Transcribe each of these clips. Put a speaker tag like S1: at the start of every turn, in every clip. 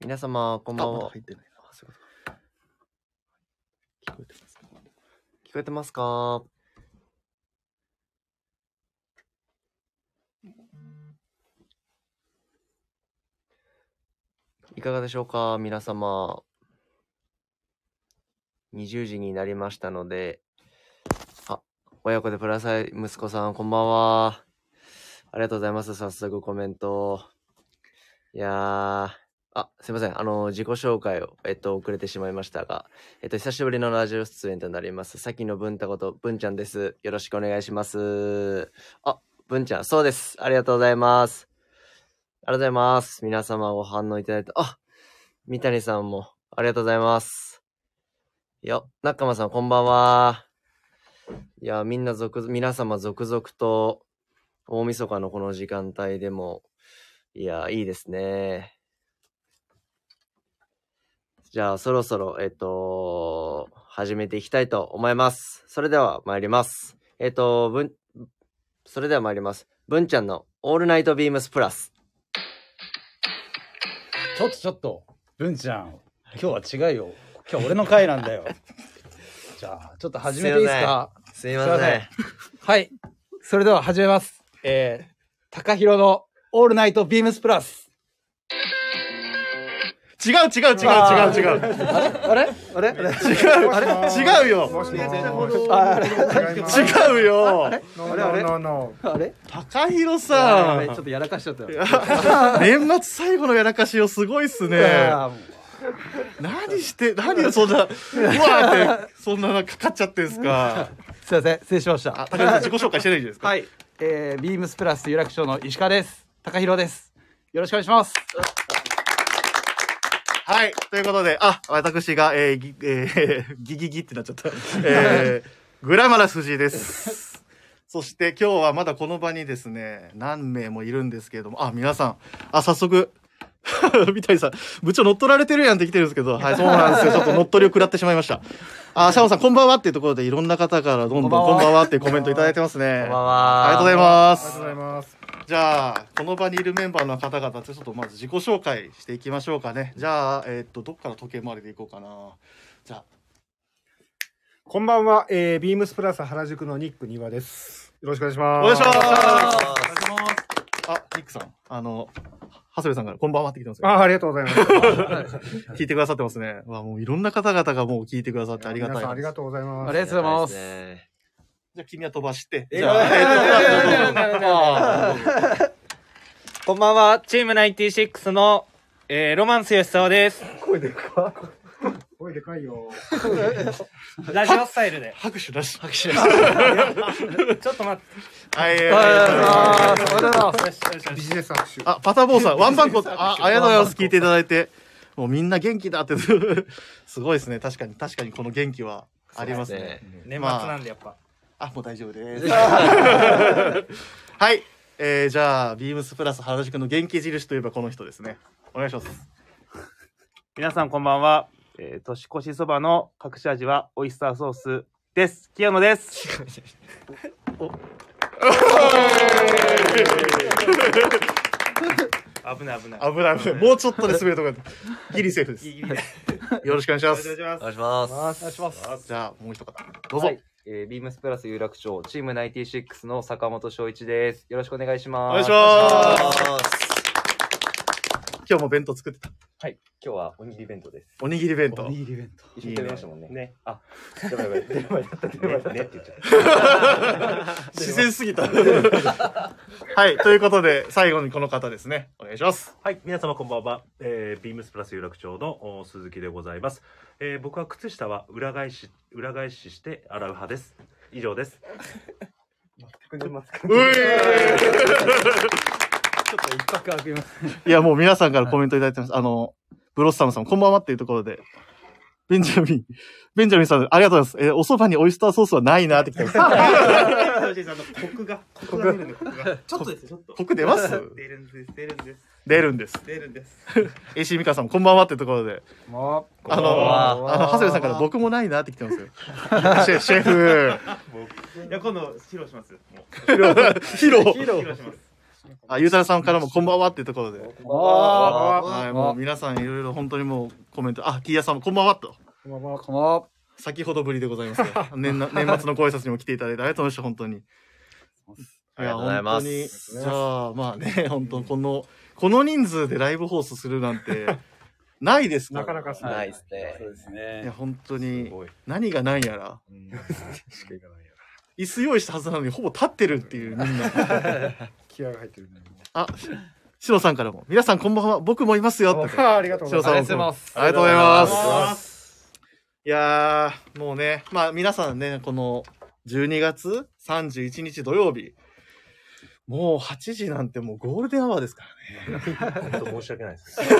S1: 皆様、こんば
S2: あ
S1: ん
S2: まだ
S1: は。
S2: 入ってないな。あそういうことか聞こえてますか
S1: 聞こえてますかいかがでしょうか皆様。20時になりましたので、あ、親子でプラサイ息子さん、こんばんは。ありがとうございます。早速コメント。いやー、あ、すいません。あの、自己紹介を、えっと、遅れてしまいましたが、えっと、久しぶりのラジオ出演となります。さきの文太こと、文ちゃんです。よろしくお願いします。あ、文ちゃん、そうです。ありがとうございます。ありがとうございます。皆様ご反応いただいて、あ、三谷さんも、ありがとうございます。よ、仲間さん、こんばんは。いや、みんな続々、皆様続々と、大晦日のこの時間帯でも、いや、いいですね。じゃあ、そろそろ、えっと、始めていきたいと思います。それでは参ります。えっと、ぶん、それでは参ります。文ちゃんのオールナイトビームスプラス。
S3: ちょっとちょっと、文ちゃん、今日は違うよ。今日俺の回なんだよ。じゃあ、ちょっと始めていいですか
S1: すいません。
S3: すいませんはい。それでは始めます。えー、高広のオールナイトビームスプラス。
S2: 違う違う違う違う違う
S3: あれあれあれあれ
S2: 違う違うよ
S4: もしもし
S3: あれ
S2: 違うよ
S4: あれあれ
S3: あれ
S2: 高弘
S3: あ
S2: さ
S3: れちょっ
S2: ん
S3: とやらかしちゃったよ。
S2: 年末最後のやらかしよすごいっす
S3: い
S2: ね
S3: やーも
S2: 何して何をそんなうわーってそんなかかっちゃってんす か
S3: うすいません、失礼しまし
S2: あ
S3: た。
S2: 高弘さん自己紹介してないじゃないですか
S3: はい。えー、ビームスプラス有楽町の石川です。高広です。よろしくお願いします。
S2: はい。ということで、あ、私が、えーぎえー ギギギってなっちゃった。え ーグラマラス藤井です。そして今日はまだこの場にですね、何名もいるんですけれども、あ、皆さん、あ、早速、 三谷さん、部長乗っ取られてるやんって来てるんですけど、はい、そうなんですよ。ちょっと乗っ取りを食らってしまいました。あ、シャオさん、こんばんはっていうところで、いろんな方からどんどんこ
S3: こ
S2: ん
S3: んば
S2: ば
S3: んは
S2: んはっていうコメントいただいてますね。
S1: こんばんは
S2: ありがとうございま
S4: ありがと
S2: す
S4: うご。ざいます
S2: じゃあこの場にいるメンバーの方々ちょっとまず自己紹介していきましょうかねじゃあえーっとどっから時計回りでいこうかなじゃあ
S4: こんばんは、えー、ビームスプラス原宿のニック庭ですよろしくお願いし
S2: お
S4: ま
S2: 願
S4: す
S2: いします
S1: あ
S2: あニックさんあの長谷部さんからこんばんはって来てま すよ
S4: あありがとうございます
S2: 聞いてくださってますねわもういろんな方々がもう聞いてくださってありがたい
S4: 皆さんありが
S2: じ
S4: とうございます
S3: ありがとうございます。
S2: ゃあ君は飛ばして
S1: え
S2: じゃあ
S1: え
S2: えーっとあ
S5: こんばんは、チーム96の、えー、ロマンス吉沢です。
S4: 声でかいよ
S5: ラジオスタイルで。
S2: 拍手なし拍手
S5: ちょっと待っ
S2: は
S3: あ
S2: い
S3: りがとうござ
S2: あ
S3: います。おめでとうございます。
S4: ビジネス握手
S2: あパタボ ーさんワンバンコあありがとうございます聞いていただいてもうみんな元気だって すごいですね確かに確かにこの元気はあります
S1: そう
S2: ね
S1: です
S5: て。年末なんでやっぱ。
S2: あ、もう大丈夫 です。はい。えー、じゃあ、ビームスプラス原宿の元気印といえばこの人ですね。お願いします。
S6: 皆さんこんばんは、えー、年越しそばの隠し味はオイスターソースです清野です
S5: 危ない危ない。
S2: 危ない危ない。もうちょっとで滑るとこやったギリセーフです。
S5: ギリギリ
S2: よろしくお願いします。
S1: お願いします。
S3: お願いします。
S2: じゃあ、もう一方。どうぞ。
S1: はいえービームスプラス有楽町、チーム96の坂本翔一です。よろしくお願いし
S2: お
S1: ま
S2: 願い
S1: す。
S2: します。
S1: す。
S2: 今日も弁当作ってた。
S1: 今日はおにぎり弁当です。
S2: おにぎり弁当。
S3: り弁当。
S1: 一緒に食べましたもんね。
S5: ね。
S1: あ、やばいやば い。出る前だった出る前だった
S2: 自然すぎた。はい。ということで、最後にこの方ですね。お願いします。
S7: はい、皆様こんばんは。えービームスプラス有楽町のお鈴木でございます。えー僕は靴下は裏返し、裏返しして洗う派です。以上です。
S2: うえー
S3: 一泊開けます。
S2: いや、もう皆さんからコメントいただいてます。あの、ブロッサムさん、こんばんはっていうところで。ベンジャミン、ベンジャミンさん、ありがとうございます。えーお蕎麦にオイスターソースはないなってきてます。
S5: 吉井さんのコクが、コクが出るんで、コクが。ちょっとですよ、ちょっと。
S2: コク出ます
S5: 出るんです、出るんです、
S2: 出るんです。
S5: 出るんです。
S2: AC ミカさん、こんばんはっていうところで。
S3: も
S2: あの、あの、長谷部さんから僕もないなってきてますよ。シェフ、シェフ、
S5: いや、今度、披露します。もう
S2: 披露、披露
S5: 披露します。
S2: あ、ゆうたらさんからもこんばんはっていうところで。
S3: あ
S2: はい、もう皆さんいろいろ本当にもうコメント、あ、T やさんもこんばんはと。
S4: こんばんは
S3: この
S2: 先ほどぶりでございます が年な年末のご挨拶にも来ていただいてありがとうございました、本当に。
S8: ありがとうございます
S2: や本当にじゃあ、ま あね、本当この、この人数でライブ放送するなん て、ないですから
S4: なかなかさ
S8: ないですね
S3: そう。です
S2: いや、
S3: ね。
S2: 本当
S7: す
S2: に、
S7: ごい。
S2: 何がないやら、
S7: うん確かにないや
S2: 椅子用意したはずなのに、ほぼ立ってるっていう、みんな。
S4: 気合が入ってる ね。
S2: あ、しろさんからも、皆さんこんばんは、僕もいますよって。
S4: あありがとうございます。
S2: ありがとうございます。ありがとうございま。
S7: ます
S2: いやー、もうね、まあ皆さんね、この12月31日土曜日、もう8時なんてもうゴールデンアワーですからね。
S7: 本当申し訳ない です。申し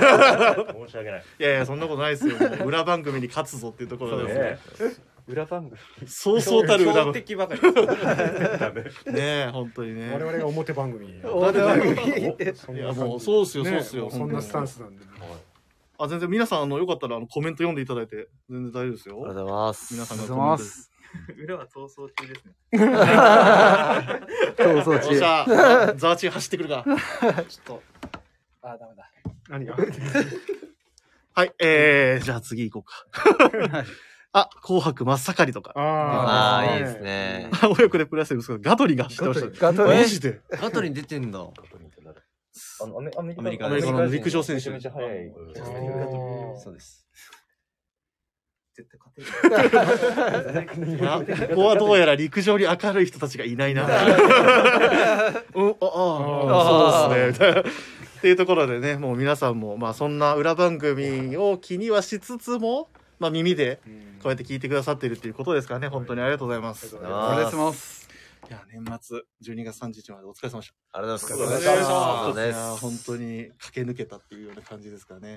S7: 訳ない。
S2: いやいや、そんなことないですよ。もう裏番組に勝つぞっていうところですね。
S9: 裏番組。
S2: そうそうたる裏番
S9: 標
S2: 組。ね
S9: 的ばかりです。
S7: ダメ。
S2: え、本当にね。
S4: 我々が表番組。
S2: 表番組
S4: そん
S2: い
S4: な
S2: や、
S4: 感じ
S2: もうそうっすよ、そうっすよ。
S4: ねそんなスタン
S2: ス。
S4: スなんでね。
S2: あ、全然皆さん、あの、よかったらあのコメント読んでいただいて、全然大丈夫です
S8: ありが
S2: よ。
S8: とうございます。
S2: 皆さん
S3: あり
S2: の
S3: がと
S2: コ
S3: う
S2: メ
S3: ござい
S2: ン
S3: ま
S2: トです。
S3: す。
S7: 裏は逃走中ですね。
S3: そうそう
S2: よっしゃ、あザーチン走ってくるから。
S3: あ、ダメだ。
S4: 何が
S2: はい、えー、じゃあ次行こうか。 あ、紅白真っ盛りとか。
S8: あ
S4: あ
S8: あ、いいです。 ね。
S2: 親子でプラスですけど、ガトリンが走ってました。
S3: ガトリン
S2: マジで。
S8: ガトリン出てんだ。
S7: あのアメ
S8: アメリカ
S2: アメリカの陸上選手
S7: めちゃめちゃ速い。
S4: あ
S7: 絶
S4: ー
S8: そうです。
S7: 対勝
S2: いやここはどうやら陸上に明るい人たちがいないな。うん、ああ、そうですね みたいな。っていうところでね、もう皆さんも、まあそんな裏番組を気にはしつつも、まあ耳でこうやって聞いてくださっているっていうことですからね、本当にありがとうございます。い
S8: あり
S3: お願い
S8: が
S3: し
S8: とうございます。
S3: ます。
S2: や、年末12月31日までお疲れ様でした。
S8: ありがとうござ
S4: お
S8: います。
S4: 疲
S8: お疲
S4: れ
S8: れ様
S2: い
S8: で
S2: やー
S8: す。
S2: 本当に駆け抜けたっていうような感じですからね。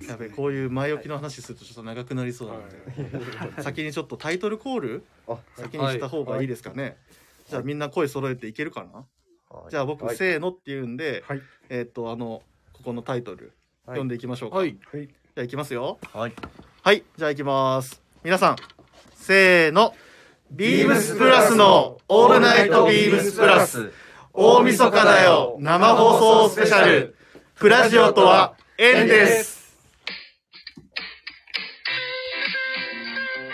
S4: ね
S2: やべこういう前置きの話するとちょっと長くなりそうなので、先にちょっとタイトルコール先にした方がいいですかね、じゃあみんな声揃えていけるかな、じゃあ僕、せーのって言うんで、
S4: はい
S2: えーっとあのここのタイトル、読んでいきましょうか、じ
S4: はい。
S2: ゃあいきますよ
S8: はい。
S2: はいじゃあいきます皆さんせーのビームスプラスの「オールナイトビームスプラス」。大晦日だよ生放送スペシャルプラジオとは縁です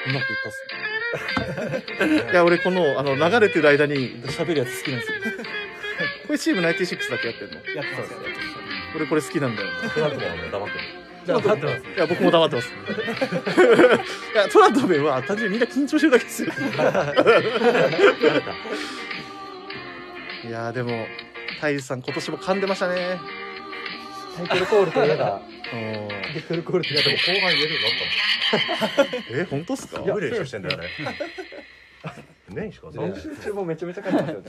S2: うまくいったっすねいや俺このあの流れてる間に喋るやつ好きなんですよこれチーム96だけやってんの
S3: やってますね。
S2: 俺これ好きなんだよな
S7: てる。トラックだよね黙ってる。
S3: じゃあ、立ってます。
S2: いや僕も黙ってますいやトラドメンは単純にみんな緊張してるだけですよいやーでもタイさん今年も噛んでましたね
S3: タイトルコールといえば、
S2: え
S3: タイトルコールといえ
S7: でも後半言えるようになったの。
S2: 本当っすか
S7: 無理してんだよね。年しか遊んでない
S9: 中もめちゃめちゃ書いてますよね。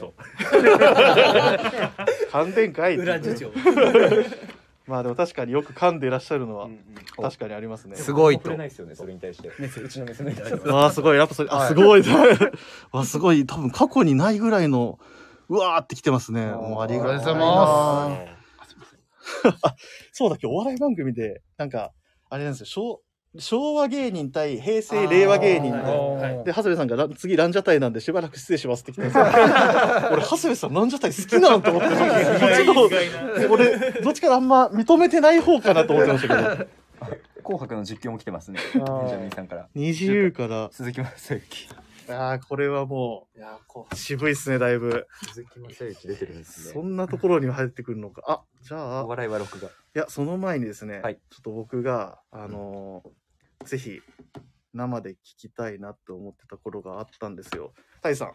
S2: 噛んでんかいって
S3: 裏事情。
S2: まあでも確かによく噛んでいらっしゃるのは確かにありますね
S8: すごいと
S9: 触れ。ないですよね、それに対して。
S3: うちの娘みたいな。
S2: わあすごいやっぱそれあす ごいわすごい多分過去にないぐらいのうわーってきてますねもうありがとうございます そうだっけ、お笑い番組で、なんか、あれなんですよ、昭昭和芸人対平成令和芸人みたいなで、長谷部さんがら次ランジャタイなんでしばらく失礼しますって来てるんです よ俺、長谷部さんランジャタイ好きなんと思ってたけど、俺、どっちからあんま認めてない方かなと思ってました けど、
S10: 紅白の実況も来てますね。ジャミーさんから。
S2: 二次優から、
S10: 鈴木雅之。
S2: ああ、これはもう、渋いっすね、だいぶ。
S10: 鈴木雅之出てるんです
S2: そ。んなところに入ってくるのか。あ、じゃあ
S10: お、笑いは録画。
S2: いや、その前にですね、
S10: はい
S2: ちょっと僕が、あのーぜひ、生で聞きたいなって思ってた頃があったんですよ。タイさん、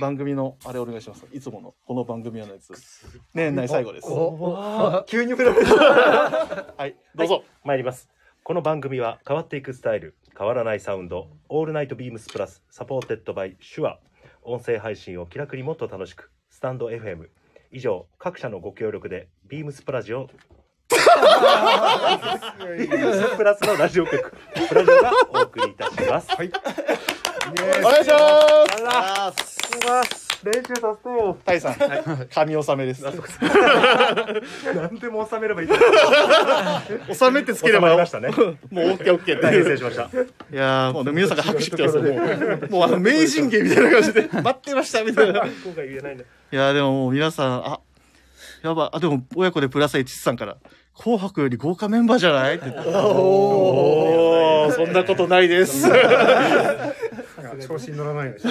S2: 番組の、あれお願いします。いつもの、この番組のやつ。年内最後です。
S3: 急に振られ た。
S2: はい、どうぞ。
S7: 参ります。この番組は変わっていくスタイル、変わらないサウンド、オールナイトビームスプラス、サポーテッドバイシュア、音声配信を気楽にもっと楽しく、スタンド FM。以上、各社のご協力で、ビームスプラジオ、ビームスプラスのラジオ局、プラジオがお送りいたします。
S2: お願いします。ありがとうございます。練習させてよ。タイさん、神納めです。
S7: 何でも収めればいいと
S2: 納めってつけ
S7: 収
S2: れば
S7: まり
S2: よ
S7: ましたね。
S2: もう OK、OK って。
S7: 大変失礼しました。
S2: いやー、もうね、皆さんが拍手来てますよ。もう、もうあの、名人芸みたいな感じで、待ってましたみたいな。
S7: 今回言えないんだ。
S2: いやーでももう皆さんあやばい。あ、でも、親子でプラス1さんから、紅白より豪華メンバーじゃない って言って。おー、そんなことな いです。
S4: 調子に乗らないでしょ。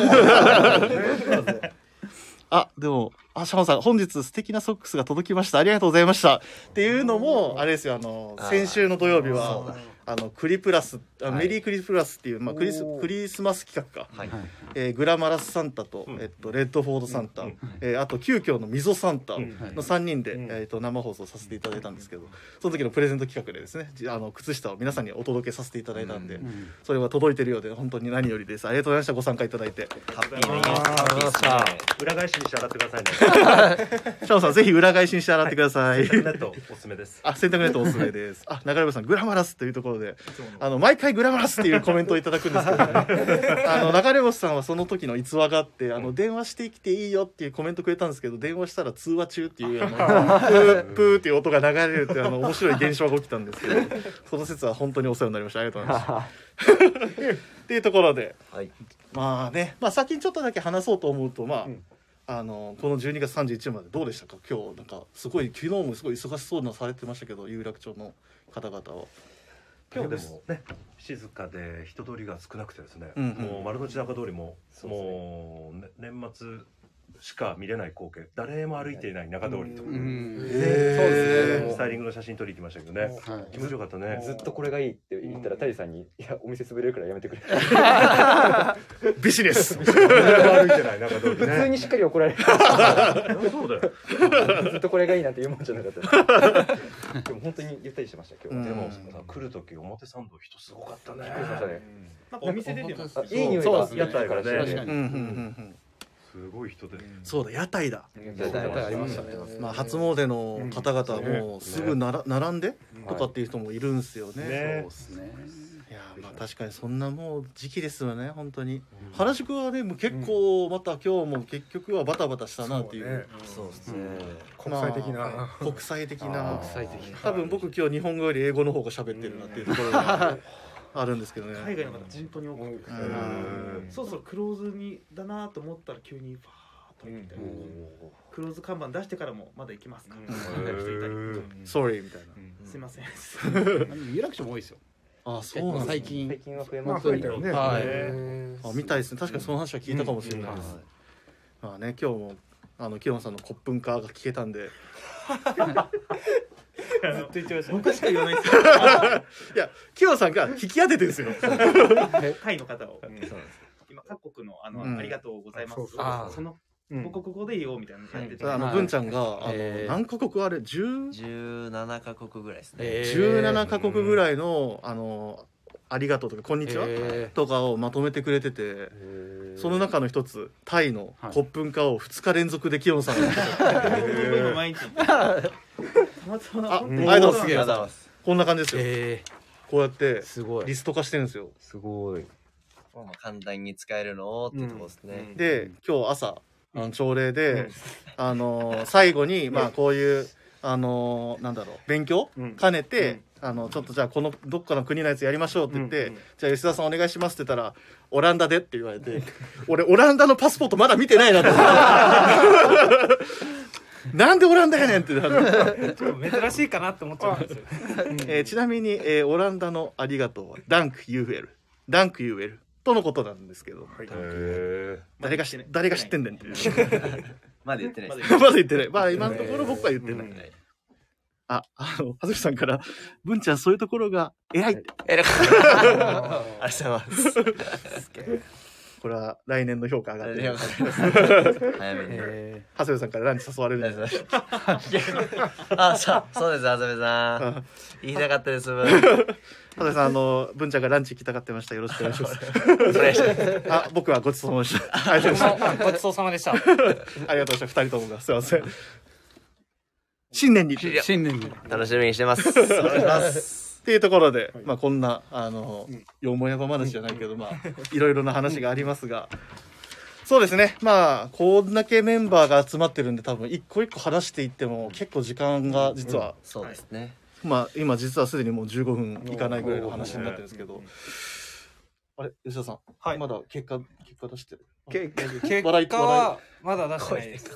S2: あ、でも、あ、シャモさん、本日素敵なソックスが届きました。ありがとうございました。っていうのも、あれですよ、あの、
S8: あー
S2: 先週の土曜日は、あの、クリプラス、
S8: は
S2: あ
S8: い
S2: メリークリプラスっていう、まあ、クリス、クリスマス企画か。
S8: はい。
S2: えーグラマラスサンタと、えっと、レッドフォードサンタ、えーあと、急遽の溝サンタの3人で、えっと、生放送させていただいたんですけど、その時のプレゼント企画でですね、じあの、靴下を皆さんにお届けさせていただいたんで、それは届いてるようで、本当に何よりです。ありがとうございました。ご参加いただいて。
S8: ハッピーね。
S7: 裏返しにして洗ってくださいね。
S2: シャモさん、ぜひ裏返しにして洗ってください。
S7: 洗濯ネットおすすめです。
S2: あ、洗濯ネットおすすめです。あ、中山さん、グラマラスというところで、あの、毎回グラマラスっていうコメントをいただくんですけど、ね、あの、中山さんはその時の逸話があって、あの、電話してきていいよっていうコメントくれたんですけど、電話したら通話中っていう、あの、プー、プーっていう音が流れるっていう、あの、面白い現象が起きたんですけど、その説は本当にお世話になりました。ありがとうございました。っていうところで、
S8: はい
S2: まあね、まあ先にちょっとだけ話そうと思うと、まあ、あのこの12月31日までどうでしたか今日なんかすごい昨日もすごい忙しそうなされてましたけど有楽町の方々を
S7: 今日ですね静かで人通りが少なくてですね、
S2: うんうん
S7: もう丸の内中通りも、もうね年末しか見れない光景誰も歩いていない中通りと、
S3: うん
S7: ねスタイリングの写真撮りに行きましたけどね
S3: はい
S7: 気持ちよかったね
S10: ず っとこれがいいって言ったら、タイさんに、いや、お店潰れるからやめてくれ。
S2: ビ シです
S7: 誰も歩いてない中通り
S10: 普通
S7: ね
S10: にしっかり 怒られる。
S7: そうだよ
S10: ずっとこれがいいなんて言うもんじゃなかった。でも本当にゆったりしてました、今日。
S7: で
S2: う
S7: も
S2: ん
S7: さ来る時表参道人すごかったね
S10: びっくりしましたね
S9: お店出てます
S10: あいい匂いが
S7: そう屋台がね
S10: 確か
S2: うん
S10: に
S2: うんうん
S7: すごい人で
S2: うんそうだ屋台だ、
S10: そうだ
S3: ありましたね
S2: まあ、初詣の方々はもうすぐなら、並んでとかっていう人もいるんですよね
S7: ね
S2: そう
S3: ですね
S2: いやーまあ確かにそんなもう時期ですよね本当に、原宿はねもう結構また今日も結局はバタバタしたなっていう
S8: そうですね。
S4: 国際的
S2: ま
S4: な
S2: あ。国際的な
S8: 国際的な
S2: 多分僕今日日本語より英語の方が喋ってるなっていうところがあるんですけどね
S5: 海外の方本当に多くて
S2: うん
S7: うん
S5: そろそろクローズにだなと思ったら急にファーッと行ってクローズ看板出してからもまだ行きますから人いたり
S2: sorry みたいな
S5: すいません
S3: 有楽町も多いですよ
S2: あそうなんです
S3: 最
S2: ね
S3: 近
S10: 最近は増え
S4: ま
S10: ま
S4: あ
S10: す
S4: 増え
S10: ね
S4: た。よね。
S2: あみたいですね確かにその話は聞いたかもしれないです、まあね今日もあのキヨンさんの「コップンカー」が聞けたんで
S5: ずっと言ってました僕しか言わないです
S2: いやキヨンさんが聞き当ててる んですよ
S5: タイの方を
S8: そうです
S5: 今各国のあの
S2: うん
S5: ありがとうございま
S4: そう
S5: す
S4: そう
S8: そう
S5: その僕ここで言おうみたいなのやってて
S2: あの
S3: はい
S2: 文ちゃんがあの
S8: えー
S2: 何カ国あれ10
S8: 17カ国ぐらいですね。
S2: 17カ国ぐらいの「あのありがとう」とか「こんにちは」
S3: え
S2: とかをまとめてくれてて
S3: ー
S2: その中の一つタイの
S3: はい
S2: コップンカーを2日連続でキヨンさんが
S5: 今毎日行ってたまたま
S2: あ
S5: 本当
S2: あり
S5: に
S2: がとう
S8: あ
S2: ござ
S8: り
S2: い
S8: がとうご
S2: ます
S8: ざいます。
S2: こんな感じですよ
S3: え
S2: こうやって
S3: ーすご
S2: リ
S3: い
S2: スト化してるんですよ
S10: すごい。
S8: 簡単に使えるのをってとこですね。
S2: で今日朝あの朝礼で、あのー最後にまあこういうあのーなんだろう勉強兼ねて、あのちょっとじゃあこのどっかの国のやつやりましょうって言って、じゃあ吉田さんお願いしますって言ったらオランダでって言われて俺オランダのパスポートまだ見てないな と思って。なんでオランダやねんってなる、
S5: 珍しいかなって思っちゃったんですよ
S2: えーちなみに、えーオランダの「ありがとう」はダンク・ユーエルダンク・ユーエルとのことなんですけど、
S7: へ
S2: 誰が知誰が知ってんねんっていう
S8: まだ言ってないです。
S2: まだ言ってないまあ今のところ僕は言ってない、
S8: はい
S2: あ、あの、はずきさんから、文ちゃんそういうところが偉いって。
S8: えら くありがとうございます。
S2: これは来年の評価上が
S8: あ
S2: っ
S8: り
S2: て
S8: が
S2: る。
S8: とうございます。早めに。
S3: え
S2: 長谷部さんからランチ誘われ
S8: あ
S2: るん
S8: り
S2: で
S8: がとうございますあ、そう、そうです、あずめさん。言いたかったです。お願
S2: 長谷部さん、あの、文ちゃんがランチ行きたがってました。よろしくお願いします。
S8: いします。
S2: あ、僕はごちそうさまでした。ありがとうございまし
S9: ごちそうさまでした。
S2: た。ありがとうございました。二人ともが。すいません。 新年に。っ
S3: ー新年に
S8: 楽しみにしてます。お願いします。
S2: ていうところで、まあこんな、あの、よもやば話じゃないけど、まあ、いろいろな話がありますが、そうですね。まあ、こんだけメンバーが集まってるんで、多分一個一個話していっても、結構時間が実は
S8: そうですね。
S2: まあ今実はすでにもう15分いかないぐらいの話になってるんですけど、あれ吉田さん、
S5: はい
S2: まだ結果結果出してる。
S8: 結果
S9: 結
S2: 笑い
S9: 果はまだ出してないです。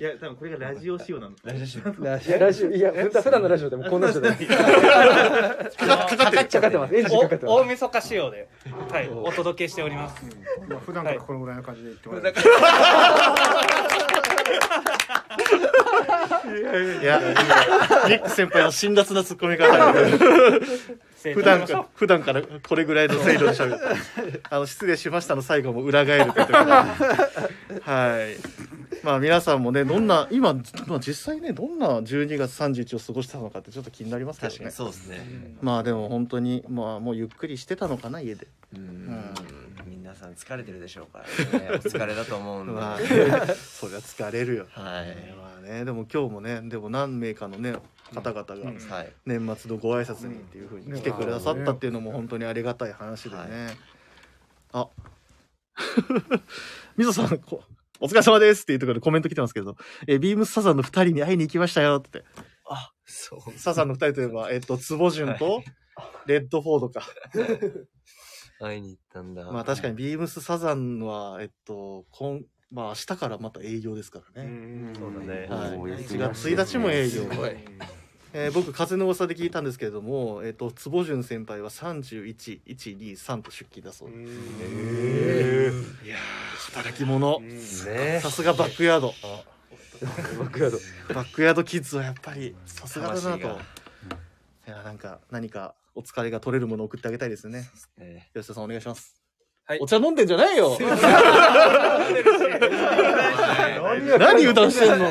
S5: いや、多分これがラジオ仕様なの。ラジオ仕様。
S10: いや、ラジオ、いや、普段普段のラジオでもこんなじゃない。
S2: かかってる
S10: かかってます。エンジンかかって
S9: お
S10: ま
S9: 大晦日仕様で、はい、お届けしております。
S4: まあ普段からこのぐらいの感じで言ってもらえる
S2: いや、ニック先輩の辛辣なツッコミが入る。普段か普段からこれぐらいの声量で喋る。あの失礼しましたの最後も裏返るってところがはい。まあ皆さんもねどんな今まあ実際ねどんな12月31日を過ごしたのかってちょっと気になりますけどね。
S8: そうですね。
S2: まあでも本当にまあもうゆっくりしてたのかな家で。
S8: うーん。皆さん疲れてるでしょうから ね。お疲れだと思うんで。
S2: まあ、
S8: は
S2: ね、そりゃ疲れるよ。
S8: い。
S2: まあねでも今日もねでも何名かのね方々が
S8: はい。
S2: 年末のご挨拶にっていうふうに来てくださったっていうのも本当にありがたい話でね、あ みぞさんこお疲れ様ですっていうところでコメント来てますけど、えービームスサザンの2人に会いに行きましたよって
S8: あ、そう。
S2: サザンの2人といえば、えっと坪潤とレッドフォードか、
S8: 会いに行ったんだ。
S2: まあ確かにビームスサザンはえっと今まあ明日からまた営業ですからね、
S7: そうだね
S2: はい、
S8: お
S2: 1
S8: 休み
S2: 月1日も営業
S8: すごい。
S2: えー僕風の噂で聞いたんですけれども、えっと坪潤先輩は31123と出勤だそうですいやー働き者
S7: ね
S2: さすがバックヤード
S10: す。バックヤード。
S2: バックヤードキッズはやっぱりさすがだなと
S8: 魂
S2: い
S8: が
S2: やなんか何かお疲れが取れるものを送ってあげたいですね
S8: え
S2: 吉田さんお願いします、
S9: はい
S2: お茶飲んでんじゃないよ
S7: 何
S2: 何油断してんの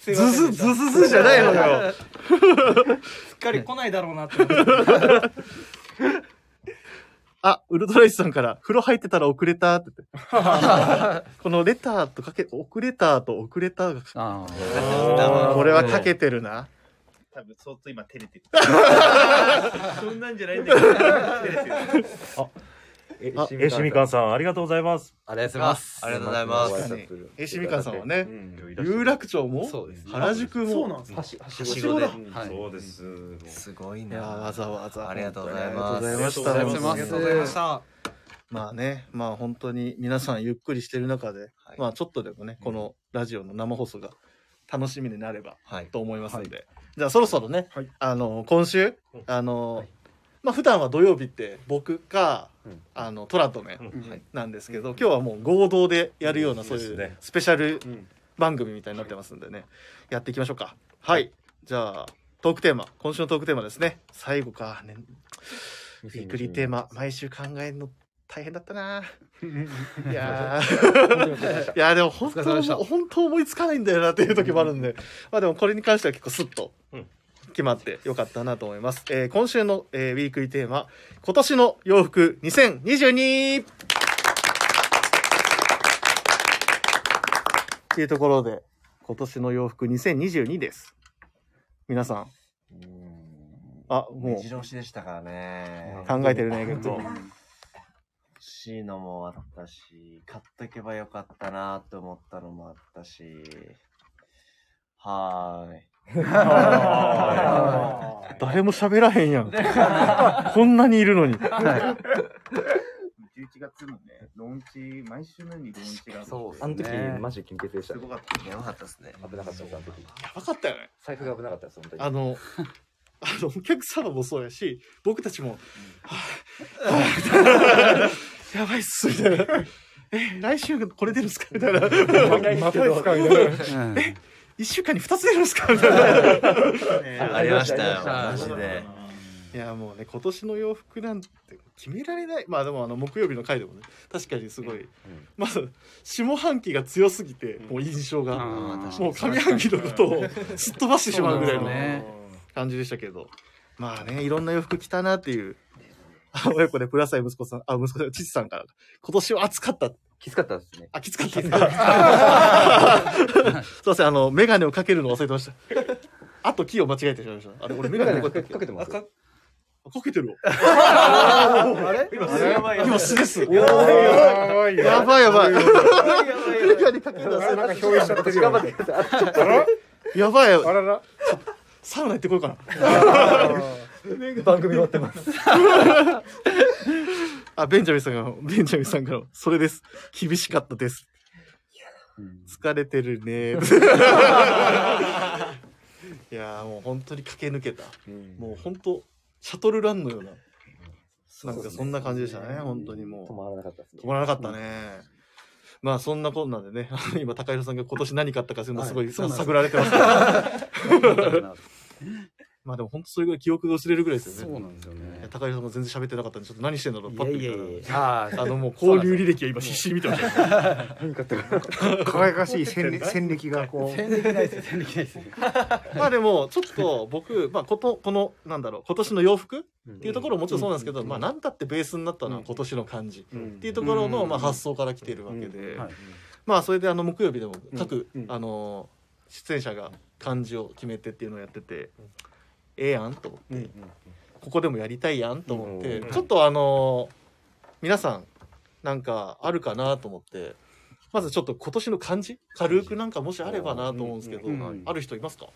S2: ズズズズズじゃないの よ
S9: すっかり来ないだろうなって思って。
S2: あウルトライスさんから風呂入ってたら遅れたって言ってこのレターとかけ遅れたと遅れたが
S3: ああ
S2: これはかけてるな
S5: 多分相当今照れてる。そんなんじゃないんだけど。照れてる。
S7: え
S2: あ
S7: えしみかんさんありがとうございます
S10: ありが
S8: ござ
S10: とう
S8: いますありがとうございます
S2: 確かにえしみかんさんはね、有
S7: 有
S2: 楽町も
S10: そうですね。
S2: 原宿
S5: そう
S2: も
S5: なんです
S10: は
S5: か。
S10: し、は
S8: は
S10: し
S8: し
S10: ご
S8: ご
S10: で。
S8: で。
S7: うんそうですもう
S8: すごい
S2: いやわ
S8: な。
S2: ざわざ
S8: ありがとうござい
S2: あ
S8: ま
S2: りがとうご
S8: す。
S2: ざいました
S3: ありがと
S9: あ
S3: う
S9: り
S3: ご
S9: がとう
S3: ざ
S9: ご
S3: い
S9: ざい
S3: ま
S9: ま
S3: し
S9: した。
S2: まあねまあ本当に皆さんゆっくりしてる中で、まあちょっとでもねこのラジオの生放送が楽しみになれば
S8: はい。
S2: と思いますので、じゃあそろそろね、
S4: はい
S2: あの今週あの、まあ普段は土曜日って僕か、
S7: うん
S2: あのトラとね、
S7: うん
S4: はい
S2: なんですけど、今日はもう合同でやるような、
S7: うん
S2: そうい
S7: いいです
S2: う
S7: ね
S2: スペシャル
S7: ん
S2: 番組みたいになってますんでね、やっていきましょうかはい、じゃあトークテーマ今週のトークテーマですね最後かねウィークリーテーマ毎週考えるの大変だったない やーいやでも本
S3: お疲れ様
S2: 当
S3: でした
S2: 本当思いつかないんだよなっていう時もあるんで、まあでもこれに関しては結構スッと
S7: うん
S2: 決まってよかったなと思います、えー今週の、えーウィークリーテーマ今年の洋服2022っていうところで今年の洋服2022です皆さんあ
S8: 目
S2: もう
S8: 白押しでしたからね。
S2: 考えてるね結構
S8: 欲しいのもあったし、買っとけばよかったなと思ったのもあったし。はーい。
S2: 誰も喋らへんやんこんなにいるのに
S5: 11月のね、ローンチ、毎週のようにローンチが
S8: そう
S10: あの時
S3: ね、
S10: マジで緊急性でした
S5: す
S10: ね。
S5: ごかった。
S8: やばかったですね。
S10: 危なかったです、あの時。
S2: 分かったよね
S10: 財布が危なかったです、本当に。
S2: あのあのお客様もそうやし僕たちも「やばいっす」みたいな「え来週これ出るんすか?」みたいな
S10: またですけど
S3: うん
S2: 「1週間に2つ出るんすか?」みたいな
S8: ありましたよ、マ
S3: ありま
S8: ジで。
S2: いやもうね今年の洋服なんて決められないまあでもあの木曜日の回でもね確かにすごい、まず下半期が強すぎて、もう印象が、もう上半期のことを すっ飛ばしてしまうぐらいの
S3: そうなんですよ
S2: 感じでしたけど、まあねいろんな洋服着たなっていう あ親子でプラサイ息子さんあ息子さん父さんから今年は暑かった
S10: きつかったですね。
S2: あきつかったすすい ませんあの眼鏡をかけるの忘れて ましたあとキーを間違えてしまいましたあれ俺眼
S10: 眼
S2: 鏡
S10: 鏡
S2: か
S10: か
S2: け
S10: け
S2: て
S10: かけてます。
S9: 赤
S2: かけてるわ
S10: あれ
S5: 今、それやばいよ。
S2: 今素です
S4: やばいよ
S2: やばいやば
S5: やばい
S2: い。
S4: な
S5: よ。
S4: んか表現しちゃってる
S10: 頑張
S4: よ
S10: ってください。
S4: あら
S2: やばい
S4: あ
S2: よ。
S4: らら
S2: サウナ行ってこようかな。
S10: 番組終わってます。
S2: あ、ベンジャミンさんが、ベンジャミンさんから、それです。厳しかったです。疲れてるね。いやーもう本当に駆け抜けた。もう本当、シャトルランのような。なんかそんな感じでしたね、本当にもう。止まらなかったですね。止まらなかったね。まあそんなこんなでね、 あの今、高弘さんが今年何買ったかそういうのすごい
S3: はいそうなんです
S2: 探られてますけどまあでも本当それぐらい記憶が薄れるぐらいですよね。
S3: そうなんですよね
S2: いや高井さんも全然喋ってなかったんで、ちょっと何してんだろう、パッと見たら。
S3: いやいやいやあー
S2: あの、もう交流履歴を今必死に見てました。何かって
S4: 輝かしい戦歴戦歴が こう。
S3: 戦歴ないです戦歴ないです。
S2: まあでも、ちょっと僕、まあこと、この、なんだろう、今年の洋服っていうところももちろんそうなんですけど、まあなんだってベースになったのは今年の感じっていうところの、まあ発想から来ているわけで、まあそれであの、木曜日でも各、あの、出演者が漢字を決めてっていうのをやってて、ええやんと思って、ここでもやりたいやんと思って、
S7: うん
S2: ちょっとあの皆さんなんかあるかなと思ってまずちょっと今年の漢字軽くなんかもしあればなと思うんですけど、
S4: うんうん
S2: ある人いますか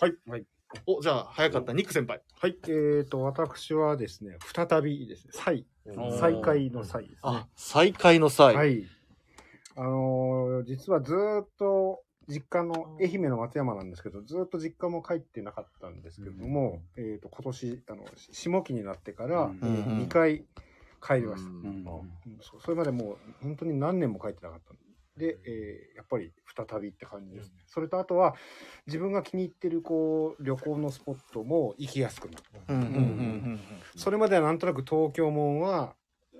S4: はい。はい。
S2: おじゃあ早かったニック先輩
S4: はい。えっ、と、私はですね、再びですね、再
S2: お。ー
S4: 再開の再ですね。
S2: あ再開の際
S4: はい。あのー実はずーっと実家の愛媛の松山なんですけど、ずーっと実家も帰ってなかったんですけども、えっ、と、今年、あの、下期になってから、
S3: うん
S4: えー2回帰りました、そ。それまでもう本当に何年も帰ってなかったんで。で、えーやっぱり再びって感じですね。それとあとは、自分が気に入ってる、こう、旅行のスポットも行きやすくなった。
S2: うんうんうんうん
S4: それまではなんとなく東京門は、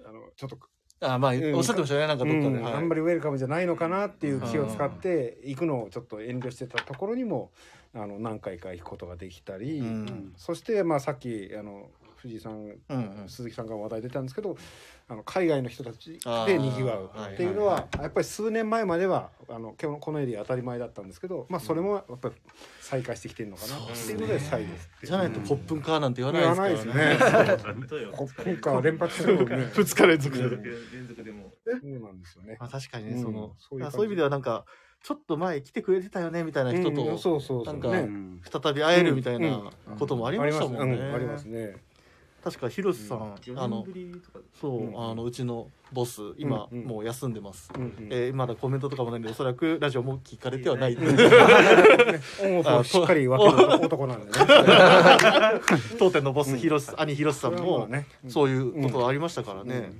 S4: あの、ちょっと
S2: あまあ
S4: うん
S2: おっしゃってましたねなんかどっかで、
S4: うん
S2: はい
S4: あんまりウェルカムじゃないのかなっていう気を使って行くのをちょっと遠慮してたところにもあの何回か行くことができたり、
S2: うん
S4: そしてまあさっきあの藤井さん、
S2: うん
S4: 鈴木さんが話題出たんですけどあの海外の人たち
S2: あ
S4: で
S2: ー
S4: にぎわうっていうのはやっぱり数年前まではあの今日のこのエリア当たり前だったんですけど、まあ、それもやっぱり再開してきてるのかなっていうので再です。
S2: じゃないとコップンカーなんて言わ
S4: 言わな
S2: ない
S4: い
S2: で
S4: ですす
S2: か
S4: ね
S2: らね。
S4: コップンカー連発するもんね
S2: 二日連続で
S5: 連続でも
S4: そうなんですよね。
S2: まあ確かにね、
S4: うん
S2: その
S4: そういう
S2: ま
S4: 感じ
S2: あそういう意味ではなんかちょっと前来てくれてたよねみたいな人と、
S4: うんそうそうそう
S2: なんか、
S4: ね
S2: 再び会えるみたい
S4: うん
S2: なこともありましたもんね。
S4: うんありますね。
S2: 確か広瀬さん、あのそう、あのうちのボス今、
S4: うんうん
S2: もう休んでます、
S4: うんうん
S2: えーまだコメントとかもないんでおそらくラジオも聞かれてはない
S4: 恩をこうしっかり分ける男なんでね
S2: 当店のボス広瀬、兄広瀬さん
S4: それはま
S2: も
S4: あね
S2: そういうことありましたからね、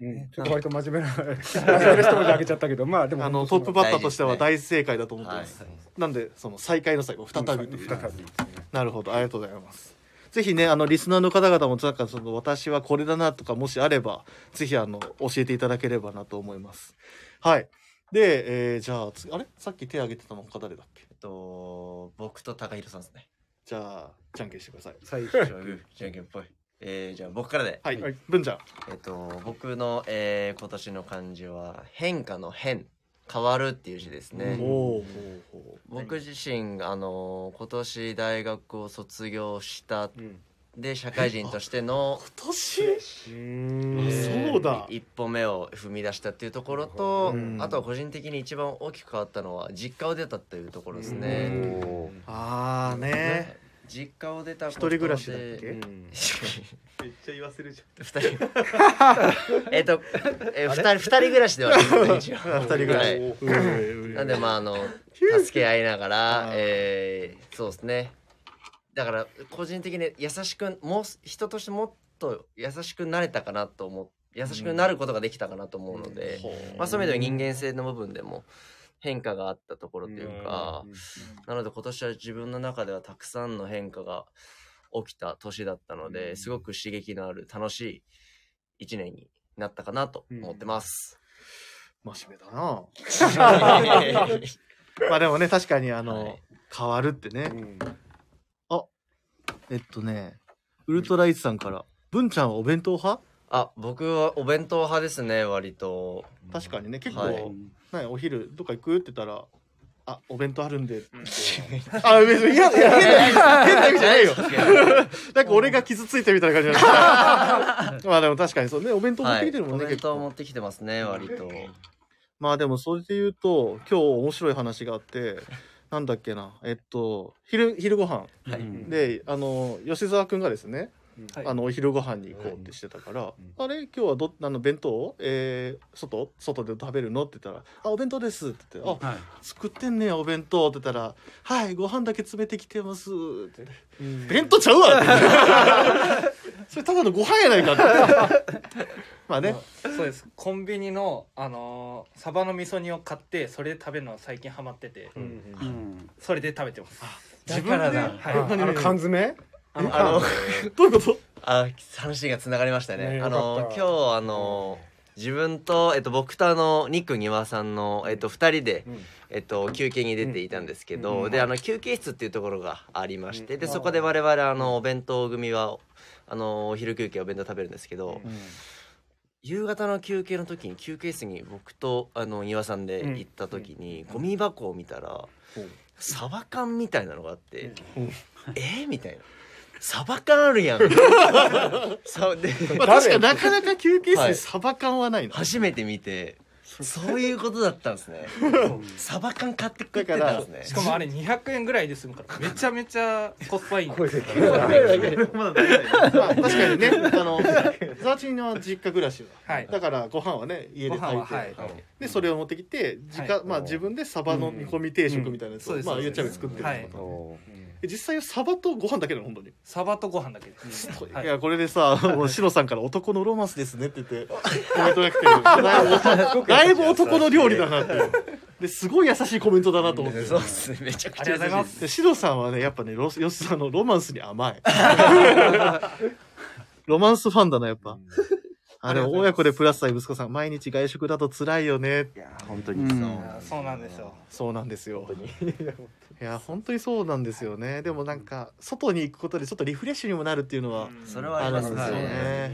S4: うんちょっと割と真面目な真面目な人もあげちゃったけどまあでも
S2: あのトップバッターとしては大正解だと思ってます。なんでその再開の最後再びという。なるほどありがとうございます。ぜひねあのリスナーの方々もなんかその私はこれだなとかもしあればぜひあの教えていただければなと思います。はい。で、えー、じゃあつあれさっき手挙げてたの他誰だっけ？えっと僕と高弘さんですね。じゃあじゃんけんしてください。
S4: 最
S1: じゃあグーじゃんけんぽい。えー、じゃあ僕からで。
S2: はいはい文ちゃん。
S1: えっと僕の、えー、今年の漢字は変化の変変わるっていう字ですね。
S2: おー
S1: 僕自身あの今年大学を卒業した、で社会人としての
S2: 今年
S1: えー
S2: そうだ
S1: 一歩目を踏み出したっていうところと、あとは個人的に一番大きく変わったのは実家を出たっていうところですね。
S2: ああね。
S1: 実家を出た
S2: 一人暮らしだっけ
S1: うん
S5: めっちゃ言わせるじ ゃん
S1: 二 人 えっと、えー、二人二人暮らしではないですね一応
S2: 二人暮らし
S1: はい
S2: うんうんうん
S1: なんでまああの助け合いながら、えー、そうですねだから個人的に優しくもうす人としてもっと優しくなれたかなと思う優しくなることができたかなと思うので、まあ、そういう意味では人間性の部分でも変化があったところというか、なので今年は自分の中ではたくさんの変化が起きた年だったので、すごく刺激のある楽しい一年になったかなと思ってます。。
S2: 真面目だなまあでもね、確かにあの、変わるってね。あ、えっとね、ウルトライズさんから、文ちゃんはお弁当派
S1: あ、僕はお弁当派ですね、割と。
S2: 確かにね、結構、
S1: はい
S2: ねお昼どっか行くって言ったら、あ、お弁当あるんでって。 あ、別に嫌だ、嫌だ、変な意味じゃないよ。なんか俺が傷ついてみたいな感じにな った。まあでも確かにそうね、お弁当持ってきてるもん
S1: はい
S2: ね、
S1: お弁当持ってきてますね、割と。
S2: まあでもそれで言うと今日面白い話があってなんだっけなえっと昼昼ご飯、であの吉沢くんがですねあのお昼ご飯に行こうってしてたから「あれ今日はどあの弁当を、えー外外で食べるの?」って言ったら「あお弁当です」って言って「あ、作ってんねやお弁当」って言ったら「はいご飯だけ詰めてきてます」って「弁当ちゃうわ」ってそれただのご飯やない かってまあね
S9: そう ですコンビニのあのーサバの味噌煮を買ってそれで食べるのは最近ハマってて、それで食べてます
S1: だからだ
S9: 自分
S1: は
S9: で
S1: い
S9: 何
S1: あの缶
S4: 詰
S1: あの、あの
S2: どういうこと
S1: あ、話が繋がりましたね。
S11: ね
S1: あ
S11: よか
S1: の
S11: っ、た
S1: 今日、あの、自分と、えっと、僕とあの、ニック庭さんの、えっと、二人で、えっと、休憩に出ていたんですけど、
S11: うん
S1: で、あの、休憩室っていうところがありまして、で、そこで我々、あの、お弁当組は、あの、お昼休憩お弁当食べるんですけど、夕方の休憩の時に休憩室に僕とあの庭さんで行った時にゴミ箱を見たらサバ缶みたいなのがあってえーみたいなサバ缶あるやんさで
S2: まあ確かなかなか休憩室
S1: は
S2: に
S1: い
S2: サバ缶はないの、
S1: 初めて見てそういうことだったんですねサバ缶買ってくってたんですね
S9: しかもあれ200円ぐらいで済むからめちゃめちゃコスパいいんですよ
S2: まあ確かにねあのザワチンの実家暮らしは、だからご飯はね家で炊いて、
S9: ご飯はは
S2: でそれを持ってきて自家、まあ、自分でサバの煮込み定食みたいなやつを、
S9: うんうん
S2: まあ
S9: そう
S2: ゆうち
S9: です
S2: ゃんが作ってる、
S9: は
S2: え実際はサバとご飯だけなの本当に
S9: サバとご飯だけ です
S2: いやこれでさもうシロさんから「男のロマンスですね」って言ってコ メントが来てだいぶだいぶ男の料理だなっていうですごい優しいコメントだなと思って、
S1: そうっすねめちゃくちゃ優しいです
S2: でシロさんはねやっぱねロスヨスさんのロマンスに甘 いロマンスファンだなやっぱ、あれ親子でプラスさん息子さん毎日外食だと辛いよねいや本当にそう、
S9: そうなんですよ
S2: そうなんですよ いや本当にそうなんですよねでもなんか外に行くことでちょっとリフレッシュにもなるっていうのは
S1: それはありますね
S2: あるんですよね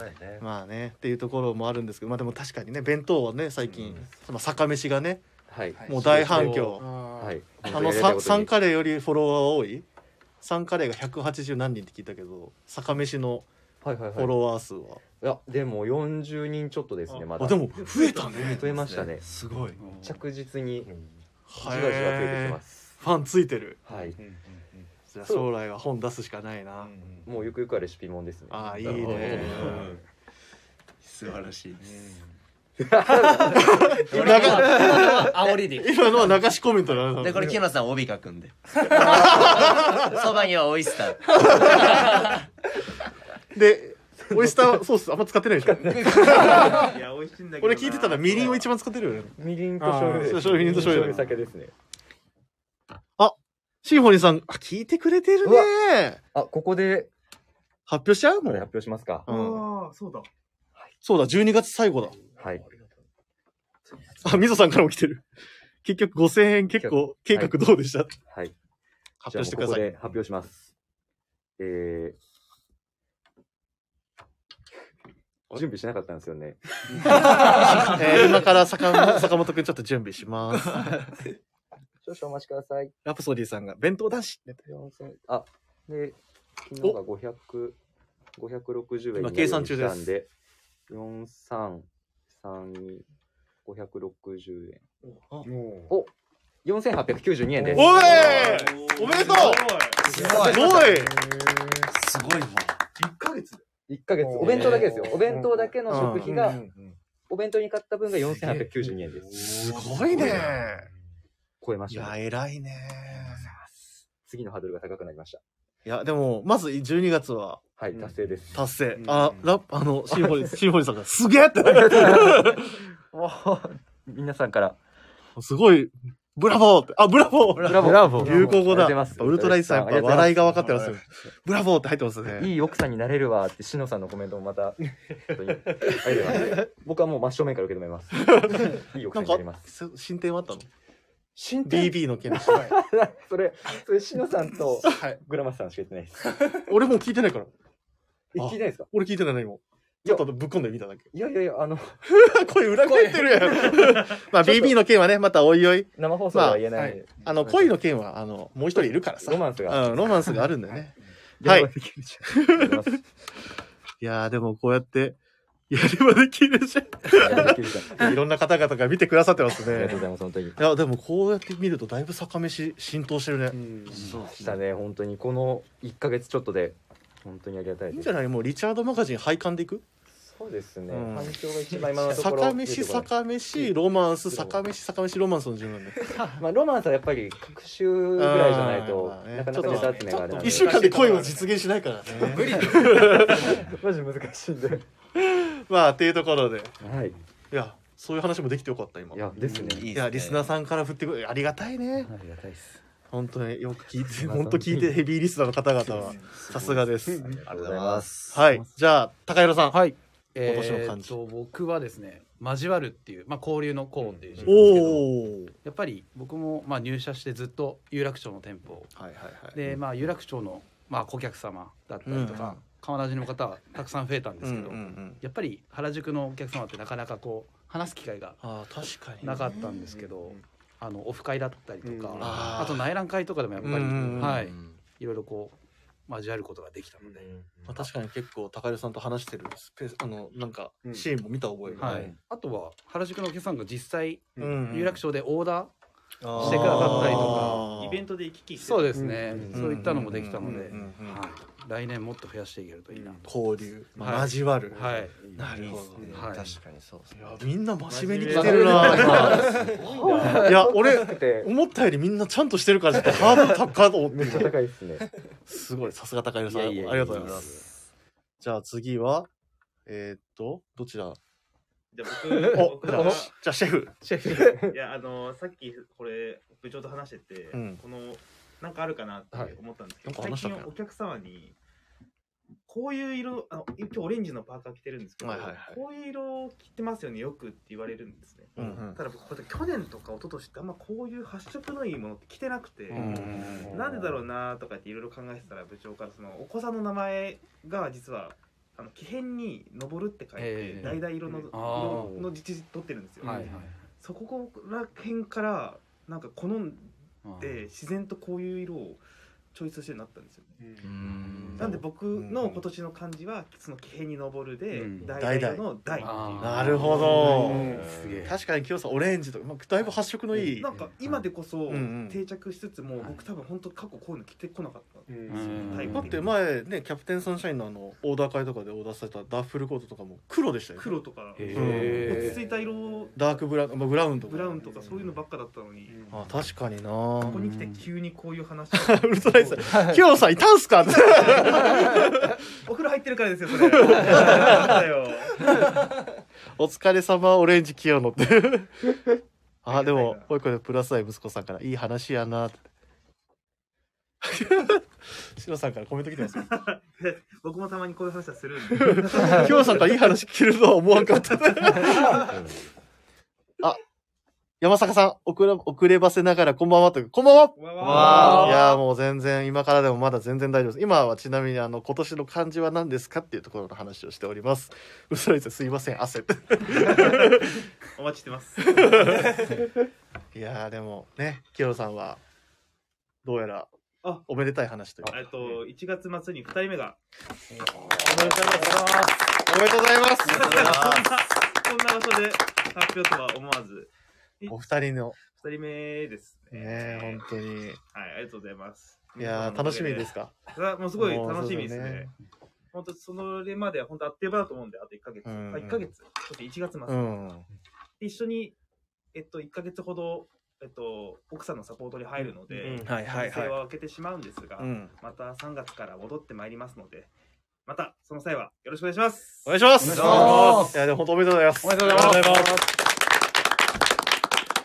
S1: はい
S2: そうまあねっていうところもあるんですけどまあでも確かにね弁当はね最近、まあ、酒飯がね、もう大反響
S11: はい
S2: あのササンカレーよりフォロワー多いサンカレーが180何人って聞いたけど酒飯のフ
S11: はいはい
S2: ォロワー数は,、
S11: いやでも40人ちょっとですねまだ
S2: あでも増えたね
S11: 増えましたね
S2: すごい
S11: 着実にじわ
S2: へー
S11: じわ増えてきます
S2: ファンついてる
S11: はい
S2: じゃあ将来は本出すしかないな、
S11: もうゆくゆくはレシピもんですね
S2: ああいい
S11: なるほど
S2: ね
S11: うん
S2: 素晴らしいです、
S1: 今のは煽りで
S2: 今のは流しコメントだな
S1: でこれ木村さん帯書くんでそばにはオイスター
S2: でオイスターソースあんま使ってないでしょ
S5: いや美味しいんだけどな
S2: これ聞いてたらみりんを一番使ってるよね
S5: みり ん
S2: と醤油ですね
S5: みりんと醤油
S2: みりんと醤油
S5: 酒
S11: ですね
S2: シンフォニーさんあ聞いてくれてるね
S11: あここで
S2: 発表しちゃうもう
S11: 発表しますか
S5: ああそうだ
S2: そうだ12月最後だ
S11: はい
S2: あみぞさんからも来てる結局5000円結構計画どうでした、
S11: はい
S2: 発表してください。
S11: じゃあもうここで発表しますえー準備しなかったんですよね
S2: えー今から坂本坂本くんちょっと準備します。
S11: 少々お待ちください。
S2: ラプソディさんが弁当男子って
S11: 4000あで昨日が500 560円
S2: 今計算中です
S11: になりましたんで4332560円お4892円です
S2: おいおめでとう
S11: す
S2: ごいすごい
S11: すごいわ1ヶ月お弁当だけですよお弁当だけの食費がお弁当に買った分が4892円です
S2: すごいね
S11: 超えました
S2: いや偉いね
S11: 次のハードルが高くなりました
S2: いや、でも、まず12月は、
S11: はい、達成です。
S2: 達成。あ、ラップ、あの、シンフォニ ー、シンフォニーさんが、すげえってなって
S11: もう皆さんから
S2: るすごい、ブラボーって、あ、ブラボー
S11: ブラボー
S2: 流行語だ。
S11: あ
S2: や
S11: りがとうございま
S2: っ
S11: す
S2: ぱウルトライスさん、やっぱ笑いが分かってますよ。ブラボーって入ってますね。
S11: いい奥さんになれるわって、しのさんのコメントもま た、本当にありがとうございます僕はもう真正面から受け止 めます。いい奥さんになります。
S2: す進展はあったの
S11: 進
S2: 展 ?BB の件で
S11: それ、それ、しのさんと、グラマスさんしか言ってないです。
S2: 俺もう聞いてないから。
S11: え聞いてないですか
S2: 俺聞いてない、何も。ちょっとぶっ込んでみただけ。
S11: いやいやいや、あの、
S2: 声裏返ってるやん。まあ、BB の件はね、またおいおい。
S11: 生放送では言えないんで
S2: まああの、恋の件は、あの、もう一人いるからさ。ロマンスが。うん、ロマンスがあるんだよね。はい。いやー、でもこうやって、やればできるじゃん。いろんな方々が見てくださってますね。ありがとう
S11: ございます、本当に。い
S2: や、でもこうやって見ると、だいぶ酒飯浸透してるね。
S11: そうしたね、本当に、この1ヶ月ちょっとで、
S10: 本当にありがたい
S2: いい
S10: で
S2: ん
S10: す
S2: じゃないもうリチャードマガジン廃刊でいく
S10: そうですね、
S2: うん
S10: 反響が一番今のところ
S2: 坂飯坂飯ロマンス坂飯坂飯ロマンスの順番で
S10: まあロマンスはやっぱり各週ぐらいじゃないと
S2: あーまあね
S10: なかなかネタ集めがあれなんで
S2: 一週間で恋は実現しないからね
S10: 無理です マジ難しいんで
S2: まあっていうところで、
S10: はい、
S2: やそういう話もできてよかった今いや
S10: ですね
S2: いやリスナーさんから振ってくるありがたいね
S10: ありがたいです
S2: 本当によく聞いて本当聞いてヘビーリスナーの方々はさすがですありがとうございますはいじゃあ高弘さん
S3: はい
S2: 今年の
S3: え
S2: 感
S3: ー、
S2: じ
S3: と僕はですね「交わる」っていう、まあ、交流の「交」っていう字なんですけど、
S2: おお
S3: やっぱり僕もまあ入社してずっと有楽町の店舗を、でまあ有楽町のまあ顧客様だったりと
S2: うんう
S3: か
S2: ん、
S3: 川名人の方はたくさん増えたんですけど、
S2: うんうんうん
S3: やっぱり原宿のお客様ってなかなかこう話す機会が
S2: あー確かに
S3: なかったんですけど、あのオフ会だったりとか、
S2: うん
S3: あ
S2: あー
S3: と内覧会とかでもやっぱり、
S2: うんうんうん
S3: はい、いろいろこう交わることができたので、
S2: まあ、確かに結構高弘さんと話してるスペースあのなんかシーンも見た覚えが、
S3: はい、あとは原宿のお客さんが実際、
S2: うん
S3: 有楽町でオーダ
S2: あ
S3: ー
S2: ー
S3: してくださったりと
S2: あ
S3: か
S2: ー
S5: イベントで行き来して
S3: そうですね、
S2: うん
S3: そういったのもできたので、
S2: うんうんうんうん
S3: はい、来年もっと増やしていけるといいなと、
S2: 交流、ま
S3: は
S2: あ
S3: い
S2: 交わる、
S3: はい
S2: なるほどね、
S3: はい
S2: 確かにそうですねいやみんな真面目に来
S3: 真
S2: て
S3: 面
S2: る
S3: 目
S2: な
S3: 真面目ですごい ない
S2: や俺思ったよりみんなちゃんとしてるからちょっとハードル高いと思ってめっちゃ
S10: 高いですね
S2: すごいさすが高弘さん
S10: いやいやいや
S2: ありがとうございますじゃあ次はえーっとどちら
S5: じゃあ
S2: お
S5: 僕僕
S2: じゃあ
S5: が
S2: じゃあシェフ
S5: シェ フいやあのさっきこれ部長と話してて、
S2: うん
S5: このなんかあるかなって思ったんですけど、
S2: はいなんか話した
S5: 最
S2: っけ
S5: 近お客様にこういう色あの今日オレンジのパーカー着てるんですけど、
S2: はいはいはい
S5: こういう色着てますよねよくって言われるんですね、
S2: うんうん
S5: ただ僕これ去年とか一昨年ってあんまこういう発色のいいものって着てなくて、
S2: うん
S5: なんでだろうなとかっていろいろ考えてたら部長からそのお子さんの名前が実はあの木片に登るって書い
S3: え
S5: て
S3: え
S5: 橙、色の
S3: あ
S5: 色
S3: ー
S5: の実取ってるんですよ、
S3: はいはい
S5: そこら辺からなんか好んで自然とこういう色をチョイスしてるようになったんですよね、なんで僕の今年の漢字はその「騎兵に登る」で
S2: う
S5: 「
S2: ん
S5: 大々の「大」っていう
S2: なるほど
S5: うん
S2: 確かに清さんオレンジとか、まあ、だいぶ発色のいい、
S5: なんか今でこそ
S2: うんうん
S5: 定着しつつも僕多分本当過去こういうの着てこなかったんですよタイプ
S2: だって前ねキャプテンサンシャインのあのオーダー会とかでオーダーされたダッフルコートとかも黒でしたよね
S5: 黒とか
S2: うん
S5: 落ち着いた色を
S2: ダークブラウン、まあ、ブラウンとか
S5: ブラウンとかそういうのばっかだったのに
S2: あ確かになこ
S5: ここに来て急にこういう 話
S2: ウルトライスさん清さんいたんすかって
S5: お風呂入ってるからですよそれ だよ
S2: お疲れ様オレンジ清野ってあでもこういうこでプラスアイ息子さんからいい話やなって白さんからコメント来てますよ
S5: 僕もたまにこういう話はする んで
S2: 清さんからいい話聞けるとは思わんかった あ、山坂さん、遅れ、遅ればせながら、こんばんはという、こんばんはこんばん
S8: はい
S2: や、もう全然、今からでもまだ全然大丈夫です。今はちなみに、あの、今年の漢字は何ですかっていうところの話をしております。嘘です、すいません、汗。
S5: お待ちしてます
S2: いやー、でも、ね、清野さんは、どうやら、おめでたい話というか
S5: えっと1月末に2人目が
S2: おめでとうございます。おめでとうございます。
S5: こんな場所で発表とは思わず
S2: お二人の、
S5: 2人目です
S2: ねえ、本当に。
S5: はいありがとうございます
S2: いやー楽しみですか
S5: あもうすごい楽しみです
S2: もうそうだ
S5: ね
S2: ね
S5: 本当それまでは本当あっという間だと思うんであと1ヶ月、
S2: うん
S5: あ1ヶ月ちょっと1月末、
S2: うん。
S5: で一緒に、えっと、1ヶ月ほど、えっと、奥さんのサポートに入るので、
S2: うんはいはいは
S5: お店
S2: い
S5: は開けてしまうんですが、
S2: うん
S5: また3月から戻ってまいりますので、またその際はよろしくお願いします。
S2: お願いします。いや、でも本当おめでとうございます。
S5: おめでとうございます
S2: ありがとうございます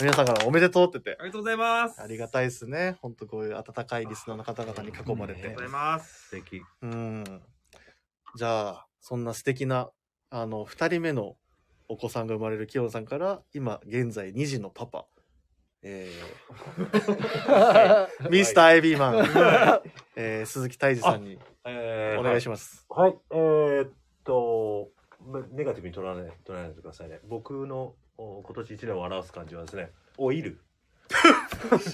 S2: 皆さんからおめでとうって言って。
S5: ありがとうございます。
S2: ありがたいですね。本当こういう温かいリスナーの方々に囲まれて。ありが
S5: ざ
S2: とうご
S5: います。
S2: 素敵。うん。じゃあ、そんな素敵な、あの、二人目のお子さんが生まれる清野さんから、今、現在2児のパパ。えーミスターエビーマン、えー鈴木泰治さんに
S7: えー
S2: お願いします。。
S7: はい、はいえーっと、まネガティブに取らない、取らないでくださいね。僕のお今年一年を表す感じはですね、オ イル。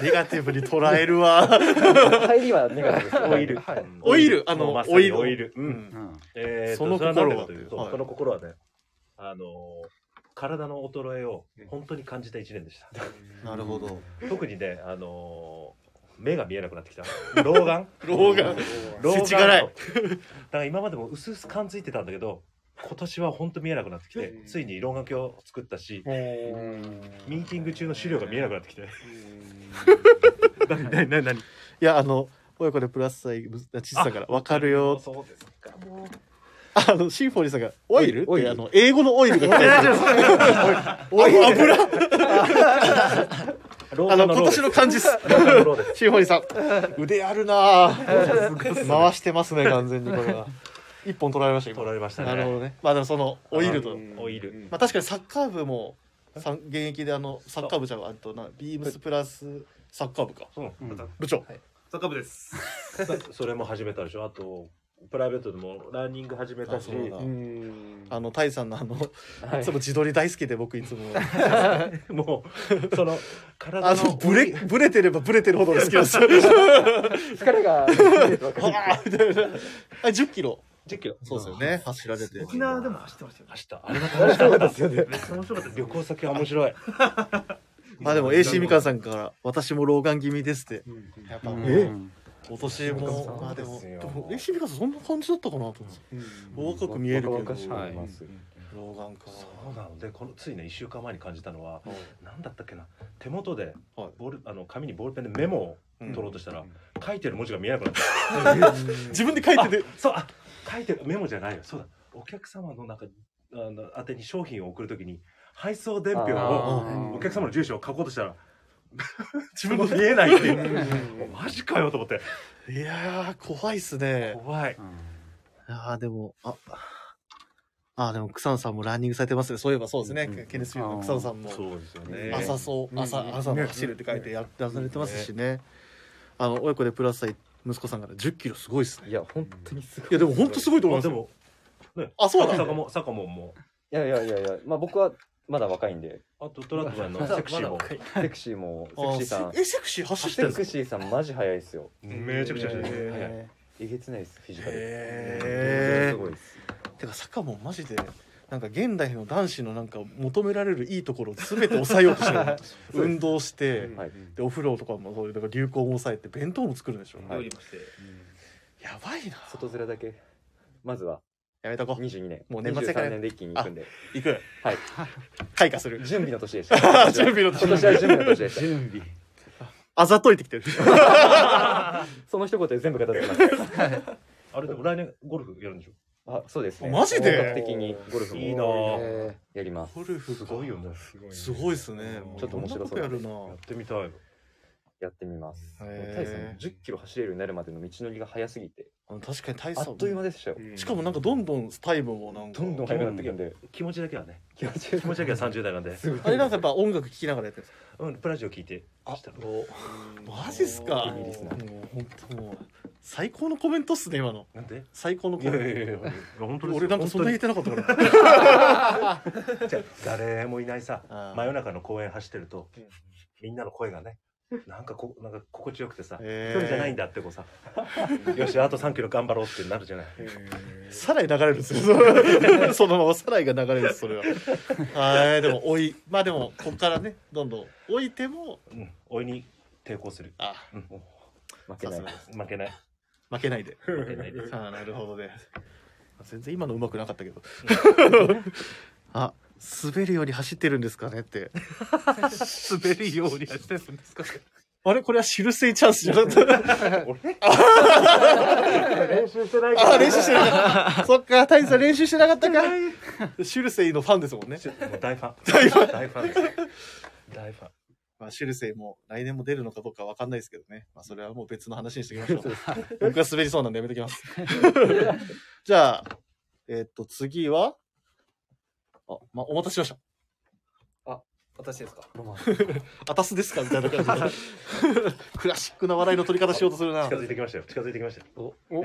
S2: ネガティブに捉えるわ。
S7: 入りはネガティブです
S2: オイル
S7: はい。
S2: オイル、あ
S7: もう
S2: の
S7: ま、さに
S2: オイル。
S7: オイル。うん
S2: うん
S7: えーっと
S2: その
S7: れ
S2: 心
S7: んで
S2: は
S7: かというと
S2: はい
S7: その心はね、あのー体の衰えを本当に感じた一年でした。
S2: なるほど。
S7: 特にね、あのー目が見えなくなってきた 老眼
S2: 老眼
S7: 老眼
S2: 世知辛い
S7: だから今までも薄々感づいてたんだけど今年は本当見えなくなってきてついに老眼鏡を作ったしミーティング中の資料が見えなくなってきて何何何何
S2: いやあの親子でプラスサイ小さからわかるよ
S7: そうですかもう
S2: あのシンフォニーさんがオイルってあの英語のオイルが来たやつ
S7: オイル
S2: あ油
S7: 老
S2: あ
S7: 眼
S2: の
S7: の老で
S2: 今年
S7: す
S2: の漢字っす
S7: 老眼の老で
S2: シンフォニーさん腕あるなあ 回してますね完全にこれは一本取られました取
S7: られました
S2: なるほどねまあでもそのオイルと
S7: オイル
S2: まあ確かにサッカー部もさん現役であのサッカー部じゃんあとなビームスプラスサッカー部か部長
S5: サッカー部です
S7: それも始めたでしょあとプライベートでもランニング始めたし
S2: あそうだあのタイさんのあの
S7: はい
S2: いつも自撮り大好きで僕いつも
S7: もうその体
S2: あ
S7: の
S2: のブレブレてればブレてるほど好きです
S7: 疲れ が
S2: あ十キロ
S7: 十キロ
S2: そうですよね走られて
S5: 沖縄でも走ってましたよ
S7: 走ったあれが楽しかったですよね
S5: めっちゃ面白かったです
S7: 旅行先は面白い
S2: まあでも AC みかんさんから私も老眼気味ですってやっぱ
S7: え
S2: 今年もまあでもでも AC みかんさんそんな感じだったかなと思って
S7: うん
S2: 若く見えるけど
S7: 若々しく見えます
S2: 老眼か
S7: そうなのでこのついね1週間前に感じたのは何だったっけな手元でボールあの紙にボールペンでメモを取ろうとしたら書いてる文字が見えなくな った
S2: 自分で書いてて
S7: そうあ書いてるメモじゃないよそうだお客様の中あの宛てに商品を送るときに配送伝票
S2: あ
S7: をお客様の住所を書こうと したら自分の見えないっていうマジかよと思って
S2: いやー怖いっすね
S7: 怖い
S2: ああでもああーでも草野さんもランニングされてますねそういえばそうですね、ケネス・ビューの草野さんも
S7: そうですよね
S2: 朝そう朝,、
S7: うん
S2: 朝の走るって書いてやらされてますしねあの親子でプラス歳息子さんから1 0キロすごいっすねいや本当にすごいいやでも本当すごいと思いますよ
S7: ね
S2: あそうだ
S7: 坂本坂本も
S10: いやいやいやいや、まあ僕はまだ若いんで。
S7: あとトラックマンのセクシーも
S10: セクシーも、セクシーさ
S2: あ
S10: ん。
S2: せえセクシー走ってんの
S10: セクシーさんマジ速いですよ。
S7: めちゃくちゃ速い
S10: ええげつないです、フィジカル。
S2: へ
S10: すごいです。
S2: ーてか坂本マジでなんか現代の男子のなんか求められるいいところを全て抑えよ うとしてる運動して、でお風呂とかもそういうなんか流行も抑えて弁当も作るんでしょ、
S10: はい
S2: やばいな。
S10: 外面だけ。まずは。
S2: やめとこ
S10: う。22年。
S2: もう年末やから
S10: 23年で一気に行くんで。
S2: 行く。
S10: はい。
S2: 開花する。
S10: 準備の年でした。
S2: 準備の年
S10: 今年は準備の年でした。
S2: 準備あざといてき てる
S10: その一言で全部語ってます。
S7: あれでも来年ゴルフやるんでしょ
S10: あ、そうですね。
S2: マジで
S10: 本格的にゴルフも。
S7: いいなぁ
S10: やります。
S2: ゴルフす
S7: ごいよね
S2: すごいですね。
S10: ちょっと面白そう
S2: こんな
S10: で
S2: こと
S10: す
S2: やるな。
S7: やってみたい
S10: やってみます。もう
S2: へー
S10: タイさん10キロ走れるようになるまでの道のりが早すぎて、
S2: あの確かに大
S10: あ
S2: 差
S10: っという間でしたよ。
S2: しかもなんかどんどんタイムもなんか
S10: どんどん速くなってくるんで、
S7: 気持ちだけはね気持ちだけは30代なんで
S2: あれなんかやっぱ音楽聴きながらやってるんですか
S7: うんプラジオ聞いてあ
S2: マジっすか
S7: いいですね
S2: もう本当もう最高のコメントっすね今の
S7: なんで
S2: 最高のコメント
S7: いやいやいやいや本当ですよ
S2: 俺なんかそんな言えてなかったか ら
S7: じゃあ誰もいないさ真夜中の公園走ってるとみんなの声がねなんかこなんか心地よくてさ
S2: へ
S7: 一
S2: ー
S7: 人じゃないんだってこうさよしあと3キロ頑張ろうってなるじゃない
S2: さらに流れるんで すよそのままさらにが流れるんですそれははいでも老いまあでもこっからねどんどん老いても
S7: うん老いに抵抗する
S2: あ
S7: うん
S10: 負けない
S2: さす
S7: 負けない
S2: 負けないで
S7: 負けないで
S2: ああなるほどね全然今のうまくなかったけど あ滑るように走ってるんですかねって
S6: 滑るように走ってるんですか
S2: あれこれは汁水チャンスじゃなかった
S6: 練習してない
S2: あ、練習 してなかった。 そっか、タイさん練習してなかったか。シュルセイのファンですもんね。
S7: もう大ファン大ファン大ファンです大ファン
S2: まあ、シュルセイも来年も出るのかどうかわかんないですけどね。まあ、それはもう別の話にしておきましょう。僕が滑りそうなんでやめときます。じゃあ、えっと、次は、あ、まあ、お待たせしました。
S9: 私ですか
S2: あたすですかみたいな感じで。クラシックな笑いの取り方しようとするな。
S7: 近づいてきましたよ近づいてきましたよ
S9: お
S2: おお
S9: お
S2: お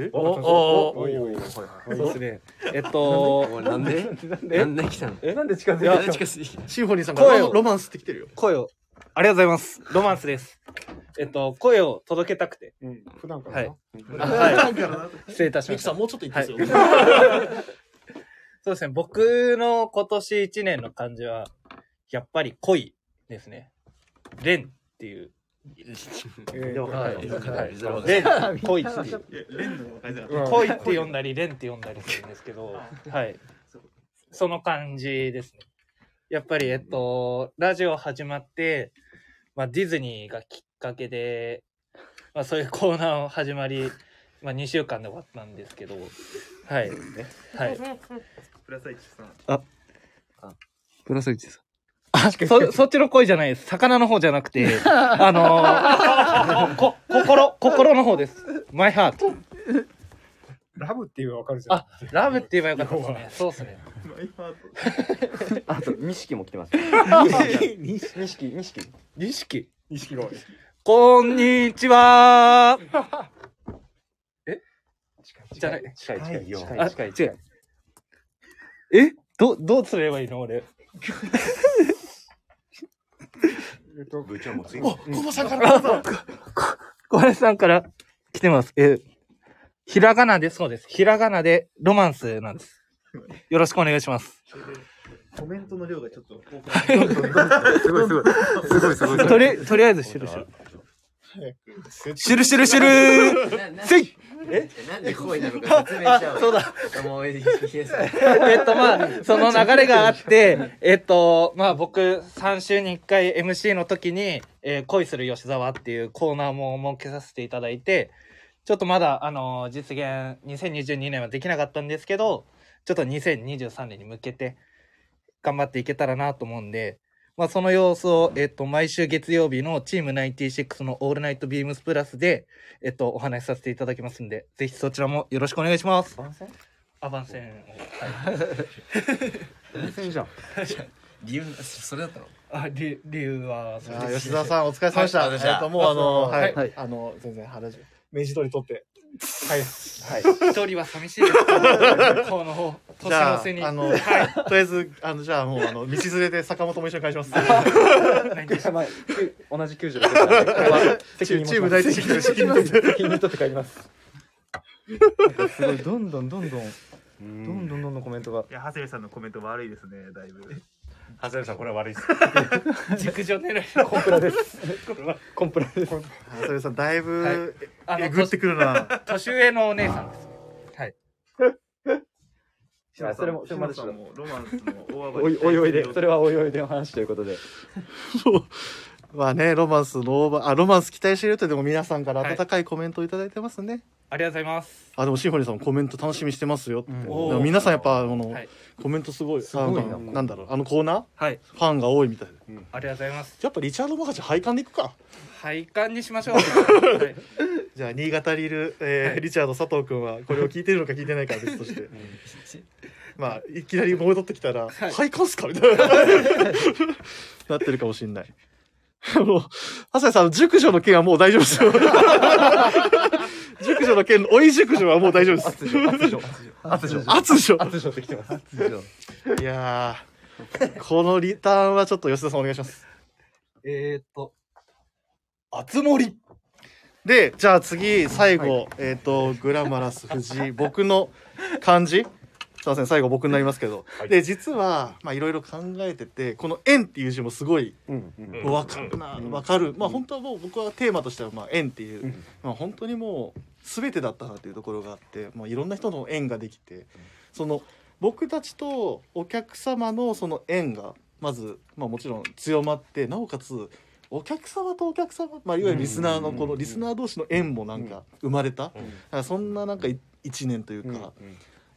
S9: おおい
S2: お
S9: おいおい
S2: い
S9: そうですねえっと
S8: なんでなんで来たの
S9: えなんで近づい
S8: い
S9: て
S8: や
S9: きたの
S2: シンフォニーさん
S9: 声
S2: が
S9: を
S2: ロマンスってきてるよ。
S9: 声をありがとうございますロマンスですえっと声を届けたくて
S4: 普段から
S9: はい
S4: ん
S9: あ
S4: 普段か
S9: は
S4: ら
S9: い失礼いたしま
S2: ミ
S9: し
S2: キさ
S9: た
S2: ん、もうちょっと言ってください
S9: はいそうですね僕の今年1年の漢字はやっぱり恋ですね「恋」っていうでわかんない
S7: わかんない
S9: レン
S7: 恋
S9: って
S7: いやレンの方がわかりづらい
S9: 恋って呼んだりレンって呼んだりするんですけど、はい。その感じですね。やっぱりえっとラジオ始まって、まあディズニーがきっかけで、まあそういうコーナーを始まり、まあ2週間で終わったんですけど、はい。はい。
S5: プラス一さん。
S9: あ、プラス1さん。あ、そ、そっちの恋じゃないです。魚の方じゃなくて、あのーこ、心、心の方です。マイハート。
S4: ラブって言えばわかるじゃん。
S9: あ、ラブって言えばよかったですね。そうですね。
S5: マイハート。
S10: あと錦も来てます。
S9: 錦
S10: 錦錦
S9: 錦
S4: 錦鯉。
S9: こんにち は。えじゃない。
S10: 近い近いよ
S9: あ
S10: 近い
S9: 違う。えど、どうすればいいの俺。
S7: 部長もつい
S9: お小馬さんからこ小林さんから来てます。えー、ひらがなで、そうです。ひらがなでロマンスなんです。よろしくお願いします。
S5: コメントの量がちょっと多く
S9: すごいすごいすごいすごいとりとりあえずしるしるしるしるしるせい
S1: えなんで恋なのか説明しちゃおう
S9: あそうだ
S1: もういいです
S9: えっとまあその流れがあってえっとまあ僕3週に1回 MC の時に「えー恋する吉沢」っていうコーナーも設けさせていただいてちょっとまだあの実現2022年はできなかったんですけどちょっと2023年に向けて頑張っていけたらなと思うんで、まあ、その様子を、えっと、毎週月曜日のチーム96の「オールナイトビームスプラスで」えっと、お話しさせていただきますんでぜひそちらもよろしくお願いします。アバンセン
S1: 番宣
S9: じゃん
S1: 理由それだったの
S9: あ理理由はそれ
S2: あ
S9: です
S2: ー吉沢さんお疲れ様でした。
S9: はい
S2: えっともうあの
S9: は
S2: はいい、あの全然原宿明治通り取って。はいはい
S9: 一人は寂しいですこの方
S2: じゃあ
S9: 年の瀬に
S2: あの、
S9: はい
S2: とりあえずあのじゃあもうあの道連れで坂本も一緒に返します。
S10: まあき同じ96ですからねこれは責任持ちます
S2: チーム大敵の責任取って
S10: 責任取って帰りますなんかすごいどんどんどんどんどんどんどんどんコメントが
S5: いや長谷部さんのコメント悪いですねだいぶ。
S7: 長谷部さんこれは悪いです。
S9: 熟女狙い
S10: コンプラですコンプラです
S2: それさんだいぶ
S9: あの
S2: えぐってくるな。
S9: 年上のお姉さんですはい
S10: あそれもそれもまだち
S5: さ
S10: ょっ
S5: んもロマンスの大暴
S10: とおいおいおいでそれはおいおいでの話ということで
S2: まあねロマンスのオーバーあロマンス期待してるとでも皆さんから温かいコメントをいただいてますね。
S9: ありがとうございます
S2: あでもシンフォニーさんもコメント楽しみにしてますよって、
S9: ん
S2: で
S9: おー
S2: も皆さんやっぱあの、
S9: はい
S2: コメントすごい
S9: ごいな
S2: あのなんだろうあのコーナー、
S9: はい
S2: ファンが多いみたいで、
S9: ありがとうございます
S2: やっぱリチャード・マガジン配管でいくか
S9: 配管にしましょうはい
S2: じゃあ新潟にいる、えーリチャード佐藤君はこれを聞いてるのか聞いてないかは別として、まあいきなり戻ってきたら「配管っすか?」みたい ななってるかもしんないもう朝井さん熟女の件はもう大丈夫ですよ熟女の件の追い熟女はもう大丈夫です
S10: 圧 女
S2: 圧女
S10: 圧女ってきてます
S2: いやー、このリターンはちょっと吉田さんお願いします。
S9: えー、っと
S2: あつ森で、じゃあ次、最後、えっ、と、グラマラス藤井、僕の漢字。すいません、最後僕になりますけど。で、実は、まあいろいろ考えてて、この円っていう字もすごい、
S7: うん
S2: わかるな、わかる。まあ本当はもう僕はテーマとしては、まあ円っていう、まあ本当にもう全てだったなっていうところがあって、まあいろんな人の縁ができて、その僕たちとお客様のその縁がまず、まあ、もちろん強まってなおかつお客様とお客様、まあ、いわゆるリスナーのこのリスナー同士の縁もなんか生まれた、だからそんななんかい一年というか、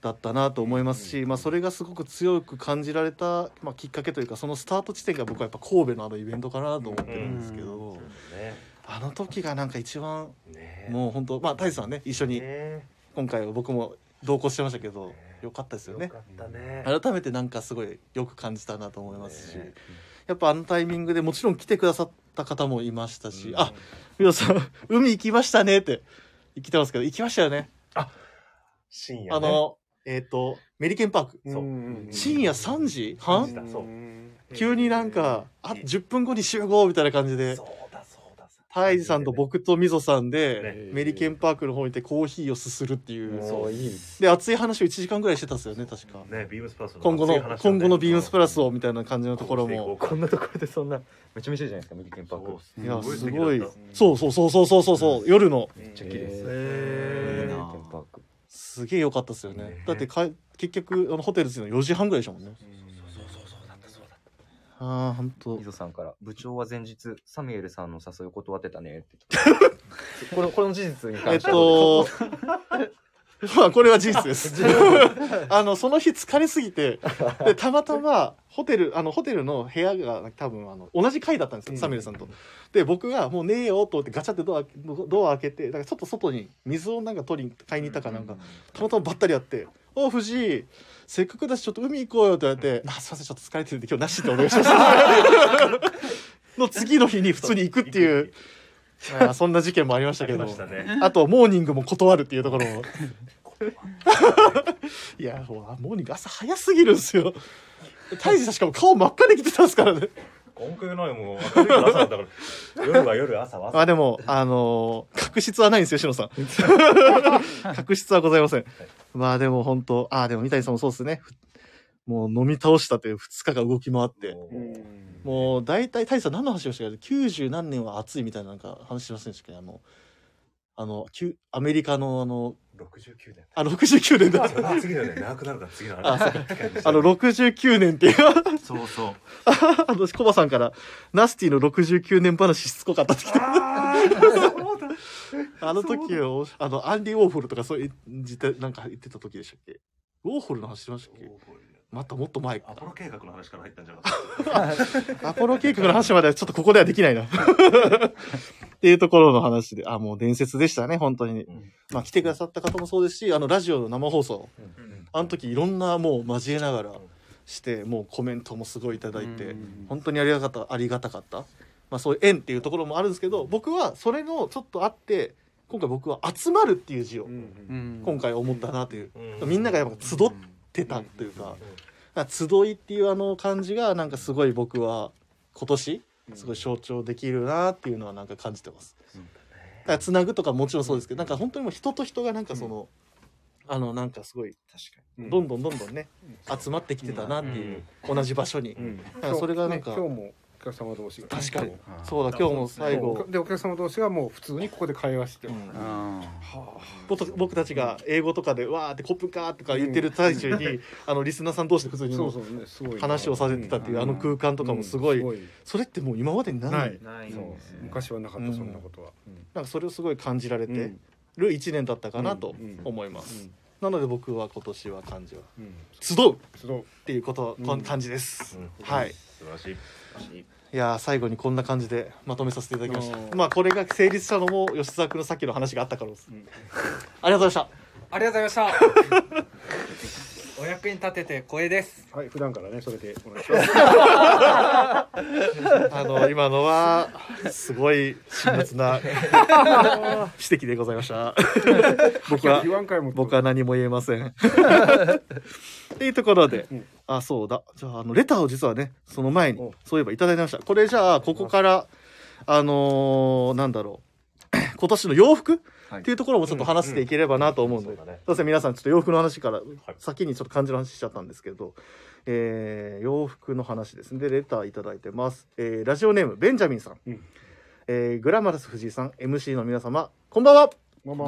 S2: だったなと思いますし、まあ、それがすごく強く感じられた、まあ、きっかけというかそのスタート地点が僕はやっぱ神戸のあのイベントかなと思ってるんですけど、あの時がなんか一番、もう本当まあ大地さんね一緒に今回は僕も同行してましたけど、良かったですよね。改めてなんかすごいよく感じたなと思いますし、やっぱあのタイミングでもちろん来てくださった方もいましたし、あ皆さん海行きましたねって来てますけど行きましたよね
S7: 深夜ね。
S2: あのえっ、とメリケンパーク深夜3時
S7: 感じ
S2: 半
S7: たそう。
S2: 急になんか、あ10分後に集合みたいな感じで
S7: そうだそうだ。
S2: タイジさんと僕とみぞさんで、メリケンパークの方に行ってコーヒーをすするっていう。
S7: そういいね
S2: で、熱い話を1時間ぐらいしてたんですよね、確か。
S7: ねビームスプラスの
S2: 今後
S7: 熱い話を
S2: の、
S7: ね
S2: 今後のビームスプラスをみたいな感じのところも。
S10: こんなところでそんなめちゃめちゃいいじゃないですかメリケンパーク
S2: いや、すごい。そうそうそうそうそうそうそう、夜の。
S10: めっちゃ綺麗です
S2: へー
S10: メリケンパーク
S2: すげえ良かったですよね。だってか結局あのホテル着いたの4時半ぐらいでしたもんね。ああ、本当。
S10: 溝さんから部長は前日サミュエルさんの誘いを断ってたねって来た。このこの事実に
S2: えっ
S10: 関しては
S2: と、まあこれは事実です。あのその日疲れすぎて、でたまたまホテルあのホテルの部屋が多分あの同じ階だったんですよ、サミュエルさんと。で僕がもうねえよと思ってガチャってドアドア開けて、だからちょっと外に水をなんか取りに買いに行ったかなんか、たまたまばったりやって。おう藤井せっかくだしちょっと海行こうよって言われて「あすいませんちょっと疲れてるんで今日なし」ってお願いしますの次の日に普通に行くっていうまあそんな事件もありましたけど
S7: ありましたね
S2: あとモーニングも断るっていうところもいやもうあモーニング朝早すぎるんですよ大治さんしかも顔真っ赤で来てたんですからね
S7: 文句ないもう明るいから朝だから夜は夜朝は朝
S2: まあでも、あのー確執はないんですよ、しの さん。確執はございません。まあでも本当、ああ、でも三谷さんもそうですね。ふもう飲み倒したという2日が動き回って。もう大体、大志さん何の話をしてるか、90何年は暑いみたいななんか話しませんでしたっけあの、あの、きゅアメリカのあの、
S7: 69年
S2: あ、69年 だ。
S7: それは次のね長くなるから次の
S2: あ
S7: 話
S2: そうあの69年 っていう
S7: そうそう
S2: あのコバさんからナスティの69年話しつこかったって来て あの時を、あの、アンディ・ウォーホルとかそういう、じて、なんか言ってた時でしたっけウォーホルの話してましたっけまたもっと前か。
S7: アポロ計画の話から入ったんじゃなかった
S2: アポロ計画の話まではちょっとここではできない な。っていうところの話で、あ、もう伝説でしたね、本当に。まあ来てくださった方もそうですし、あの、ラジオの生放送。あの時いろんなもう交えながらして、もうコメントもすごいいただいて、本当にありがたかった、ありがたかった。まあそういう縁っていうところもあるんですけど、僕はそれのちょっとあって、今回僕は集まるっていう字を。今回思ったなという、みんながやっぱ集ってたというか,、集いっていうあの感じがなんかすごい僕は今年すごい象徴できるなっていうのはなんか感じてます。だからつなぐとかもちろんそうですけどなんか本当にもう人と人がなんかその、あのなんかすごいどんどんどんどんね、集まってきてたなっていう、同じ場所に、なんかそれがなんか、
S4: ね今日もお客様同士が
S2: 確かにそうだ今日も最後
S4: でお客様同士がもう普通にここで会話してる、
S2: 僕僕たちが英語とかで「わーってコップか」とか言ってる最中に、あのリスナーさん同士で普通に
S4: そうそうねすごいな
S2: 話をされてたっていうあの空間とかもすごい,、
S4: うんすごい
S2: それってもう今までにない
S4: ない
S5: ない
S4: そう昔はなかった、そんなことは、
S2: なんかそれをすごい感じられてる1年だったかなと思います、なので僕は今年は感じは
S4: うん、
S2: 集うっ
S4: そう
S2: ていうこと、こんな感じです、はい
S7: 素晴らしい
S2: いやー最後にこんな感じでまとめさせていただきましたまあこれが成立したのも吉沢君のさっきの話があったからです、 ありがとうございました
S9: ありがとうございました。お役に立てて光栄です。
S4: はい普段からねそれでお願いします
S2: あの今のはすごい辛辣 な指摘でございま した。僕は
S4: 言わんかいも
S2: 僕は何も言えま せん。っていうところで、あそうだじゃああのレターを実はねその前にそういえばいただいてました。これじゃあここからあのーなんだろう 今年の洋服、っていうところもちょっと話していければなと思うんで、そうですね皆さんちょっと洋服の話から先にちょっと漢字の話しちゃったんですけど、えー洋服の話ですねでレターいただいてます、えーラジオネームベンジャミンさん、えーグラマラス藤井さん MC の皆様こんばんは
S4: まあま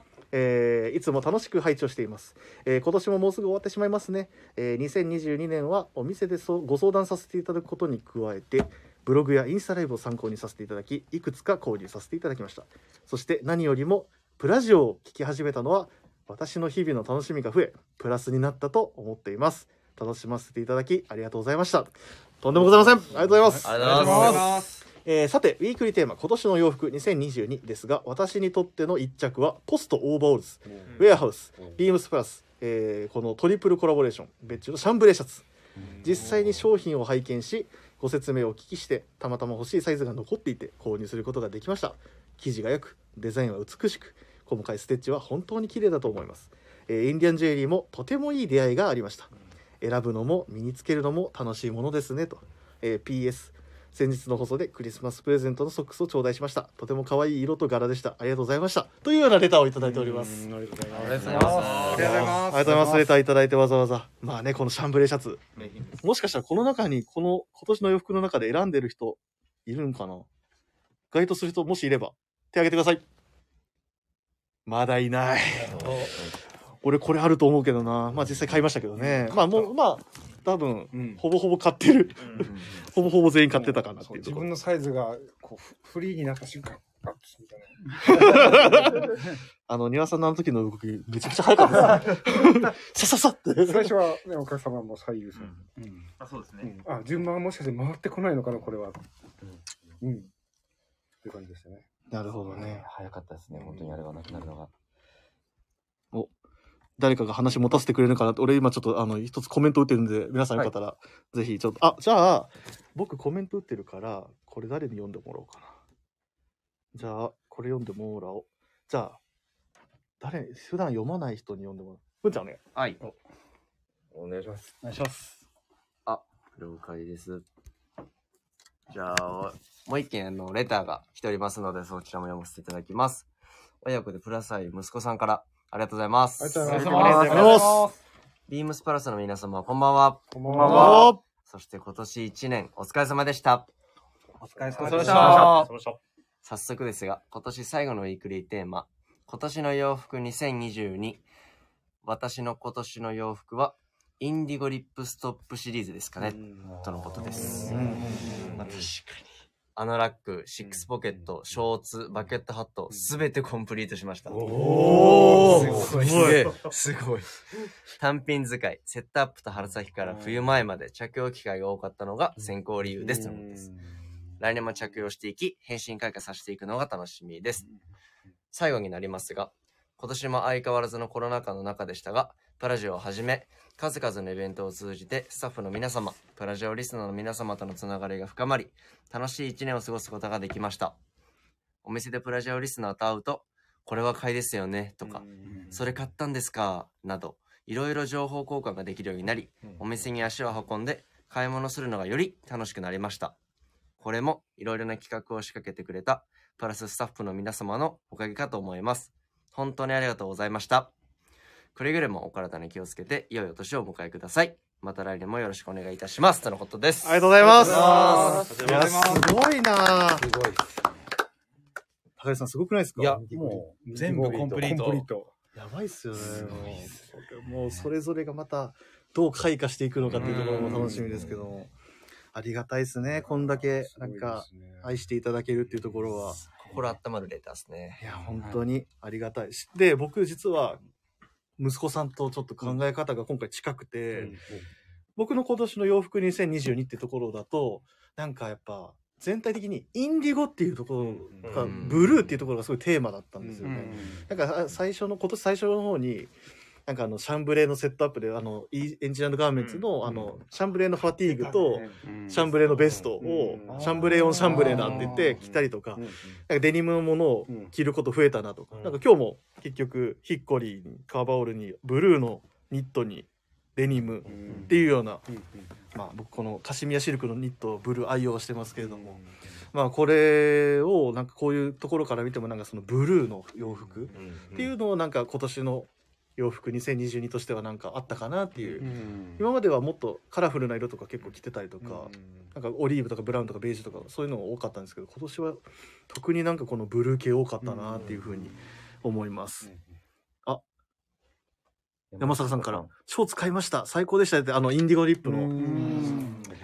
S4: あ
S2: えーいつも楽しく拝聴しています、えー今年ももうすぐ終わってしまいますね、えー2022年はお店でそうご相談させていただくことに加えてブログやインスタライブを参考にさせていただきいくつか購入させていただきましたそして何よりもプラジオを聞き始めたのは私の日々の楽しみが増えプラスになったと思っています楽しませていただきありがとうございましたとんでもございませんありがとうございます
S1: ありがとうございます。
S2: えーさてウィークリーテーマ「今年の洋服2022」ですが私にとっての一着はポストオーバーオールズウェアハウスビームスプラス、えーこのトリプルコラボレーション別注のシャンブレーシャツ実際に商品を拝見しご説明をお聞きしてたまたま欲しいサイズが残っていて購入することができました生地が良くデザインは美しく細かいステッチは本当に綺麗だと思います、えーインディアンジュエリーもとてもいい出会いがありました選ぶのも身につけるのも楽しいものですねと、えー PS 先日の放送でクリスマスプレゼントのソックスを頂戴しましたとても可愛い色と柄でしたありがとうございましたというようなレターをいただいておりますありがとうございますありがとうございますありがとうございますレターいただいてわざわざまあねこのシャンブレーシャツもしかしたらこの中にこの今年の洋服の中で選んでる人いるんかな該当する人もしいれば手挙げてくださいまだいない俺これあると思うけどなまあ実際買いましたけどねまあもうまあ多分、ほぼほぼ買ってる、ほぼほぼ全員買ってたかなっていう
S4: 自
S2: ところ
S4: 分のサイズがこうフフリーになった瞬間あっみたい
S2: あの庭さんのあの時の動きめちゃくちゃ早かったですさささって
S4: な最初は、ね、お客様も最優先、
S12: あそうですね、
S4: うんあ順番はもしかして回ってこないのかなこれはうん、という感じでしたね
S2: なるほどね
S11: 早かったですね本当にあれ はなくなるのが
S2: お誰かが話持たせてくれるかなって俺今ちょっとあの一つコメント打ってるんで皆さんよかったら、ぜひちょっとあじゃあ僕コメント打ってるからこれ誰に読んでもらおうかなじゃあこれ読んでもらおうじゃあ誰普段読まない人に読んでもらう文ちゃんお願い
S1: はい
S11: お願いします
S13: お願いします
S1: あ了解ですじゃあもう一件あのレターが来ておりますのでそちらも読ませていただきます親子でプラス愛息子さんからありがとうございます
S14: ありがとうございますありがとうございます
S1: ビームスプラスの皆様こんばんはこんばん
S14: は
S1: そして今年一年お疲れ様でしたお疲れ
S14: 様でしたお疲れ様でした
S1: 早速ですが今年最後のウィークリーテーマ今年の洋服2022私の今年の洋服はインディゴリップストップシリーズですかねとのことです、まあ確かにアナラックシックスポケットショーツバケットハットすべてコンプリートしました
S14: おー
S1: すごい
S14: すごい
S1: すごい単品使いセットアップと春先から冬前まで着用機会が多かったのが先行理由ですとのことです来年も着用していき変身開花させていくのが楽しみです最後になりますが今年も相変わらずのコロナ禍の中でしたがプラジオをはじめ数々のイベントを通じてスタッフの皆様プラジオリスナーの皆様とのつながりが深まり楽しい一年を過ごすことができましたお店でプラジオリスナーと会うとこれは買いですよねとかそれ買ったんですかなどいろいろ情報交換ができるようになりお店に足を運んで買い物するのがより楽しくなりましたこれもいろいろな企画を仕掛けてくれたプラススタッフの皆様のおかげかと思います本当にありがとうございましたくれぐれもお体に気をつけて良いお年をお迎えくださいまた来年もよろしくお願いいたしますとのことです
S2: ありがとうございます
S1: ありがとうございます
S2: いやすごいなすごい高橋さんすごくないですかいや
S13: もう全部コンプリート
S2: やばいっすよねもうもうそれぞれがまたどう開花していくのかっていうところも楽しみですけどもありがたいですねこんだけなんか愛していただけるっていうところは
S1: 心温まるレターですね
S2: いや本当にありがたいしで僕実は息子さんとちょっと考え方が今回近くて、僕の今年の洋服2022ってところだとなんかやっぱ全体的にインディゴっていうところが、ブルーっていうところがすごいテーマだったんですよね。なんかあ最初の今年最初の方になんかあのシャンブレーのセットアップであのイーエンジニアガーメンツの,、あのシャンブレーのファティーグとシャンブレーのベストをシャンブレーオンシャンブレーだって言って着たりとかなんかデニムのものを着ること増えたなとかなんか今日も結局ヒッコリーにカバオールにブルーのニットにデニムっていうようなまあ僕このカシミヤシルクのニットをブルー愛用してますけれどもまあこれをなんかこういうところから見てもなんかそのブルーの洋服っていうのをなんか今年の洋服2022としてはなんかあったかなっていう、今まではもっとカラフルな色とか結構着てたりとか、なんかオリーブとかブラウンとかベージュとかそういうのが多かったんですけど今年は特になんかこのブルー系多かったなっていうふうに思います、あ山坂さんから「ショーツ買いました最高でした」ってあのインディゴリップの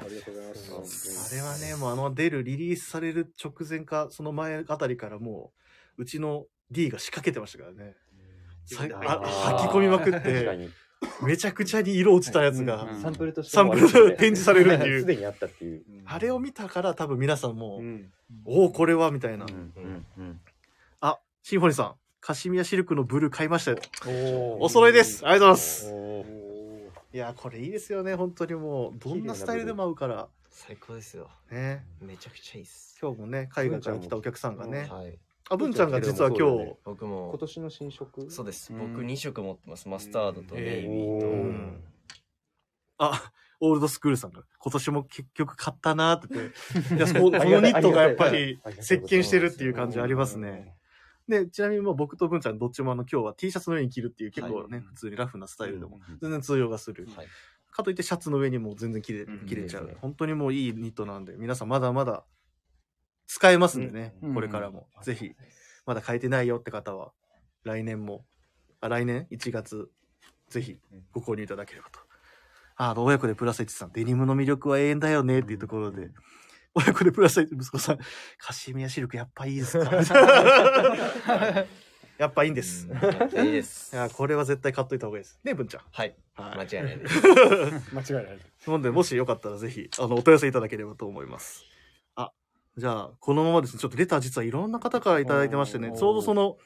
S4: ありがとうございます
S2: あれはねもうあの出るリリースされる直前かその前あたりからもううちの D が仕掛けてましたからねさあ
S11: あー
S2: 履き込みまくっ
S11: 確か
S2: て
S11: に
S2: めちゃくちゃに色落ちたやつが
S11: サンプルとして
S2: サンプル展示されるってい
S11: すで
S2: う
S11: にあったっていう
S2: あれを見たから多分皆さんもおおこれはみたいなあシンフォニーさんカシミヤシルクのブルー買いましたよお揃いですありがとうございますいやこれいいですよね本当にもうどんなスタイルでも合うから
S1: 最高ですよ
S2: ね
S1: めちゃくちゃいいっす
S2: 今日もね海外から来たお客さんがね、
S1: はい
S2: あ文ちゃんが実は今日、
S1: 僕も今
S11: 年の新色
S1: そうです僕2色持ってますマスタードとネイビーと、
S2: あオールドスクールさんが、今年も結局買ったなーって言 って、いやそ
S5: あ
S2: こ
S5: りがた
S2: そ
S5: い
S2: のニットがやっぱ
S5: あり
S2: り
S5: がたい
S2: 席巻してるっていう感じありますね。で、ちなみにもう僕と文ちゃんどっちもあの今日は T シャツの上に着るっていう結構ね、普通にラフなスタイルでも全然通用がする。かといってシャツの上にも全然着れ着れちゃう、本当にもういいニットなんで、皆さんまだまだ使えますんでね、
S5: うん
S2: これからも。ぜひ、まだ変えてないよって方は、来年も、あ、来年1月、ぜひご購入いただければと。あ、あと親子でプラス1さん、デニムの魅力は永遠だよねっていうところで、親子でプラス1息子さん、カシミヤシルクやっぱいいですか やっぱいいんです。
S1: いいです。
S2: いや、これは絶対買っといた方がいいです。ね、文ちゃん。
S1: はい。間違いないです
S2: 間違いない。なので、もしよかったらぜひ、あの、お問い合わせいただければと思います。あ、じゃあ、このままですね、ちょっとレター実はいろんな方からいただいてましてね、ちょうどその、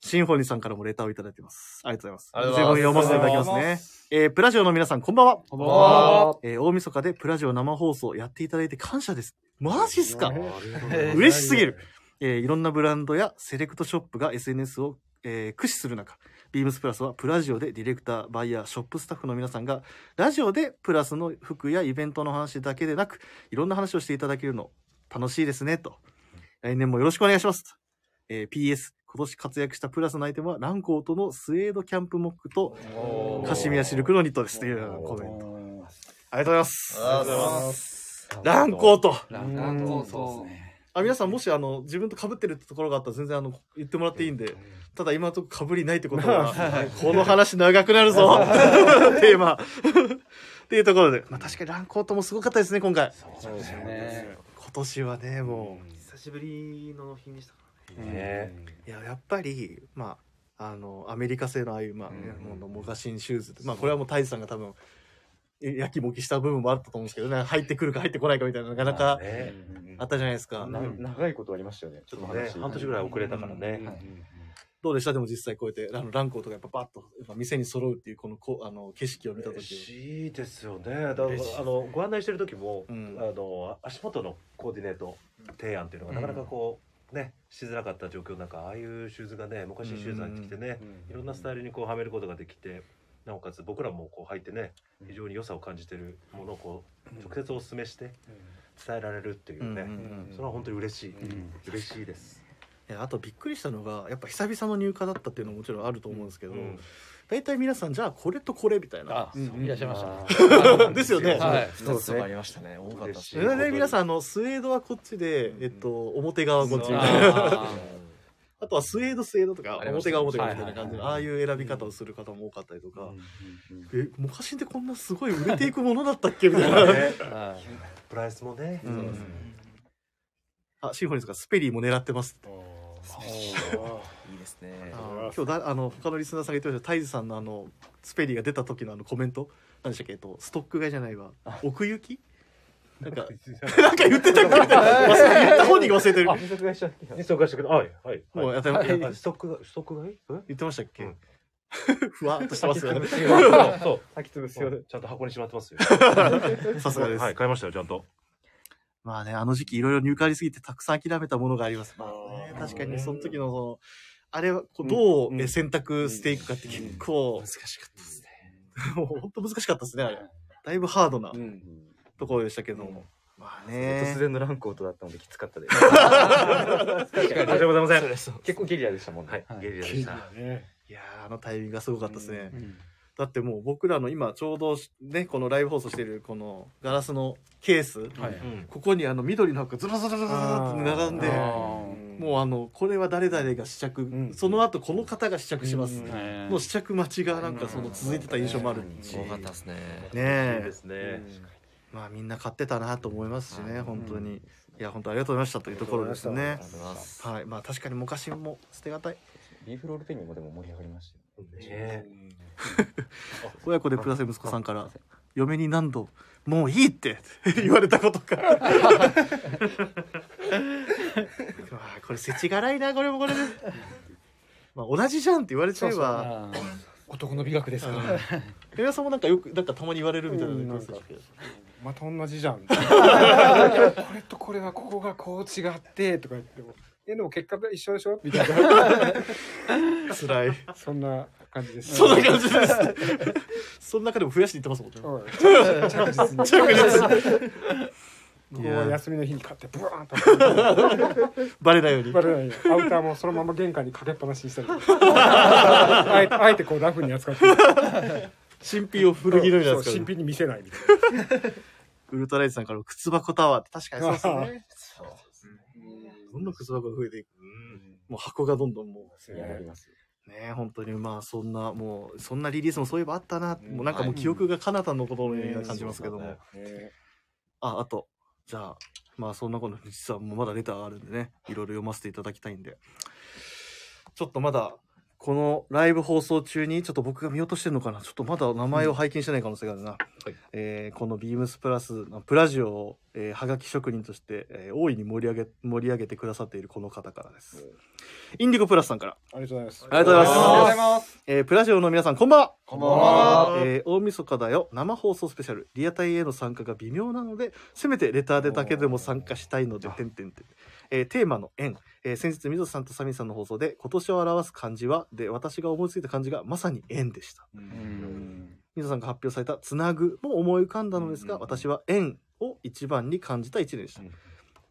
S2: シンフォニーさんからもレターをいただいてます。ありがとうございます。
S8: ありがとうござい
S2: 十分
S8: ま
S2: に
S8: す
S2: 読ませていただきますね。えープラジオの皆さん、こんばんは。こん
S8: ばんは。
S2: えー大晦日でプラジオ生放送やっていただいて感謝です。マジっすか
S8: ありがとうございます
S2: 嬉しすぎる。えーいろんなブランドやセレクトショップが SNS を、えー駆使する中、ビームスプラスはプラジオでディレクター、バイヤー、ショップスタッフの皆さんが、ラジオでプラスの服やイベントの話だけでなく、いろんな話をしていただけるの楽しいですね、と。来年もよろしくお願いします。えー PS、今年活躍したプラスのアイテムは、ランコートのスウェードキャンプモックと、カシミヤシルクのニットです。というコメント。ありがとうございます。
S8: ありがとうございます
S2: ランコート。
S8: ランランコートそうで
S2: あ皆さんもしあの自分と被ってるってところがあったら全然あの言ってもらっていいんで、ただ今のとこ被りないってこと は
S8: はい、
S2: この話長くな るぞテーマ。っていうところで、まあ確かにランコートもすごかったですね、今回。
S5: そうです ね
S2: 今年はね、もう。
S5: 久しぶりの納品でしたからね。
S2: いややっぱりまああのアメリカ製のああいうまあ、ものモカシンシューズってまあこれはもうタイジさんが多分えやきもきした部分もあったと思うんですけどね入ってくるか入ってこないかみたいななかなかあったじゃないですか、
S11: な長いことありましたよね。ちょっと
S2: ね
S11: 話。半年ぐらい遅れたからね。
S2: どうでしたでも実際こうやってあのランコーとかやっぱバッとやっぱ店に揃うっていうこのこあの景色を見た時
S7: しいですよね。だからあのご案内してる時も、あの足元のコーディネート提案っていうのがなかなかこう、ねしづらかった状況の中ああいうシューズがね昔シューズ入ってきてね、いろんなスタイルにこうはめることができてなおかつ僕らもこう履いてね非常に良さを感じてるものをこう直接お勧めして伝えられるっていうね、それは本当に嬉しい、嬉しいです。
S2: いやあとびっくりしたのがやっぱ久々の入荷だったっていうのももちろんあると思うんですけど、大体皆さんじゃあこれとこれみたいな
S9: そういらっしゃいましたね
S2: うん ですよね、
S9: はい
S2: そうですね
S1: ありましたね。多かったです
S2: それで皆さんあのスウェードはこっちで、えっと、表側はこっち
S1: そう
S2: みたいな
S1: あー
S2: あとはスウェードスウェードとか
S1: ありまし
S2: 表
S1: たね
S2: 側表側みたいな感
S1: はいはい
S2: じで
S1: はい
S2: ああいう選び方をする方も多かったりとか、え昔ってこんなすごい売れていくものだったっけみたい
S7: ね
S2: な。
S7: プライスもね、
S2: うんあシンフォニーズがスペリーも狙ってますって。
S1: いいですね。
S2: あー今日だあの他のリスナーさんが言ってましたタイズさんのあのスペリーが出た時のあのコメント何でしたっけ、えっと、ストック買いじゃないわ奥行きなんかなんか言ってたっけみたいな忘れ言った本人が忘れてる
S7: あ二足買いしたっけ二足買いしたっけはいはい
S2: もうやって
S7: はい
S2: やっ
S7: ストックがストック買いえ
S2: 言ってましたっけ、ふわっとしてます よね
S7: 先潰すよそう
S2: 先潰すよ
S7: ちゃんと箱にしまってますよ
S2: さすがです
S7: はい買いましたよちゃんと
S2: まあねあの時期いろいろ入荷ありすぎてたくさん諦めたものがありますまあね確かにその時のそのあれはこうどうえ選択していくかって結構難しかったですねもう 本当難しかったですねあれだいぶハードなところでしたけども、まあね
S11: 突然のランコートだったのできつかっ たです。
S2: 確かに
S11: 結構ゲリラでしたもんね。
S7: ゲリ
S11: ラ
S2: でしたいやーあのタイミングがすごかったですね、だってもう僕らの今ちょうどしねこのライブ放送してるこのガラスのケース、ここにあの緑の箱がずらずらずらずらって並んで
S8: あ
S2: もうあのこれは誰々が試着、その後この方が試着します、
S8: ん
S2: の試着待ちがなんかその続いてた印象もあるし、
S1: 多かったですね。
S2: ねえ
S7: ですね
S2: まあみんな買ってたなと思いますしね、本当に。いや本当ありがとうございましたというところです
S11: あ
S2: ね
S11: りがとうございま。
S2: はい、まあ確かに昔も捨てがたい。
S11: ビーフロールペニーもでも盛り上がりましたよ
S7: ね。
S2: 親子でプラス息子さんから嫁に何度もういいって 言われたことか。 まあこれ世知辛いなこれもこれで。まあ同じじゃんって言われちゃえば
S10: 男の美学ですから
S2: ね。皆さんもなんかよくなんかたまに言われるみたいなのありますけど
S4: また同じじゃん。これとこれはここがこう違ってとか言っても、え、でも結果が一緒でしょみたいな。
S2: 辛い。
S4: そんな感じです。
S2: そんな感じです。その中でも増やしていってますもんね
S4: うん着実に。
S2: 着実に
S4: 僕は休みの日に買ってブワーンと
S2: バレないように
S4: バレないようにアウターもそのまま玄関にかけっぱなしに したりあえてあえてこうラフに扱って
S2: 新品を古着のように扱う
S4: そう新品に見せないみたい
S2: ウルトライズさんからの靴箱タワーって確かにそうですよね。どんどん靴箱が増えていく。もう箱がどんどんもう。
S11: やります
S2: ねえ本当にまあそんなもうそんなリリースもそういえばあったな、もうなんかもう記憶が彼方のことのように感じますけども、ああとじゃあまあそんなこと実はもうまだレターがあるんでねいろいろ読ませていただきたいんでちょっとまだこのライブ放送中にちょっと僕が見落としてるのかなちょっとまだ名前を拝見してない可能性があるな、えーこのビームスプラスのプラジオを、えー、はがき職人として、えー大いに盛り上げ盛り上げてくださっているこの方からです、インディゴプラスさんから
S4: ありがとうございます
S2: ありがとうございます。
S4: ありがとうございます
S2: えープラジオの皆さん、こんばんは。
S4: こんばんは
S2: えー大晦日だよ、生放送スペシャル、リアタイへの参加が微妙なので、せめてレターでだけでも参加したいので、てんてんてん。えーテーマの縁、えー先日、水戸さんとサミさんの放送で、今年を表す漢字は、で、私が思いついた漢字がまさに縁でした。水戸さんが発表された、つなぐも思い浮かんだのですが、私は縁を一番に感じた一年でした。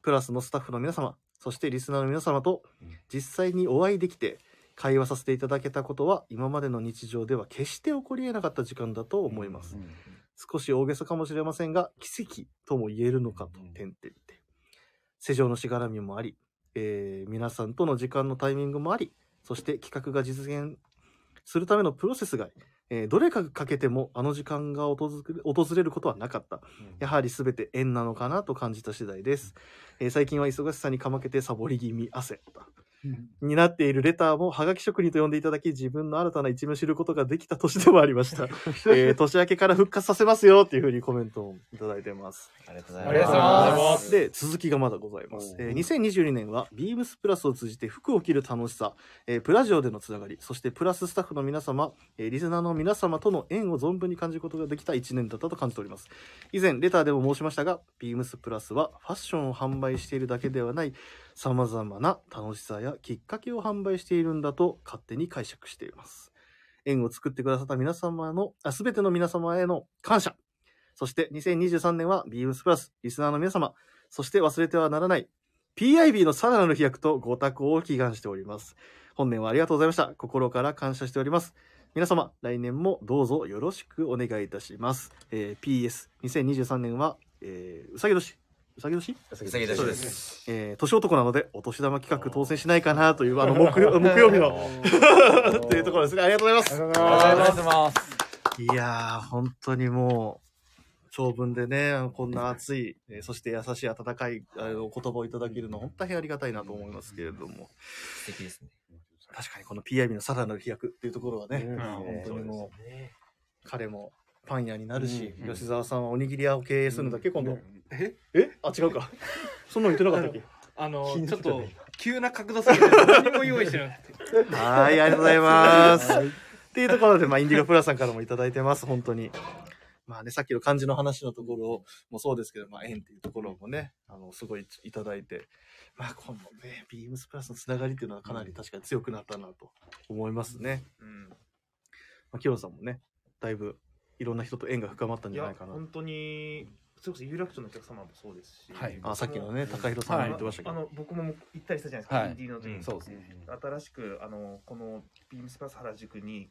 S2: プラスのスタッフの皆様、そしてリスナーの皆様と実際にお会いできて会話させていただけたことは今までの日常では決して起こり得なかった時間だと思います。少し大げさかもしれませんが、奇跡とも言えるのかと、点々って。世情のしがらみもあり、えー皆さんとの時間のタイミングもあり、そして企画が実現するためのプロセスが、えーどれかが欠けてもあの時間が訪れ訪れることはなかった。やはり全て縁なのかなと感じた次第です。えー最近は忙しさにかまけてサボり気味汗。になっているレターもハガキ職人と呼んでいただき自分の新たな一面を知ることができた年でもありました、えー年明けから復活させますよっていうふうにコメントをいただいてますありがとう
S8: ございますありがとうございます
S2: で続きがまだございます、えー2022年はビームスプラスを通じて服を着る楽しさ、えープラジオでのつながりそしてプラススタッフの皆様、えーリスナーの皆様との縁を存分に感じることができた1年だったと感じております以前レターでも申しましたがビームスプラスはファッションを販売しているだけではないさまざまな楽しさやきっかけを販売しているんだと勝手に解釈しています。縁を作ってくださった皆様の、すべての皆様への感謝。そして2023年はビームスプラス、リスナーの皆様、そして忘れてはならない PIB のさらなる飛躍とご多幸を祈願しております。本年はありがとうございました。心から感謝しております。皆様、来年もどうぞよろしくお願いいたします。えー PS、2023年は、えーうさぎ年。うさぎ年う
S1: さぎ年
S2: そうです。えー年男なので、お年玉企画当選しないかな という、あの、木曜木曜日の、 というところです ね。ありがとうございます。
S9: ありがとうございます。
S2: いやー、本当にもう、長文でね、こんな熱い、えーそして優しい、温かいあのお言葉をいただけるの、本当にありがたいなと思いますけれども。素敵ですね。確かにこの PIB のさらなる飛躍っていうところはね、
S4: うん
S2: 本当にもう、
S4: ね
S2: 彼もパン屋になるし、
S4: うん
S2: 吉沢さんはおにぎり屋を経営するんだっけ、今度。ええあ、違うか。 そんなの言ってなかったっけ
S9: あの、ちょっと、急な角度すぎて何も用意してなくて。
S2: はい、ありがとうございます。
S9: はい
S2: っていうところで、まあ、インディゴプラさんからもいただいてます、本当に。まあね、さっきの漢字の話のところもそうですけど、まあ、縁っていうところもね、あの、すごいいただいて、まあ、このね、ビームスプラスのつながりっていうのはかなり確かに強くなったなと思いますね。うん。まあ、清野さんもね、だいぶいろんな人と縁が深まったん
S5: い
S2: じゃない
S5: や
S2: かな。
S5: 本当にそれこそ有楽町のお客様もそうですし、
S2: はい
S5: 僕も
S2: あさっきのね高弘さんも言ってましたけど
S5: あの僕も行ったりしたじゃないですか、
S2: はい
S5: インディーの時
S2: う
S5: に
S2: んそうですね
S5: 新しくあのこのビームスプラス原宿に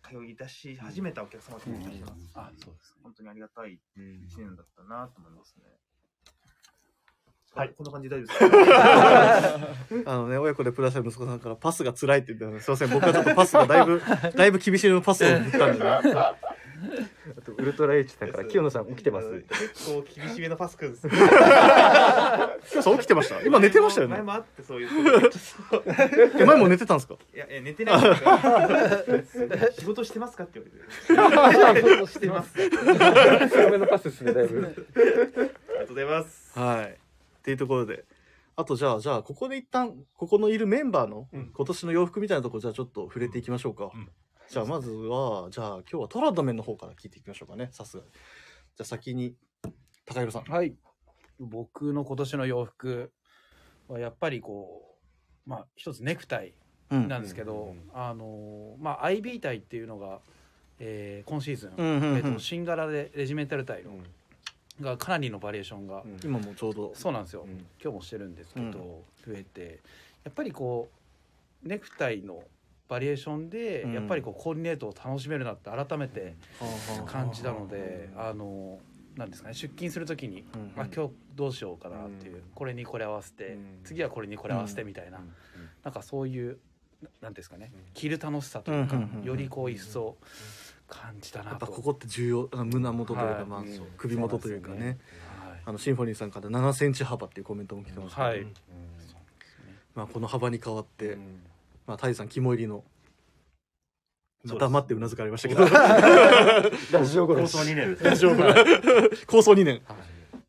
S5: 通い出し始めたお客様ともいらっしゃいます、あそうです、本当にありがたい一年だったなと思います ね、はいこんな感じで大丈夫ですか
S2: あのね、親子でプラス息子さんからパスが辛いって言ってたので、すいません、僕はちょっとパスがだいぶ、だいぶ厳しいのパスを打ったんで、
S11: あとウルトラ H だから清野さん起きてます。
S5: 結構厳しめのパスくんですね
S2: 清野さん起きてました今寝てましたよね
S5: 前もあってそういうこと
S2: え前も寝てたんですか
S5: いやえ寝てないです よ仕事してますかって言わ れて仕事してます
S11: 強めのパスですねだ い
S5: あ
S11: ぶ
S5: りがとうございます
S2: はい。っていうところで。あと、じゃあ、じゃあ、ここで一旦、ここのいるメンバーの、今年の洋服みたいなところ、じゃあちょっと触れていきましょうか。じゃあ、まずは、じゃあ、今日はトラドメンの方から聞いていきましょうかね、さすがに。じゃあ、先に、高弘さん。
S3: はい。僕の今年の洋服はやっぱりこう
S15: まあ、一つネクタイなんですけど、あのーまあ、IB 隊っていうのが、えー今シーズン、
S2: うんうんうん
S15: えーと新柄でレジメンタル隊の、がかなりのバリエーションが、
S2: 今もちょうど
S15: そうなんですよ、今日もしてるんですけど、増えてやっぱりこうネクタイのバリエーションで、
S9: うん
S15: やっぱりこうコーディネートを楽しめるなって改めて感じたので、あのなんですかね出勤するときに、まあ、今日どうしようかなっていう、これにこれ合わせて、次はこれにこれ合わせてみたいな、なんかそういうななんていうんですかね着る楽しさというか、
S2: うんうんうんうん
S15: よりこう一層感じたなと。
S2: やっぱここって重要あの胸元という
S15: は
S2: か、
S15: い
S2: まあ
S15: そう、
S2: 首元というか
S15: そうなん
S2: ね
S15: ですよねはい
S2: あのシンフォニーさんから7センチ幅っていうコメントも来てますけど、
S15: はいうん
S2: まあ、この幅に変わって、まあ、タイさん肝入りの
S7: そうです
S2: 黙ってうなずかれましたけど
S7: ラジオ殺し構想二年ですね
S2: ラジオ殺し構想2年、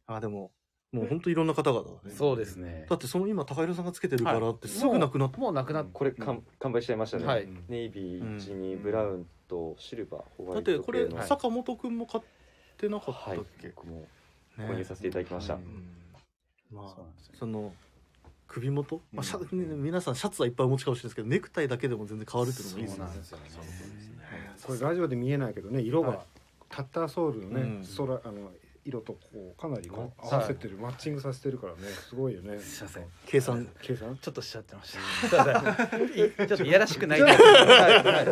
S2: あでももう本当いろんな方々だね
S15: そうですね
S2: だってその今高弘さんがつけてる柄ってすぐなくなった、
S15: もうなくなった
S11: これ完完売しちゃいましたね、
S2: はい
S11: ネイビー地にブラウンとシルバーホワ
S2: だっ
S11: イト
S2: てこれ
S11: 系の
S2: 坂本くんも買ってなかったっけ、
S11: 僕も購入させていただきました、
S2: まあその首元、まあシャ ね皆さんシャツはいっぱいお持ちかもしれないですけどネクタイだけでも全然変わるっていうのもいいですね
S4: これラジオで見えないけどね色がタッターソウルの
S2: うん
S4: ね空あの色とこうかなりこう
S2: はい
S4: 合わせてるマッチングさせてるからねすごいよね。
S15: すいません
S2: 計算
S4: 計算
S15: ちょっとしちゃってま した。ちょっといやらしくない。
S4: はいはい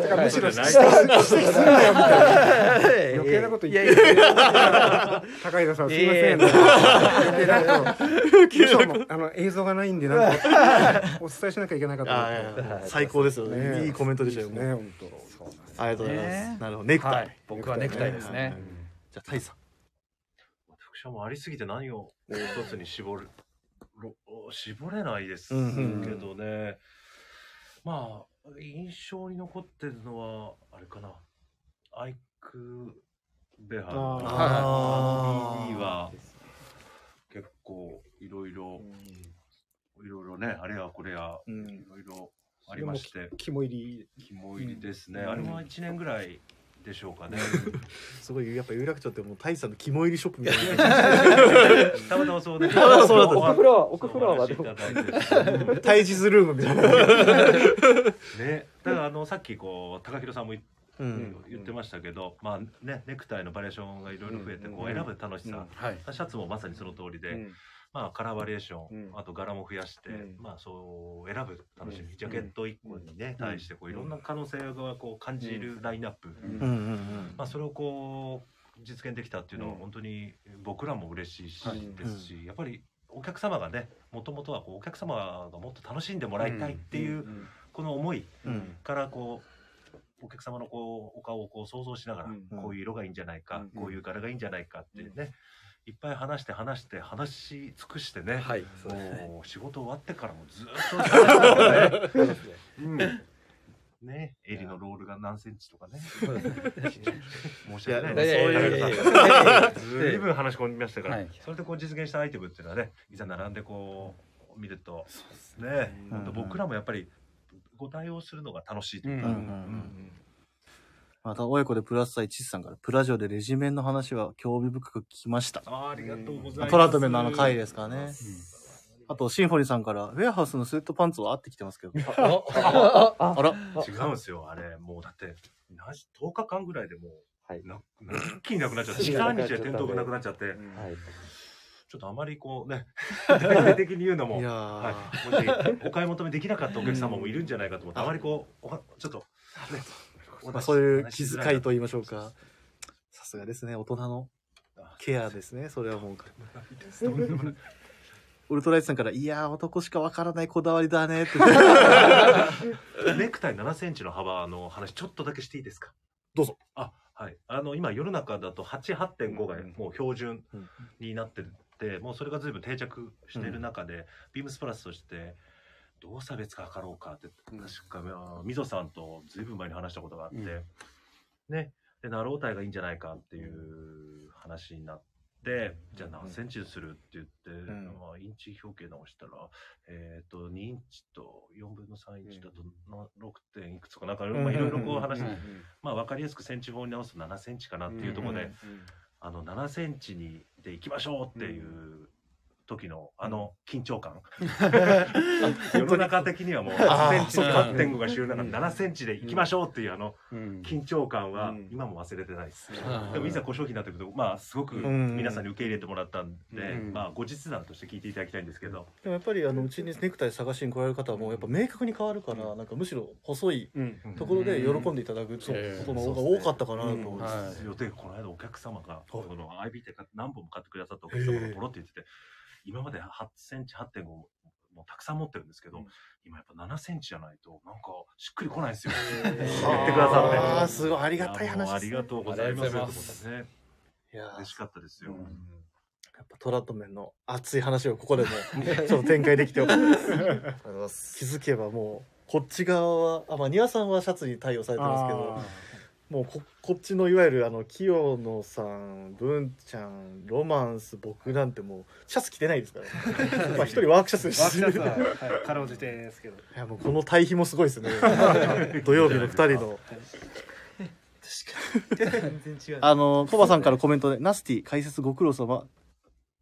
S4: はいむしろ指摘する指摘するなよみたいな余計なこと言って
S15: いやいや
S4: 高井田さんすいま
S15: い
S4: せ
S15: や
S4: ん。
S15: いや
S4: 嘘もあの映像がないんでなんかお伝えしなきゃいけないかと思
S2: あいやい
S4: っ
S2: や
S4: て。
S2: 最高ですよねいいコメントでしたよ
S4: いいですね本当。
S2: ありがとうございます、
S4: ね
S2: なるほどネクタイ、
S4: はい僕はネクタイですね
S2: はいはいじゃあタイさん
S7: 私はもうありすぎて何を一つに絞るろ絞れないですけ
S2: うんうん
S7: どね、まあ印象に残ってるのはあれかなアイク・ベハの
S2: あー
S7: BD は結構いろいろいろいろねあれやこれやいろいろありまして
S4: 肝入り
S7: 肝入りですね、
S2: うん
S7: あれは1年ぐらいでしょうかね、
S2: すごいやっぱ有楽町ってもうタイさんの肝入りショップみたいな
S7: たまたまそうね
S2: たまたまそうだった
S7: 奥フロア奥フロアはで もうん
S2: タイジズルームみ たいな
S7: ね、ただあのさっきこう高弘さんもい
S2: うん
S7: 言ってましたけど、まあねネクタイのバリエーションがいろいろ増えてこ
S2: うん
S7: う選ぶ楽しさ、シャツもまさにその通りで、まあカラーバリエーション、あと柄も増やして、まあそう選ぶ楽しみ、ジャケット一個にね、対してこういろんな可能性がこう感じるラインナップ、
S2: うんうんうん
S7: まあそれをこう実現できたっていうのは本当に僕らも嬉しいしですし、やっぱりお客様がねもともとはこうお客様がもっと楽しんでもらいたいっていう、この思いからこうお客様のこうお顔をこう想像しながら、こういう色がいいんじゃないか、こういう柄がいいんじゃないかってね、いっぱい話して話して話し尽くしてね、もう仕事終わってからもずっとねうんね襟のロールが何センチとかね。申し訳ない
S15: い
S7: で
S15: やいやい
S7: す
S15: やいやいや
S7: そう
S15: いやいやいや
S7: いうずいぶん話し込みましたから、
S15: はい
S7: それでこう実現したアイテムっていうのはねいざ並んでこう見るとね本当僕らもやっぱりご対応するのが楽しいというか、
S2: うんうんうんまた親子でプラスサイチスさんからプラジオでレジメンの話は興味深く聞きました
S7: あありがとうございます
S2: トラトメのあの回ですからね、あとシンフォニーさんからウェアハウスのスウェットパンツは合ってきてますけど
S7: あ
S2: あら
S7: 違うんですよあれもうだってなし10日間ぐらいでもう、なな一気になくなっちゃって
S11: 一気に
S7: 23
S11: なくな
S7: 日
S11: っちゃ
S7: で
S11: った
S7: 店頭がなくなっちゃって、
S11: はい
S7: ちょっとあまりこうね 大々的に言うのも、
S2: いや
S7: はい、もしお買い求めできなかったお客様もいるんじゃないかと思って、あまりこうおはちょっと、ね
S2: まあ、そういう気遣いと言いましょうかさすがですね大人のケアですねそれはもう
S7: とんでもない
S2: ウルトライトさんから「いやー男しかわからないこだわりだね」 って
S7: ネクタイ7センチの幅の話ちょっとだけしていいですか
S2: どうぞ
S7: あはいあの今世の中だと88.5がもう標準になってて、もうそれが随分定着してる中で、ビームスプラスとしてどう差別化かろうかって確か、あー溝さんと随分前に話したことがあって、ねでナロータイがいいんじゃないかっていう話になって。じゃあ何センチにするって言って、まあ、インチ表計直したら、えっと2インチと4分の3インチだとな6点いくつかなんか、まあ、いろいろこう話して、
S11: うんうん
S7: まあ、分かりやすくセンチ法に直すと7センチかなっていうところで、
S11: うんうんうん
S7: あの7センチにでいきましょうっていう時のあの緊張 感
S2: 当
S7: 世
S2: に
S7: の中的にはもう
S2: あ
S7: 8
S2: ー
S7: センチ
S2: そっか
S7: 8.5が週な7センチでいきましょうっていうあの緊張感は今も忘れてないです、
S2: うん
S7: でもいざ故障品になってくるとまあすごく
S2: うん
S7: 皆さんに受け入れてもらったんで、
S2: うん
S7: まあ後日談として聞いていただきたいんですけど、
S2: でもやっぱりあのうちにネクタイ探しに来られる方はもうやっぱ明確に変わるから、なんかむしろ細いところで喜んでいただくそうことの方が多かったかなと思います。
S7: 予定この間お客様が、この IB って何本も買ってくださったお客様がポロって言ってて、今まで8センチ、8.5もたくさん持ってるんですけど、今やっぱ7センチじゃないと、なんかしっくりこないんですよ。言ってくださって。
S2: あーすごいありがたい話
S7: やもうあ
S2: です
S7: り
S2: ね
S7: がとうございます。
S2: ありがとうございます
S7: ということでね
S2: いやー
S7: 嬉しかったですよ。
S2: トラットメンの熱い話をここでも ちょっと展開できてよかったです。気づけばもうこっち側はあまあ庭さんはシャツに対応されてますけど
S4: あ。
S2: もうここっちのいわゆるあの清野さん文ちゃんロマンス僕なんてもうシャツ着てないですから、 まあ一人ワークシャツです
S5: ワークシャツは、はい、かろうじてですけど。
S2: いやもうこの対比もすごいですね土曜日の二人の
S5: 確かに。全然違う。
S2: あのコバさんからコメントで「ナスティ解説ご苦労様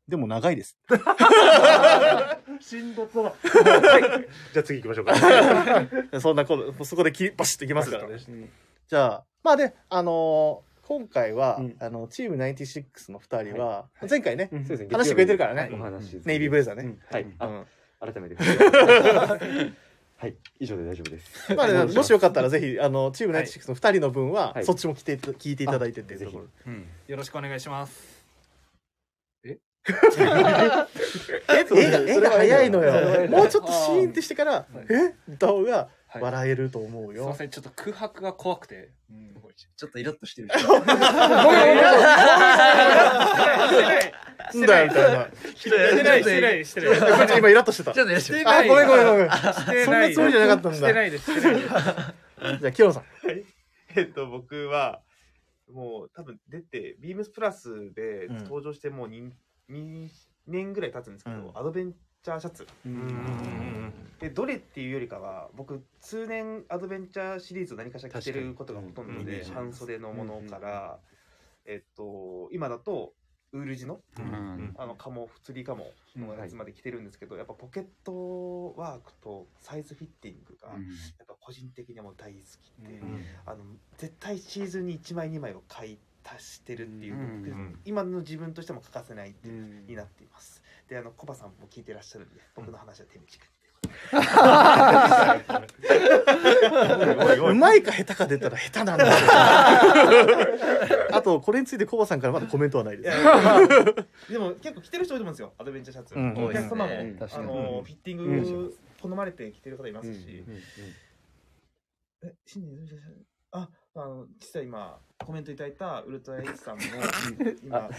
S2: でも長いです」
S7: しんどそう。
S2: じゃあ次行きましょうか そんなこもうそこできバシッといきますからねじゃあまあねあのー今回は、あのチーム96の2人は、前回ね、
S11: そうですね
S2: 話してくれてるからね、
S11: 月曜日のお話
S2: ネイビーブレザーね、
S11: はい。あ改めて。 はい。以上で大丈夫です。
S2: まあね、もしよかったらぜひあのチーム
S11: はい
S2: 96の2人の分は、
S11: はい
S2: そっちも聞いていた聞いていただいてっていうところ
S9: よろしくお願いします。
S2: え
S9: それ
S2: 絵が絵が早いの
S9: それは
S2: よ
S9: 絵が
S2: もうちょっとシーンってしてから「えっ?」た方が笑えると思う
S9: すいま
S2: よ
S9: せん、ちょっと空白が怖くて。
S16: ちょっとイラッとしてる。
S9: ごめんごめんごめん
S2: なんだよみたいな。
S5: してないしてないしてない
S2: こっち今イラッとしてた。
S5: ちょっとイラッとしてた
S2: あ、ごめんごめんごめん。
S5: して
S2: そん
S5: な
S2: ないつもりじゃなかったんだ。
S5: してないですしてないです
S2: じゃあ、キロさん。
S5: えっと、僕は、もう多分出て、ビームスプラスで
S2: うん
S5: 登場してもう 2,、二年ぐらい経つんですけど、
S2: うん
S5: アドベンチャーシャツ。
S2: ん
S5: で、どれっていうよりかは、僕、通年アドベンチャーシリーズを何かしら着てることがほとんど
S9: 確かに
S5: で、
S9: うん
S5: 半袖のものから、えっと、今だと、ウール地の、
S9: ん
S5: あの、カモ、釣りカモのやつまで着てるんですけど、やっぱポケットワークとサイズフィッティングが、
S9: うん
S5: やっぱ個人的にはもう大好きで、あの絶対シーズンに1枚2枚を買い足してるっていう、
S9: うん
S5: 今の自分としても欠かせないっていう、になっていますであのコバさんも聞いてらっしゃるんで僕の話は手短
S2: うまいか下手か出たら下手なんだよあと、これについてコバさんからまだコメントはないで
S5: いや
S2: す。
S5: でも結構着てる人いると思うんですよアドベンチャーシャツ、
S2: うん
S5: お客様も、
S2: 多いですね
S5: あ
S2: う
S5: の
S2: ん
S5: フィッティン
S2: うん
S5: グ好まれて着てる方いますし、え新年ああの実は今コメントいただいたウルトラエイジさんも今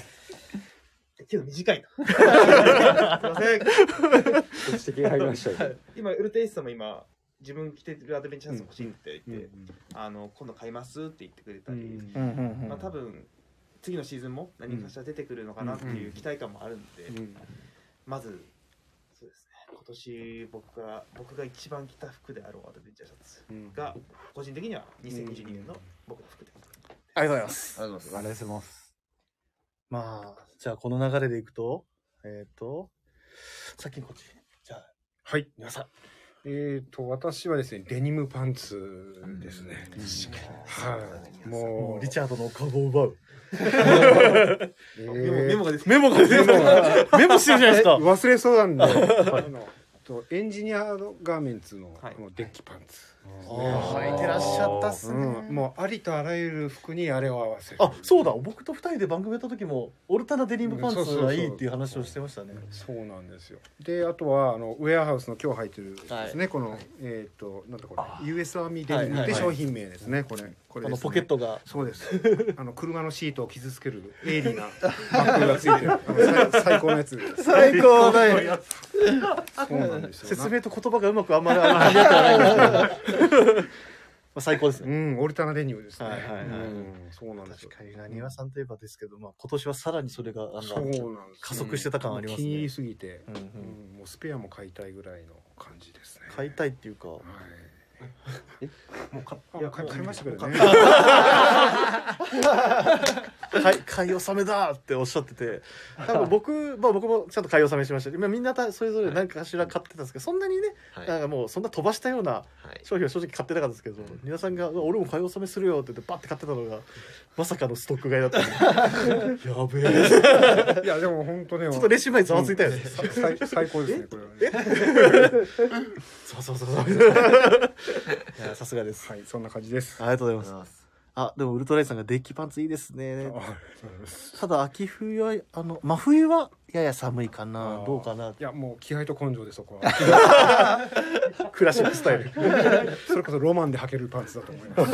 S5: けど短いなすいません
S11: 指摘が入りましたよ
S5: 今ウルトラエイジさんも今自分着てるアドベンチャーシャツ欲しいって言って、あの今度買いますって言ってくれたり、
S2: うんうんうん
S5: まあ多分次のシーズンも何かしら出てくるのかなっていう期待感もあるんで、まずそうですね今年僕が僕が一番着た服であろうアドベンチャーシャツが、個人的には2022年の僕の服で、
S2: ありがとうございます。
S16: ありがとうございます。
S2: まあ、じゃあこの流れでいくと、えっ、と、先にこっち。じゃあ、
S4: はい、
S2: 皆さん。
S4: えっ、と、私はですね、デニムパンツですね。はい。も
S2: もう
S4: う、
S2: リチャードの顔を奪う。
S4: えー
S2: メモが出てメモが出てメモしてるじゃないですか
S4: え忘れそうなんで、あのとエンジニアのガーメンツのこのデッキパンツですね、
S2: はい履いてらっしゃったっすね
S4: うんもうありとあらゆる服にあれを合わせる
S2: あ、そうだ。僕と二人で番組やった時も、オルタナデニムパンツがいいっていう話をしてましたね。
S4: そうなんですよ。であとはあのウェアハウスの今日履いてるですね、この、えっ、となんだこれ U.S. アーミーデニムって商品名ですね、これこれですね
S2: あのポケットが
S4: そう です。あの車のシートを傷つける鋭利なバッグがついてるあの最最高のやつ。
S2: 最高だよ
S4: そうなんですよ。
S2: 説明と言葉がうまくあんまり噛み合ってないんですけどまあ最高ですね
S4: うん、オルタナデニムですね。
S2: はいはいは
S4: う
S2: い
S4: んそうなんですよ。
S2: 確かになにわさんといえばですけど、まあ、今年はさらにそれがあの
S4: そうなんですよ
S2: 加速してた感あります
S4: 気に入
S2: ね
S4: りすぎて、
S2: うんうん
S4: うんもうスペアも買いたいぐらいの感じですね。
S2: 買いたいっていう か、
S4: もう買いや買い買いましたけどね。
S2: 買い買い納めだっておっしゃってて多分僕、まあ、僕もちゃんと買い納めしましたしまあみんなたそれぞれ何かしら買ってたんですけどそんなにね、
S1: はい
S2: なんかもうそんな飛ばしたような商品は正直買ってなかったですけど、皆さんがうわ「俺も買い納めするよ」って言ってバッて買ってたのがまさかのストック買いだったんで やべえ
S4: いやでも本当ね
S2: ちょっと練習前にざわついたよね、
S4: うん最最高ですねこれはね
S2: そうそうそうそう いやさすがです
S4: はいそんな感じです
S2: ありがとうございますあでもウルトライさんがデッキパンツいいですねただ秋冬はあの真冬はやや寒いかなどうかない
S4: やもう気合と根性でそこは
S2: クラシックスタイル
S4: それこそロマンで履けるパンツだと思いま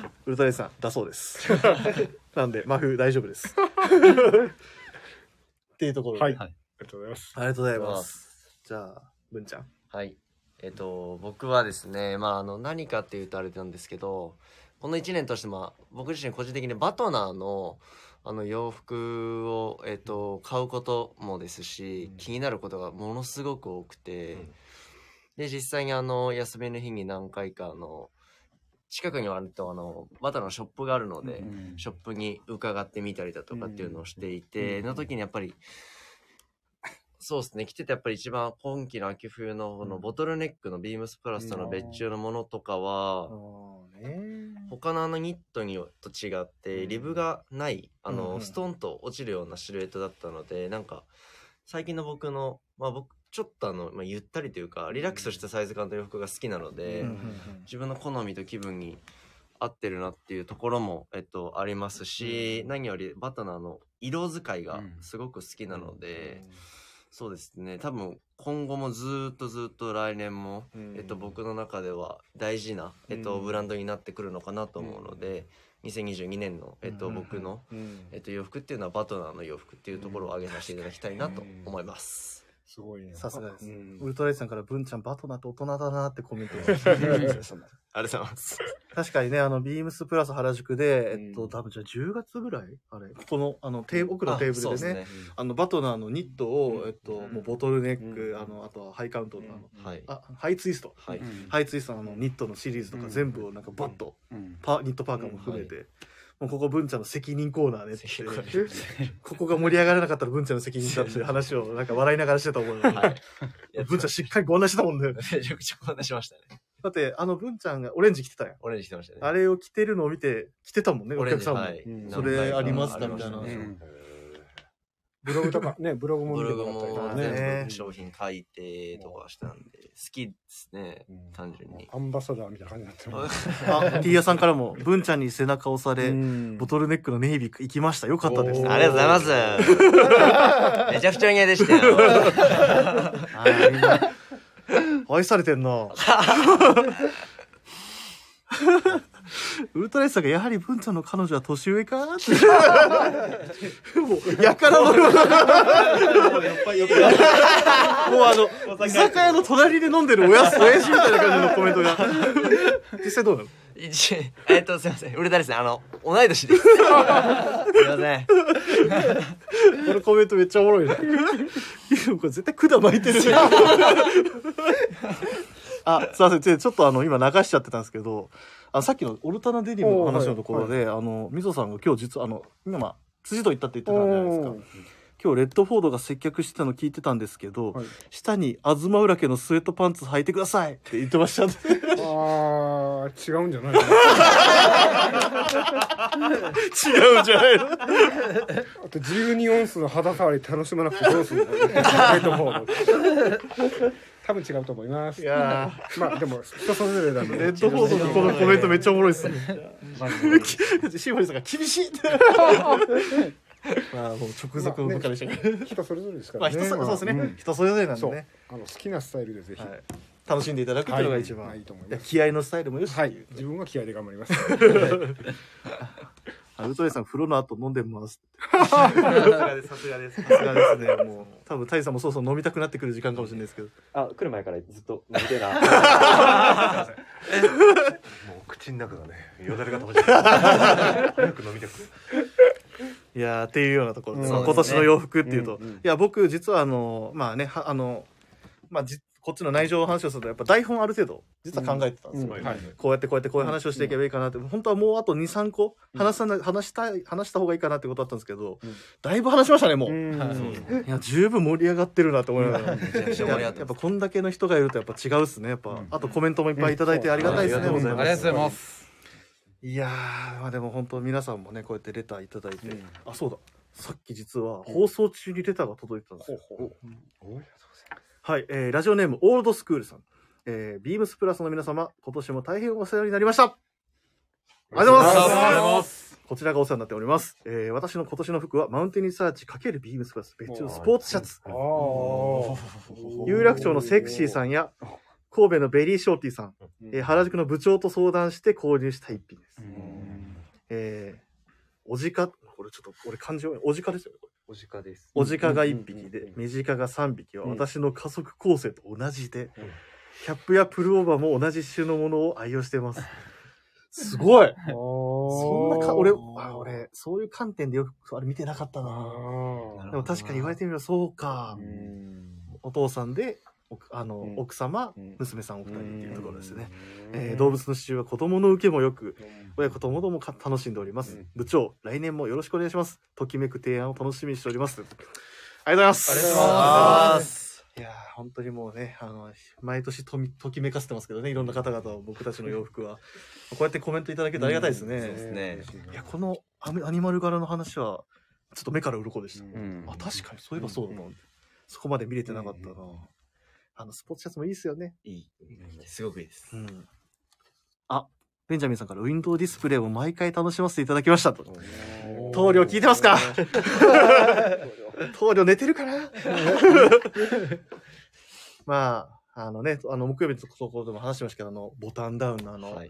S4: す
S2: ウルトライさんだそうです なんで真冬大丈夫ですっていうところで
S4: はいありがとうございます
S2: ありがとうございますじゃあ文ちゃん
S1: はい。えっと、僕はですね、まあ、あの、何かっていうとあれなんですけど、この1年として、まあ、僕自身個人的にバトナーの、あの、洋服を、えっと、買うこともですし、気になることがものすごく多くて、で、実際にあの、休みの日に何回か、あの、近くに割とあのバターのショップがあるので、ショップに伺ってみたりだとかっていうのをしていて、
S11: うん
S1: の時にやっぱりそうですね着ててやっぱり一番今季の秋冬のこのボトルネックのビームスプラスとの別注のものとかは、他のあのニットにと違ってリブがないあ
S11: うんう
S1: の
S11: ん
S1: ストンと落ちるようなシルエットだったのでなんか最近の僕のまあ僕ちょっとあの、まあ、ゆったりというかリラックスしたサイズ感と洋服が好きなので、
S11: うんうんうん
S1: 自分の好みと気分に合ってるなっていうところも、えっと、ありますし、何よりバタナーの色使いがすごく好きなので、そうですね多分今後もずーっとずーっと来年も、えっと、僕の中では大事な、えっと、
S11: うん
S1: ブランドになってくるのかなと思うので、2022年の、えっと、
S11: うん
S1: 僕の、
S11: うん
S1: えっと、洋服っていうのはバトナーの洋服っていうところを挙げさせていただきたいなと思います。
S4: すごいね
S2: さすがです、
S1: うん
S2: ウルトライさんから文ちゃんバトナーと大人だなってコメント が
S1: ありがとうございます。
S2: 確かにね、あの、ビームスプラス原宿で、えっと、多分じゃあ10月ぐらいあれここの、あの、テーブル奥のテーブルでね、あの、バトナーのニットを、えっと、もうボトルネック、あの、あとはハイカウントのあの、
S1: はい。
S2: あ、ハイツイスト。
S1: はい
S2: ハイツイストのあのニットのシリーズとか全部をなんかバッと、パニットパーカーも含めて、もうここ文ちゃんの責任コーナーねって言って、ここが盛り上がらなかったら文ちゃんの責任だっていう話をなんか笑いながらしてた思うよ。文ちゃんしっかりご案内してたもん ね。め
S1: ちゃくちゃご案内しましたね。
S2: だって、あの文ちゃんがオレンジ着てたやん。
S1: オレンジ着てましたね。
S2: あれを着てるのを見て、着てたもんね、
S1: オ
S2: お
S1: レン
S2: 客
S1: ジ
S2: さんも。
S1: はい
S2: うんそれありますかみたいな。
S1: ありましたね
S4: ブログとかねブログも
S1: ブ
S4: 見て
S1: ログ
S4: も
S1: も
S4: らったりとか
S1: 全
S4: ね
S1: 部商品書いてとかしたんで、好きですね、単純に。
S4: アンバサダーみたいな感じになってま
S2: あ、T 屋さんからも、文ちゃんに背中押され、ボトルネックのネイビー行きました。よかったです。
S1: ありがとうございます。 めちゃくちゃお似合いでした よ。
S2: あーみんな愛されてん な。ウルトライスさんがやはり文ちゃんの彼女は年上か って。もう、やからの。も うあの、居酒屋の隣で飲んでるおやつ、おやじみたいな感じのコメントが。実際どうなの
S1: 一えっと、すいません。ウルタレスね、あの、同い年です。すいません。
S2: このコメントめっちゃおもろいな。いやこれ絶対管巻いてる。あ、すいません。ちょちょっとあの、今流しちゃってたんですけど、あさっきのオルタナデニムの話のところで、あの、みぞさんが今日実は、あの、今、まあ辻と行ったって言ってたじゃないですか。今日、レッドフォードが接客してたの聞いてたんですけど、下に、東浦家のスウェットパンツ履いてくださいって言ってましたね。
S4: すあー違うんじゃない
S2: 違うんじゃないの
S4: あと12オンスの肌触り楽しまなくてどうするのヘッドホン多分違うと思います
S2: いや
S4: まあでも人それぞれなんで
S2: レッドフォードのこのコメントめっちゃおもろいっすね。シーボリさんが厳しい って。まあもう直属部下でしたけど。
S4: 人それぞれですか
S2: まあ
S4: らね
S2: 人それそうですね
S4: ん。
S2: 人それぞれなんで
S4: そう
S2: ね。
S4: あの好きなスタイルでぜひ
S2: 楽しんでいただくっていうのが一
S4: は
S2: 番
S4: いいいと思います
S2: 気合のスタイルもよし、
S4: はい、自分は気合で頑張ります。
S2: あウルトライさん風呂の後飲んでます
S5: さすがですさすがです
S2: さすがですねもう多分タイさんもそうそう飲みたくなってくる時間かもしれないですけど
S11: あ来る前からずっと飲みてえな
S7: もう口の中がねよだれが飛ばちゃう早く飲みたくて
S2: いやーっていうようなところで、
S7: うん
S2: まあ
S7: そう
S2: 今
S7: で
S2: 年
S7: すね
S2: の洋服っていうと、いや僕実はあのまあねはあのまあじこっちの内情を話をするとやっぱ台本ある程度実は考えてたんですよ、
S17: うんうんはい
S2: こうやってこうやってこういう話をしていけばいいかなって、本当はもうあと23個話さな、話したい話した方がいいかなってことだったんですけど、だいぶ話しましたねもう、
S17: ん
S2: いや十分盛り上がってるなと思いながら、
S17: うんめちゃくちゃ盛り上がってます
S2: やっぱこんだけの人がいるとやっぱ違うっすねやっぱ、あとコメントもいっぱいいただいてありがたいですね、
S15: うん
S2: 本当に
S15: ありがとうございます
S2: いやー、まあ、でも本当皆さんもねこうやってレターいただいて、あそうださっき実は放送中にレターが届いてたんですよ、はい、えーラジオネームオールドスクールさん、えービームスプラスの皆様今年も大変お世話になりましたありがとうございます
S17: ありがとうございま
S2: こちらがお世話になっております、えー私の今年の服はマウンテンリサーチ×ビームスプラス別注のスポーツシャツ有楽町のセクシーさんや神戸のベリーショーティーさん、えー原宿の部長と相談して購入した一品です。えーおじか、これちょっと、俺漢字を、おじかですよね、これ。
S11: おじかです。
S2: おじかが1匹で、目じかが3匹は私の家族構成と同じで、キャップやプルオーバーも同じ種のものを愛用してます。 すごい そんなか、俺、あ俺、そういう観点でよく、あれ見てなかったなでも確かに言われてみればそうか。お父さんで、おあの、奥様、娘さんお二人っていうところですね。えー動物の刺繍は子供の受けもよく、親子ともどもか楽しんでおります。部長、来年もよろしくお願いします。ときめく提案を楽しみにしております。ありがとうございます。
S17: ありがとうございます
S2: いやー本当にもうね、あの、毎年とみときめかせてますけどね、いろんな方々を、僕たちの洋服は。こうやってコメントいただけるとありがたいですね。
S17: うんそうですね
S2: いや、このアメアニマル柄の話は、ちょっと目から鱗でした。あ、確かに、そういえばそうだな。そこまで見れてなかったな。あの、スポーツシャツもいいですよね。いい。すごくいいです。うん。あ、ベンジャミンさんからウィンドウディスプレイを毎回楽しませていただきましたと。棟梁聞いてま すか棟梁寝てるかなまあ、あのね、あの、木曜日のところでも話しましたけど、あの、ボタンダウンのあの、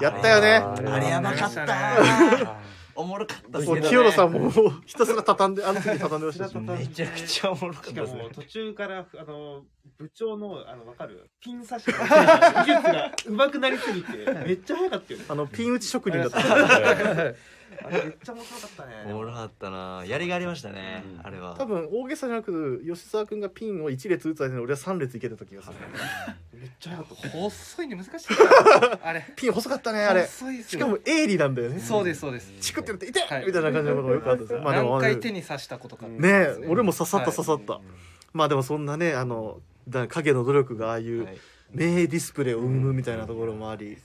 S2: やったよね。
S1: あれあれやばかった おもろかったっす
S2: も
S1: け
S2: う
S1: どね
S2: 清野さんももうひたすら畳んで、あの時畳んでましたし。
S1: めちゃくちゃおもろかった
S5: で
S1: ですす
S5: ね
S1: ね。
S5: 途中からあの部長のあのわかるピン刺しの技術が上手くなりすぎてめっちゃ早かったよね。
S2: あのピン打ち職人だった
S5: あれめっちゃ面白かったね。
S1: おもろかったなやりがありましたね、あれは
S2: 多分大げさじゃなく吉沢君がピンを1列打つ間に俺は3列いけてた気がする
S5: めっ
S2: ちゃ
S9: 細いの難しい。 あれ。
S2: ピン細かったねあれ
S9: 細いっす
S2: し
S9: よ
S2: かも鋭利なんだよね
S9: そうですそうです。
S2: チクってなって痛いみたいな感じのことがよくあったんですよまあでも
S9: 何回手に刺したことか。
S2: ねえ俺も刺さった
S9: はい
S2: 刺さった、まあでもそんなねあのだ影の努力がああいう名ディスプレイを生むみたいなところもあり、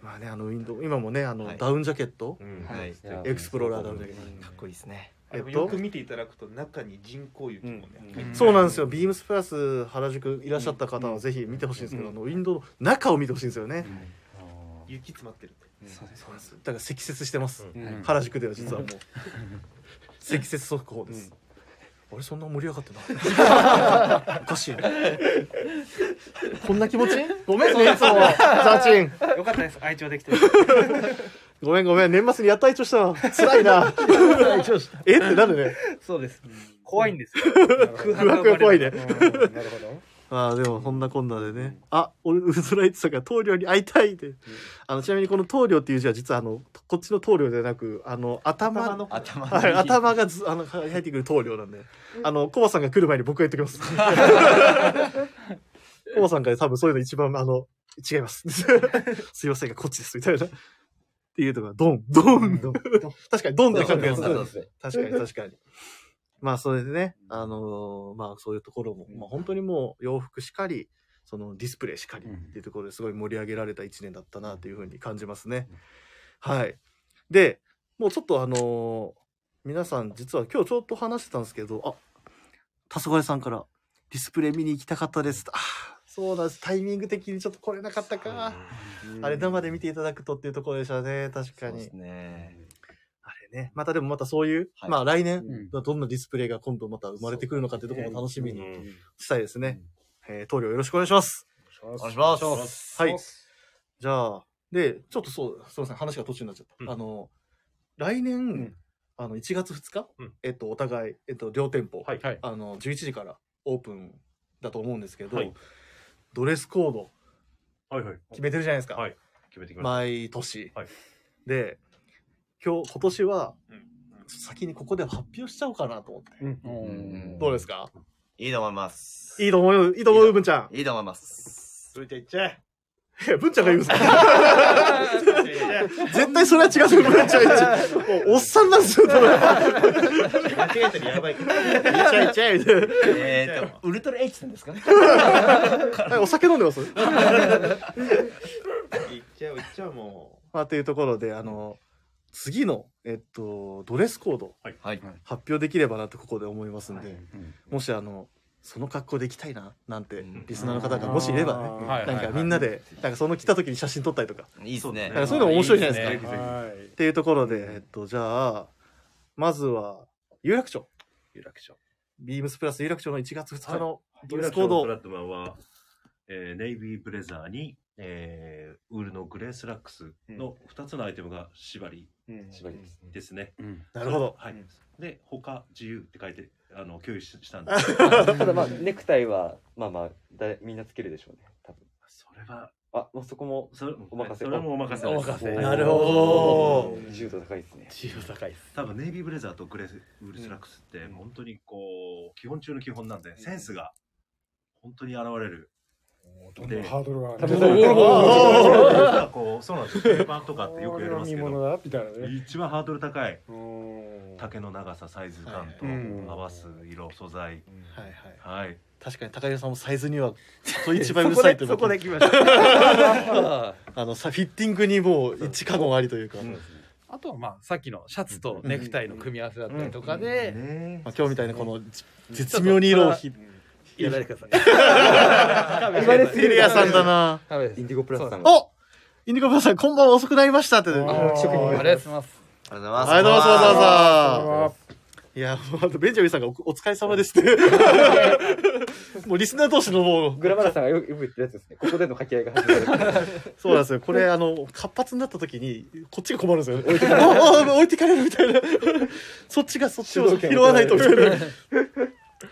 S2: まあねあのウィンドウ今もねあの、ダウンジャケット、
S1: はい
S2: エクスプローラーダウンジャケット、
S1: かっこいいですね
S5: あれもよく見ていただくと中に人工雪もね。
S2: そうなんですよ。ビームスプラス原宿いらっしゃった方はぜひ見てほしいんですけど、あのウィンドウの中を見てほしいんですよね。
S5: 雪詰まってる。
S2: そうです。だから積雪してます。
S5: うん
S2: 原宿では実はもう
S5: うん
S2: 積雪速報です。あれそんな盛り上がって ない。おかしいな。 こんな気持ち？ごめんねいつもザチン。
S9: よかったです。愛情できてる。
S2: ごめんごめん年末にやった一応したわ。 辛い な。えってなるね。
S9: そうです。怖いんですよ。
S2: 空白が怖いね。
S9: うんなるほど。
S2: ああでもそんなこんなでね、あ俺ウズライトさんが棟梁に会いたいって、あのちなみにこの棟梁っていう字は実はあのこっちの棟梁ではなくあの頭
S1: 頭の頭の
S2: はい頭がずあの入ってくる棟梁なんであのコバさんが来る前に僕が言っておきますコバさんが多分そういうの一番あの違います すいませんがこっちですみたいなっていうとかドンドンドン確かにドンって感じがす
S1: ドンドン
S2: る
S1: ドン
S2: 確かに確かに まあそれでね、あのーまあそういうところも、まあ本当にもう洋服しかり、そのディスプレイしかりっていうところですごい盛り上げられた一年だったなというふうに感じますね。はい。で、もうちょっとあのー皆さん実は今日ちょっと話してたんですけど、あ、黄昏さんからディスプレイ見に行きたかったです。あーそうなんです。タイミング的にちょっと来れなかったか。あれ生で見ていただくとっていうところでしたね。確かに。あれね。またでもまたそういう、まあ来年、どんなディスプレイが今度また生まれてくるのかっていうところも楽しみにしたいですね。えー、棟梁よろしくお願いします。
S1: お願いしますお願いします
S2: はい。じゃあ、で、ちょっとそう、すみません、話が途中になっちゃった。あの、来年、あの1月2日、えっと、お互い、えっと、両店舗、あの11時からオープンだと思うんですけど、
S7: はい
S2: ドレスコード、決めてるじゃないですか。
S7: 決めてきまし
S2: 毎年、で今日今年は、先にここで発表しちゃおうかなと思って、どうですか
S1: いいいと思います。
S2: いいと思う、いいと思う、文ちゃん。
S1: いいと思います。
S17: それじゃ行っちゃえ。
S2: 文ちゃんが言うんですか絶対それは違うぞ、文ちゃん言っちゃう。おっさんなんですよ、多分
S17: 間違えたらやばいから。
S2: いっちゃえいっちゃえみたいな
S1: えーっと、ウルトラ H さんですか
S2: はいお酒飲んでます
S17: 行っちゃう行っちゃうも
S2: まあ、というところで、あの、次の、えっと、ドレスコード、発表できればなとここで思いますんで、もしあの、その格好で行きたいな、なんて、リスナーの方がもしいればね、
S1: うん
S2: なんかみんなで、なんかその来た時に写真撮ったりとか。
S1: いいっすね
S2: なんかそういうの面白いじゃないですか。
S1: いいですね
S2: はいっていうところで、えっと、じゃあ、まずは、有楽町。有楽町。ビームスプラス有楽町の1月2日のドレスコード
S7: プラットマンは、えーネイビーブレザーに、えーウールのグレースラックスの2つのアイテムが縛り、縛りですね、
S2: なるほど
S7: はい、で他自由って書いてあの共有ししたんで
S11: た
S7: す
S11: だまあネクタイはまあまあだみんなつけるでしょうね多分
S7: それは
S11: あもうそこもお任せ
S7: それもお任せです
S11: お
S7: おー
S11: ー
S7: なるほど
S11: 自由度高いですね
S7: 自由高いです多分ネイビーブレザーとグレースウールスラックスって本当にこう基本中の基本なんで、センスが本当に現れる
S4: どんどんハードルが上が
S7: で
S4: る
S7: おーおーなんかこうそうなんですよ定番とかってよくやりますけ
S4: これは見
S7: ど
S4: 物だみたいなね
S7: 一番ハードル高い竹の長さサイズ感と
S2: はい
S7: 合わす色素材はいはい
S2: 確かに高井さんもサイズにはそう一番うるさいという
S7: そこで
S2: 僕
S7: そこで来
S15: ま
S2: あのさフィッティングにもう一カゴありというか、
S15: あとはまあさっきのシャツとネクタイの組み合わせだったりとかで、
S2: まあ、今日みたいなこのじ絶妙に色をひ
S15: やられてください
S2: 言われてるやさんだな
S11: インディゴプラスさんが
S2: おインディコパさんこんばんは遅くなりましたってありがとうござい
S15: ありがとうございます
S1: ありがとう
S2: ますわざわ
S4: ざ
S2: いやもうあとベンジャミンさんがおお疲れ様です ってもうリスナー同士のもう
S11: グラマラさんがよよく言ってるやつですねここでの掛け合いが始まる
S2: そうなんですよ。これ、あの、活発になった時に、こっちが困るんですよね。置い てかれる。おお置いてかれるみたいな。そっちがそっちを拾わないとみたいな。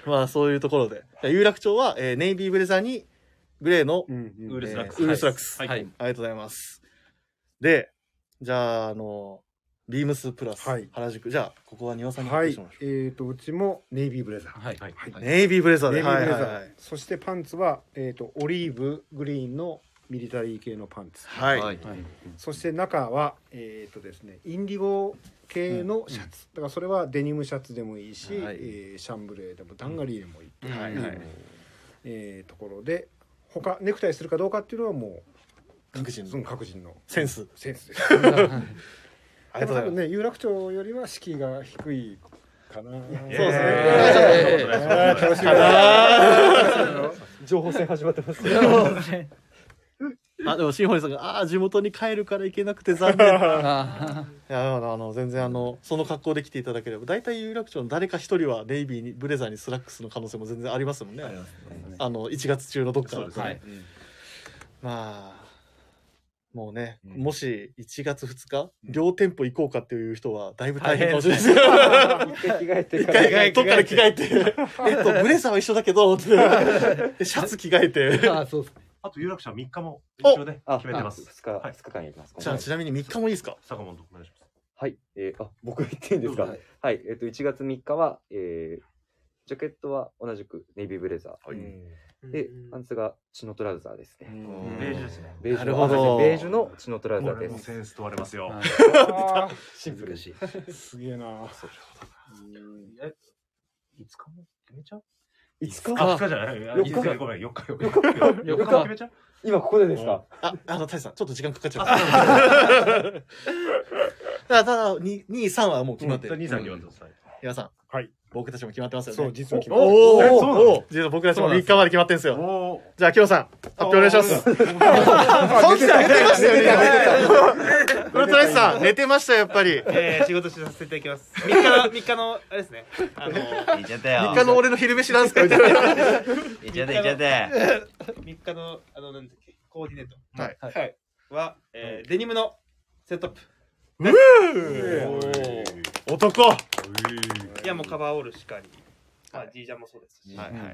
S2: まあ、そういうところで。有楽町は、えーネイビーブレザーに、グレーの、
S7: ウールスラックス
S2: えーウールスラックス。
S7: はい
S2: はいありがとうございます。で、じゃあ、あの、ビームスプラス、原宿。じゃあ、ここは庭さんに発
S4: は
S2: 表
S4: い
S2: しましょう。、
S4: えー、とうちもネイビーブレザー、
S15: はい
S4: はい
S2: ネイビーブレザーで
S4: ネイビーブレザー、
S2: はいはいはい
S4: そしてパンツは、えー、とオリーブグリーンのミリタリー系のパンツ、
S2: はいはい
S4: そして中は、えーとですね、インディゴ系のシャツ、だからそれはデニムシャツでもいいし、
S2: はい
S4: えーシャンブレーでもダンガリーでもいいっていう、
S2: はいはい
S4: えーところで他ネクタイするかどうかっていうのはもう
S2: 各人
S4: の各人の
S2: センス
S4: セン スです
S2: あり
S4: で
S2: がと
S4: も多
S2: うございます
S4: 分ね有楽町よりは敷居が低いかなそうです
S2: ねえー
S4: 楽しみです
S2: か な
S11: 情報戦始まってますね
S2: あでも新堀さんが「ああー地元に帰るから行けなく て残念」いやあのあの全然あのその格好で来ていただければ大体有楽町の誰か一人はネイビーにブレザーにスラックスの可能性も全然ありますもんねあの1月中のどっかだとね、
S15: はい
S2: まあもうね、もし1月2日両店舗行こうかっていう人はだいぶ大変かもしれないです
S11: です
S2: 一回どっかで着替えてえっとブレザーは一緒だけど ってでシャツ着替えて
S7: あ
S15: そうです
S7: あと有楽町は3日も
S2: お
S7: 一応ね決めてます
S11: 2日2日間やります
S2: じゃあちなみに3日もいいですか
S7: 坂本お願いします
S11: はい、えー、あ、僕が言っていいんですか。はい、えっ、と、1月3日は、えー、ジャケットは同じくネイビーブレザー。で、パンツがチノトラウザーですね。
S7: ベージュですね
S11: ベー
S7: な
S11: ジュ
S7: るほど
S11: あベージュのチノトラウザー
S7: これ
S11: で
S7: も
S11: す。
S7: センス問われますよ
S11: はい
S7: あー
S11: シンプル
S7: しい
S4: すげえな
S7: え5日も決めちゃう
S11: 5
S7: 日あ5日じゃない
S11: 4日
S7: いやごめん4日4日4日決めちゃう
S11: 今ここでですか
S2: あ、あの、タイさん、ちょっと時間かかっちゃった。だから、ただ、2、2、3はもう決まってる。
S7: うん2 3決まってます
S2: 皆さん。
S4: はい。
S2: 僕たちも決まってますよね。
S4: そう実は決まってます
S2: お
S4: え
S2: ー
S4: そうなの
S2: おー実は僕たちも3日まで決まってんすよ。じゃあ、キヨさん、発表お願いします。
S4: お
S2: キ
S4: ー
S2: ヨさん、寝て ま したよね。ウルトライスさん、寝てましたよ、やっぱり。
S5: えー、仕事しさせていただきます。3日の、3日の、あれですね。あの、
S1: いっちゃったよ
S2: 3日の俺の昼飯なんすかみたいな。
S1: いっちゃったいっちゃった
S5: 3日の、あの、なんだっけ、コーディネート。
S2: はい
S5: はい。は、えー、デニムのセットアップ。
S2: うぅー男
S5: いや、もうカバーオールしかり。まあ、ジージャンもそうですし。
S2: はいはい
S5: ま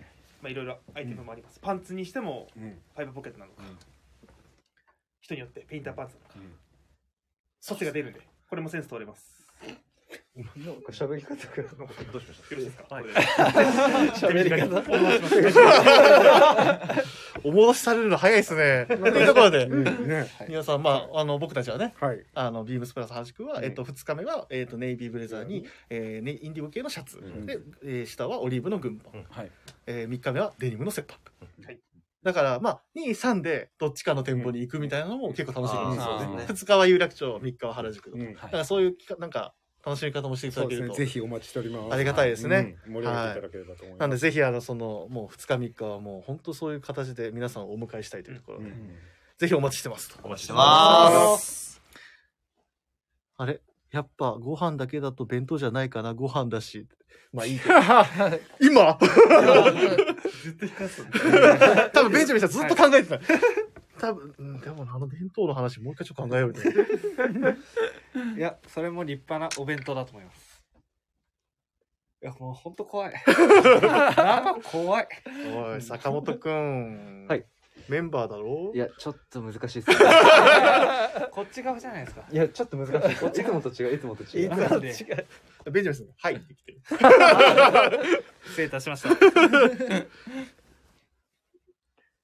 S5: あ、いろいろアイテムもあります。パンツにしても、ファイブポケットなのか。人によって、ペインターパンツなのか。シャツが出るんで、これもセンス通れます。
S11: なんか喋り方がどうしました。よろしいですか。
S2: 喋り 方お戻しされるの早いですね。と
S11: んか
S2: いうところで
S11: うんね、
S2: 皆さん、まあ、あの、僕たちはね
S4: はい、
S2: あの、ビームスプラス端くは、えっと、2日目は、えっと、ネイビーブレザーに、えーねインディゴ系のシャツ、で、えー下はオリーブの軍パン、え3日目はデニムのセットアップ。だから、まあ、2、3で、どっちかの店舗に行くみたいなのも結構楽しみですよ
S4: うんあー
S2: ね。2日は有楽町、3日は原宿とか。
S4: うん
S2: だから、そういうきか、なんか、楽しみ方もしてい
S4: そ
S2: た
S4: う
S2: だ
S4: で
S2: け
S4: す
S2: る
S4: ね。
S2: と。
S4: ぜひお待ちしております。
S2: ありがたいですね。
S4: うん盛り上げていただければと思います。
S2: なんでぜひあのそのもう2日3日はもう本当そういう形で皆さんをお迎えしたいというところで、ぜひお待ちしてますと。お待ちして。
S8: ます
S2: あれやっぱご飯だけだと弁当じゃないかなご飯だし。まあいいけど 今
S5: ずっと引かす
S2: 多分ベンジャミンさんずっと考えてた。多分、うんでもあの弁当の話もう一回ちょっと考えようみたいな。
S9: いや、それも立派なお弁当だと思います。いや、もう本 当怖い。生怖い。
S2: おい、坂本くん。
S11: はい。
S2: メンバーだろ
S11: いや、ちょっと難しいですね。
S9: こっち側じゃないですか。
S11: いや、ちょっと難しいです。いつもと違う、いつもと違う。
S9: いつもと違う
S2: ベンジャミンさん、はいって来てる。
S9: 失礼いたしました。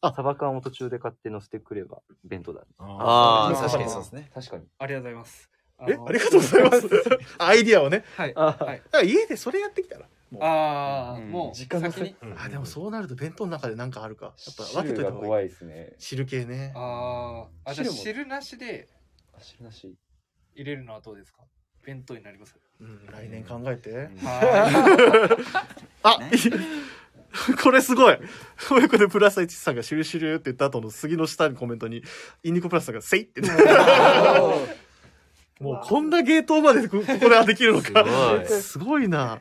S11: あ、サバ缶を途中で買って乗せてくれば弁当だ。
S8: あー確かにそうですね
S11: 確かに。
S9: ありがとうございます。
S2: えありがとうござい ます。アイディアをね。
S9: はい。
S2: だから家でそれやってきたら。
S9: ああ、もう、
S2: 時間
S9: 先に。
S2: あ、でもそうなると弁当の中でなんかあるか。やっぱ分け
S11: 汁
S2: とい
S11: が
S2: た方がいい。
S11: 怖いですね。
S2: 汁系ね。
S9: あーあ、じゃあ
S11: 汁も
S9: 汁なしで
S11: 汁なし。
S9: 入れるのはどうですか弁当になります。
S2: うん、来年考えて。 あ
S9: は
S2: これすごい親子でプラス1さんが「シュルシュル」って言った後の杉の下のコメントにインディコプラスさんが「セイ」ってもうこんなゲートまでこここではできるのか
S8: すごい
S2: すごいな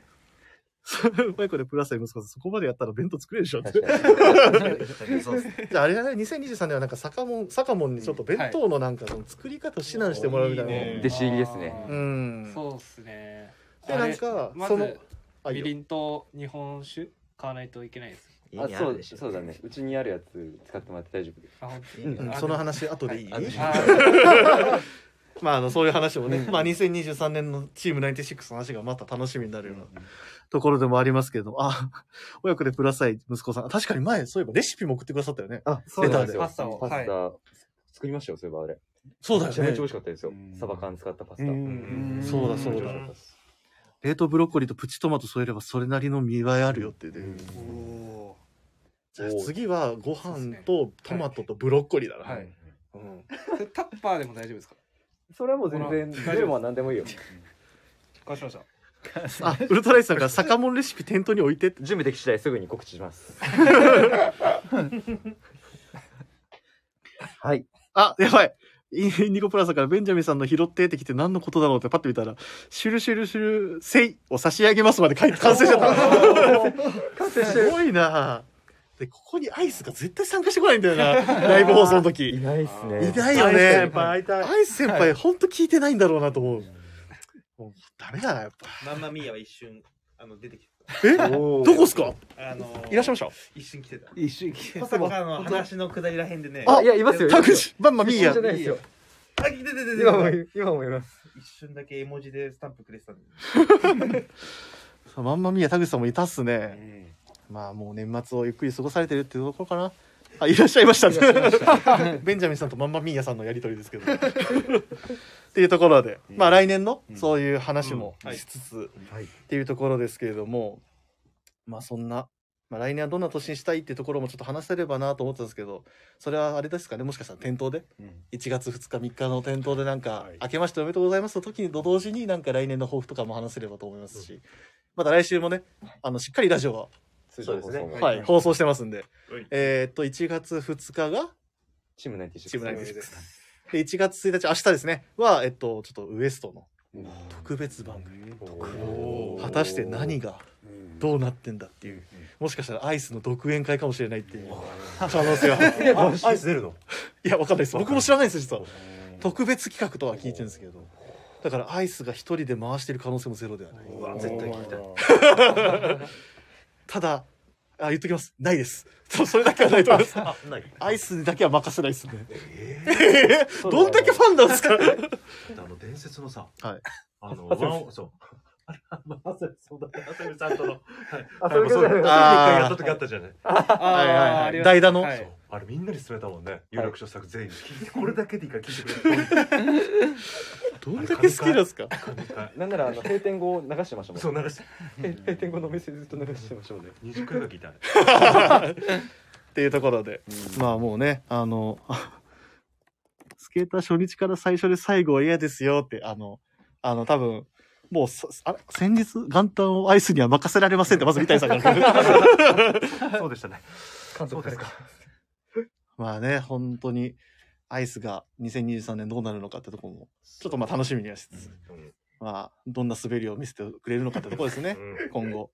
S2: 親子でプラス1息子さんそこまでやったら弁当作れるでしょって じゃああれだね2023年はなんか坂門坂門にちょっと弁当のなんかその作り方を指南してもらうみたいな、
S11: 弟子入りですね。
S2: うん
S9: そうっすね。
S2: で
S9: あれ
S2: なんか
S9: ま
S2: その
S9: ず、
S2: あいい
S9: み
S2: よ
S9: りんと日本酒買わないといけないです。
S11: あ、そう、そうだね。うちにあるやつ使ってもらって大丈夫です。
S9: あ本当に
S2: うんその話後でいい、
S11: はい
S2: はいまああのそういう話もね、まあ、2023年のチーム96の話がまた楽しみになるようなところでもありますけれどもあ親子でプラスイ息子さん確かに前そういえばレシピも送ってくださったよね
S11: あそうなんですよ。
S2: レ
S11: パ
S2: タ
S11: スタ
S2: ーで
S11: 作りましたよ、そういえばあれ。
S2: そうだよね
S11: めちゃめちゃ美味しかったですよ。サバ缶使ったパスタ。
S2: そうだそう
S11: めちゃめちゃ美味し
S2: だ
S11: かったです
S2: 冷凍ブロッコリーとプチトマト添えればそれなりの見栄えあるよってねじゃあ次はご飯とトマトとブロッコリーだな、
S9: はい。
S2: うん、
S9: それタッパーでも大丈夫ですか
S11: それはもう全然、
S9: ほら
S11: 出るもんは何でもいいよ。
S9: 返しました。
S2: あウルトライスさんから酒もんレシピ店頭に置いて
S11: 準備でき次第すぐに告知 します。はい。
S2: あ、やばい。インディゴプラザからベンジャミンさんの拾ってってきて何のことだろうってパッと見たら、シュルシュルシュル、セイを差し上げますまで書いて完成しちゃった。すごいなで、ここにアイスが絶対参加してこないんだよな。 ライブ放送の時。い
S11: ないですね
S2: いないよね。
S6: アイス先輩会いたい
S2: アイス先
S6: は
S2: 輩、
S6: い
S2: ほんと聞いてないんだろうなと思う。もうダメだな、やっぱ。
S5: マンマミーヤは一瞬あの出てきた
S2: えどこっすか
S5: あの
S2: いらっしゃいました
S5: 一瞬来てた
S2: 一瞬来てた
S5: まさかの話の下りらへんでね
S2: あいやいますよ田口バンマミーヤ
S5: 一瞬じゃないですよあ来ててててて
S2: 今も今もいます
S5: 一瞬だけ絵文字でスタンプくれてたんで
S2: さあまんまみや田口さんもいたっすね、まあもう年末をゆっくり過ごされてるっていうところかなあいらっしゃいました
S6: いらっしゃいました
S2: ベンジャミンさんとまんまみーやさんのやりとりですけ どっていうところで、まあ来年のそういう話もしつつ、っていうところですけれどもまあそんな、まあ、来年はどんな年にしたいっていうところもちょっと話せればなと思ってたんですけどそれはあれですかねもしかしたら店頭で、1月2日3日の店頭でなんか、明けましておめでとうございます」の時にと同時になんか来年の抱負とかも話せればと思いますし、また来週もねあのしっかりラジオは
S11: 通常放送も
S2: はい、放送してますんで、
S11: はい
S2: えーっと1月2日が
S11: チーム96。
S2: チームナインティシックスで1月1日明日ですねはえっとちょっとウエストの特別番組果たして何がどうなってんだっていうもしかしたらアイスの独演会かもしれないっていう可能 性は
S6: あアイス出るの
S2: いやわかんないです僕も知らないです実は特別企画とは聞いてるんですけどだからアイスが一人で回してる可能性もゼロではないう
S5: わ絶対聞きたい
S2: ただあ言っときますないです そうそれだけはないと思いま す
S6: あない
S2: アイスにだけは任せないですね、
S6: え
S2: どんだけファンなんですか
S6: あの伝説のさ、
S2: はい
S6: あのワンオそう
S7: まさにそうだ。浅見さんと の。
S11: あ
S7: はい
S11: そういうことだ
S7: そう一回やった時あったじゃない。
S11: あーはいはいはいあります
S2: 代打の
S7: そうあれみんなに勧めたもんね。有楽町作全員に聞いてこれだけでいいから聞いてくれ。
S11: ど
S7: んだけ好きなんすか
S11: なんならあの閉店後流してましたもん。
S7: そう流して
S11: 閉閉店後のお店ずっと流してましたもんね。
S7: 二十回ぐらい聞いたね
S2: っていうところで、まあもうね、あの、 スケーター初日から最初で最後は嫌ですよって、あの、あの、多分、もうさ、あれ先日、元旦をアイスには任せられませんって、ま ず三谷さんから 来る
S7: そうでしたね。そうですか。
S2: まあね、本当に、アイスが2023年どうなるのかってとこも、ちょっとまあ楽しみにはしつつ、まあ、どんな滑りを見せてくれるのかってとこですね、今後。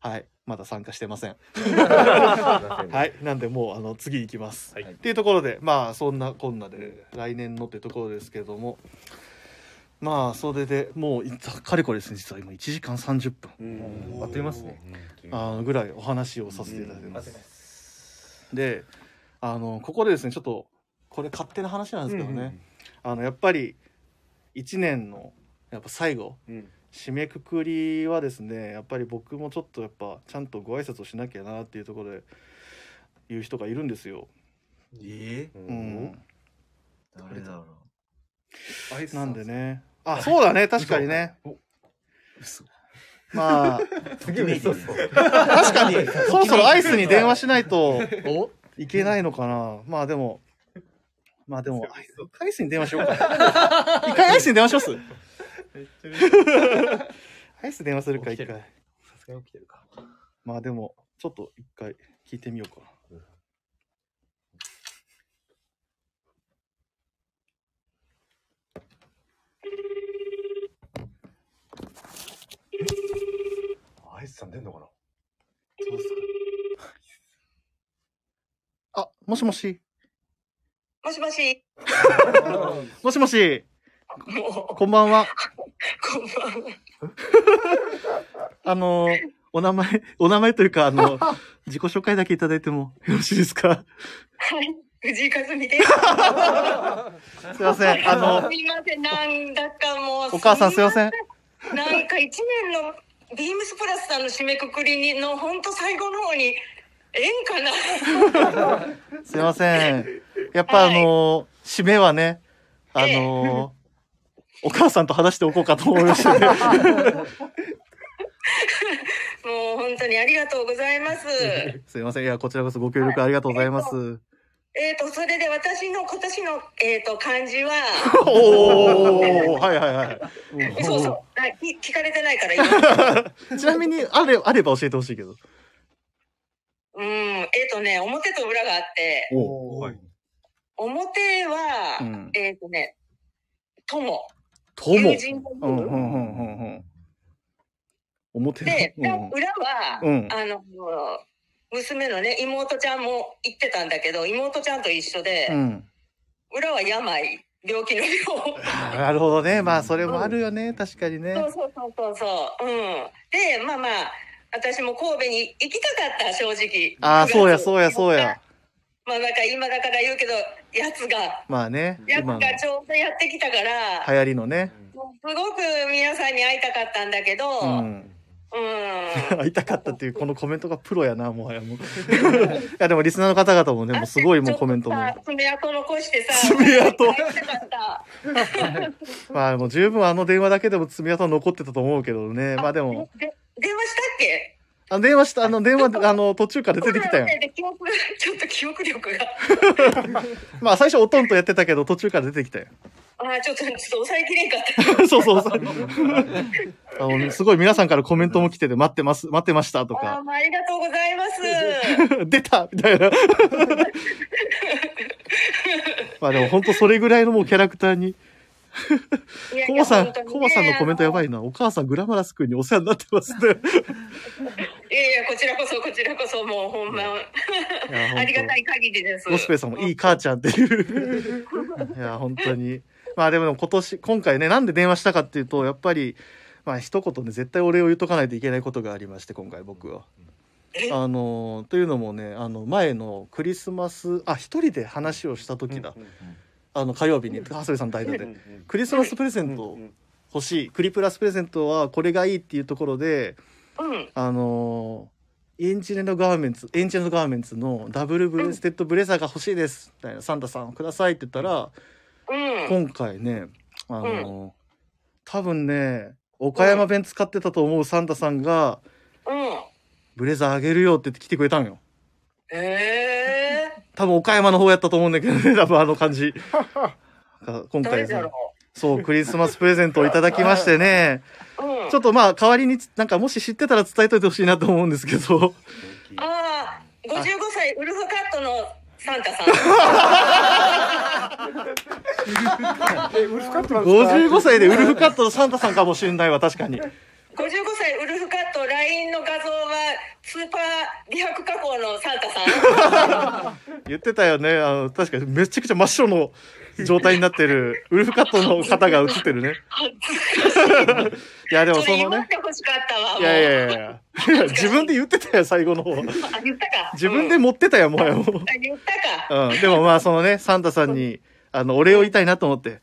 S2: はい、まだ参加してません。はい、なんでもう、あの、次行きます。っていうところで、まあ、そんなこんなで、来年のってところですけれども、まあ、それでもうい、かれこれですね、実は今1時間30分。
S11: あっという間ですね。
S2: あのぐらいお話をさせていただいてます。であのここでですねちょっとこれ勝手な話なんですけどね、あのやっぱり1年のやっぱ最後、締めくくりはですねやっぱり僕もちょっとやっぱちゃんとご挨拶をしなきゃなっていうところで言う人がいるんですよ。
S1: え
S2: うん、
S1: 誰だろう
S2: なんでねあそうだね確かにね。 まあ確かにそろそろアイスに電話しないといけないのかなまあでもまあでもアイスに電話し ようか一回アイスに電話しますアイス電話するか一回
S7: さすがに起きてるか。
S2: まあでもちょっと一回聞いてみようか
S7: アイスさん出んのかな。
S2: あもしもし
S14: もしもし。
S2: もしもしこんばんは
S14: こんばんは。
S2: あのーお名前お名前というかあの自己紹介だけいただいてもよろしいですか
S14: はい。藤井風美です。
S2: すいませ んあの
S14: すいません。なんだかもう。
S2: お母さんすいません。
S14: なんか一年のビームスプラスさんの締めくくりにの本当最後の方に縁かな。
S2: すいません。やっぱあのー締めはね、あのーお母さんと話しておこうかと思いましたね。
S14: もう本当にありがとうございます。
S2: すいません。いや、こちらこそご協力ありがとうございます。
S14: えっとそれで私の今年のえっ、と漢字は。
S2: おおはいはいはい。
S14: そうそう。あ聞聞かれて ないから今。
S2: ちなみに、あれ、あれば教えてほしいけど。
S14: うん。えっ、とね表と裏があって。
S2: おはい。
S14: 表は、
S2: うん
S14: えっ、とね、友。
S2: 友。
S14: 友人が
S2: う
S14: 言
S2: ん、う、
S14: うん
S2: うん、うん、うん。表の
S14: で、
S2: うんうん
S14: 裏は、
S2: うん
S14: あの、娘のね、妹ちゃんも行ってたんだけど、妹ちゃんと一緒で、
S2: うん。
S14: 裏は病、病気の病。
S2: あなるほどね。まあ、それもあるよね。確かにね。
S14: そうそうそうそうそう。うん。で、まあまあ、私も神戸に行きたかった、正直。
S2: ああ、そうや、そうや、そうや。
S14: まあ、だから今だから言うけど、やつが、
S2: まあね、
S14: やつ
S2: 今の流
S14: がちょうどやってきたから、
S2: 行りのね。
S14: もうすごく皆さんに会いたかったんだけど、
S2: う
S14: うん、
S2: ん。 会いたかったっていうこのコメントがプロやなもはやもう いやでもリスナーの方々もねもうすごいもうコメントも
S14: さ爪痕残してさ、
S2: 爪痕
S14: 会いたか った。
S2: まあもう十分あの電話だけでも爪痕は残ってたと思うけどねまあでも
S14: で電話したっけ
S2: あ電話したあの電話 あの途中から出てきた
S14: そう
S2: よ
S14: だよねで記憶ちょっと記憶力が。
S2: まあ最初おとんとやってたけど途中から出てきたよ
S14: ああ、ちょっと、ちょっと抑えきれんかった。
S2: そうそ うそうあのすごい皆さんからコメントも来てて待ってます待ってましたと
S14: あ
S2: か
S14: あ、まあ、ありがとうござい ます。
S2: 出た みた いなまあでも本当それぐらいのもうキャラクターに
S14: いやい
S2: コ
S14: や
S2: バさん、
S14: 本当にね
S2: コバさんのコメントやばいな。お母さん、グラマラス君にお世話になってます ね。
S14: いやいや、こちらこそ、こちらこそ、もう、ほんま、
S2: や
S14: ありがたい限りです。
S2: ゴスペルさんもいい母ちゃんっていう。いや、本当に。まあでも今年、今回ね、なんで電話したかっていうと、やっぱり、まあ一言で絶対お礼を言っとかないといけないことがありまして、今回僕は。あのというのもねあの前のクリスマスあ一人で話をした時だ、あの火曜日に長谷部さん代打で、クリスマスプレゼントを今欲しいクリプラスプレゼントはこれがいいっていうところで
S14: うん。
S2: あのーエンジェルのガーメンツエンジェルのガーメンツのダブルブレステッドブレザーが欲しいですみたいなサンタさんくださいって言ったら、
S14: うん。
S2: 今回ねあのー、多分ね岡山弁使ってたと思うサンタさんが
S14: うん。
S2: 「ブレザーあげるよ」って言って来てくれたのよ
S14: ええ
S2: 多分岡山の方やったと思うんだけどね 多分あの感 じなんか
S14: ー。
S2: 今
S14: 誰
S2: 回
S14: だろ
S2: そうクリスマスプレゼントをいただきましてね
S14: う。うん。
S2: ちょっとまあ代わりにつなんかもし知ってたら伝えといてほしいなと思うんですけど
S14: ああ、五十五歳ウルフカットのサンタさん。
S4: ウルフカット
S2: 55歳でウルフカットのサンタさんかもしれないわ確かに
S14: 五十五歳ウルフカット LINE の画像はスーパー美白加工のサンタさん。
S2: 言ってたよねあの確かにめちゃくちゃ真っ白の状態になってるウルフカットの方が映ってるねいやでもその
S14: 祝っ
S2: ね
S14: て欲しかったわ。もう
S2: いやいやいやいやいや自分で言ってたよ最後の方
S14: あ言ったか。
S2: 自分で持ってたよもはやもう
S14: あ言ったか。
S2: うん、でもまあそのねサンタさんにあのお礼を言いたいなと思って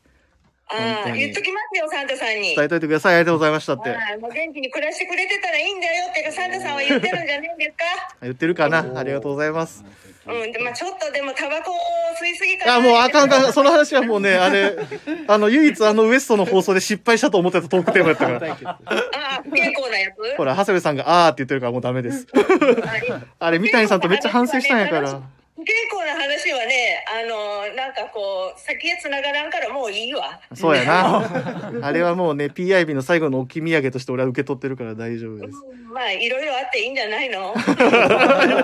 S14: あ
S2: 本当
S14: あ
S2: に
S14: 言っときますよサンタさんに。
S2: 伝えといてくださいありがとうございましたって
S14: はいもう元気に暮らしてくれてたらいいんだよってサンタさんは言ってるんじゃないですか。
S2: 言ってるかなありがとうございます
S14: うん、でまあちょっとでもタバコを吸いすぎたな
S2: あもうあかんあかんその話はもうねあれあの唯一あのウエストの放送で失敗したと思ってたトークテーマやったから
S14: あ不健康なや つ
S2: ほら長谷部さんが「あー」って言ってるからもうダメです あれ三谷さんとめっちゃ反省したんやから
S14: 不健康な話はねあのなんかこう先へ繋がらんからもういいわ
S2: そうや なあれはもうね PIB の最後の置き土産として俺は受け取ってるから大丈夫です
S14: まあいろいろあっていいんじゃない のあ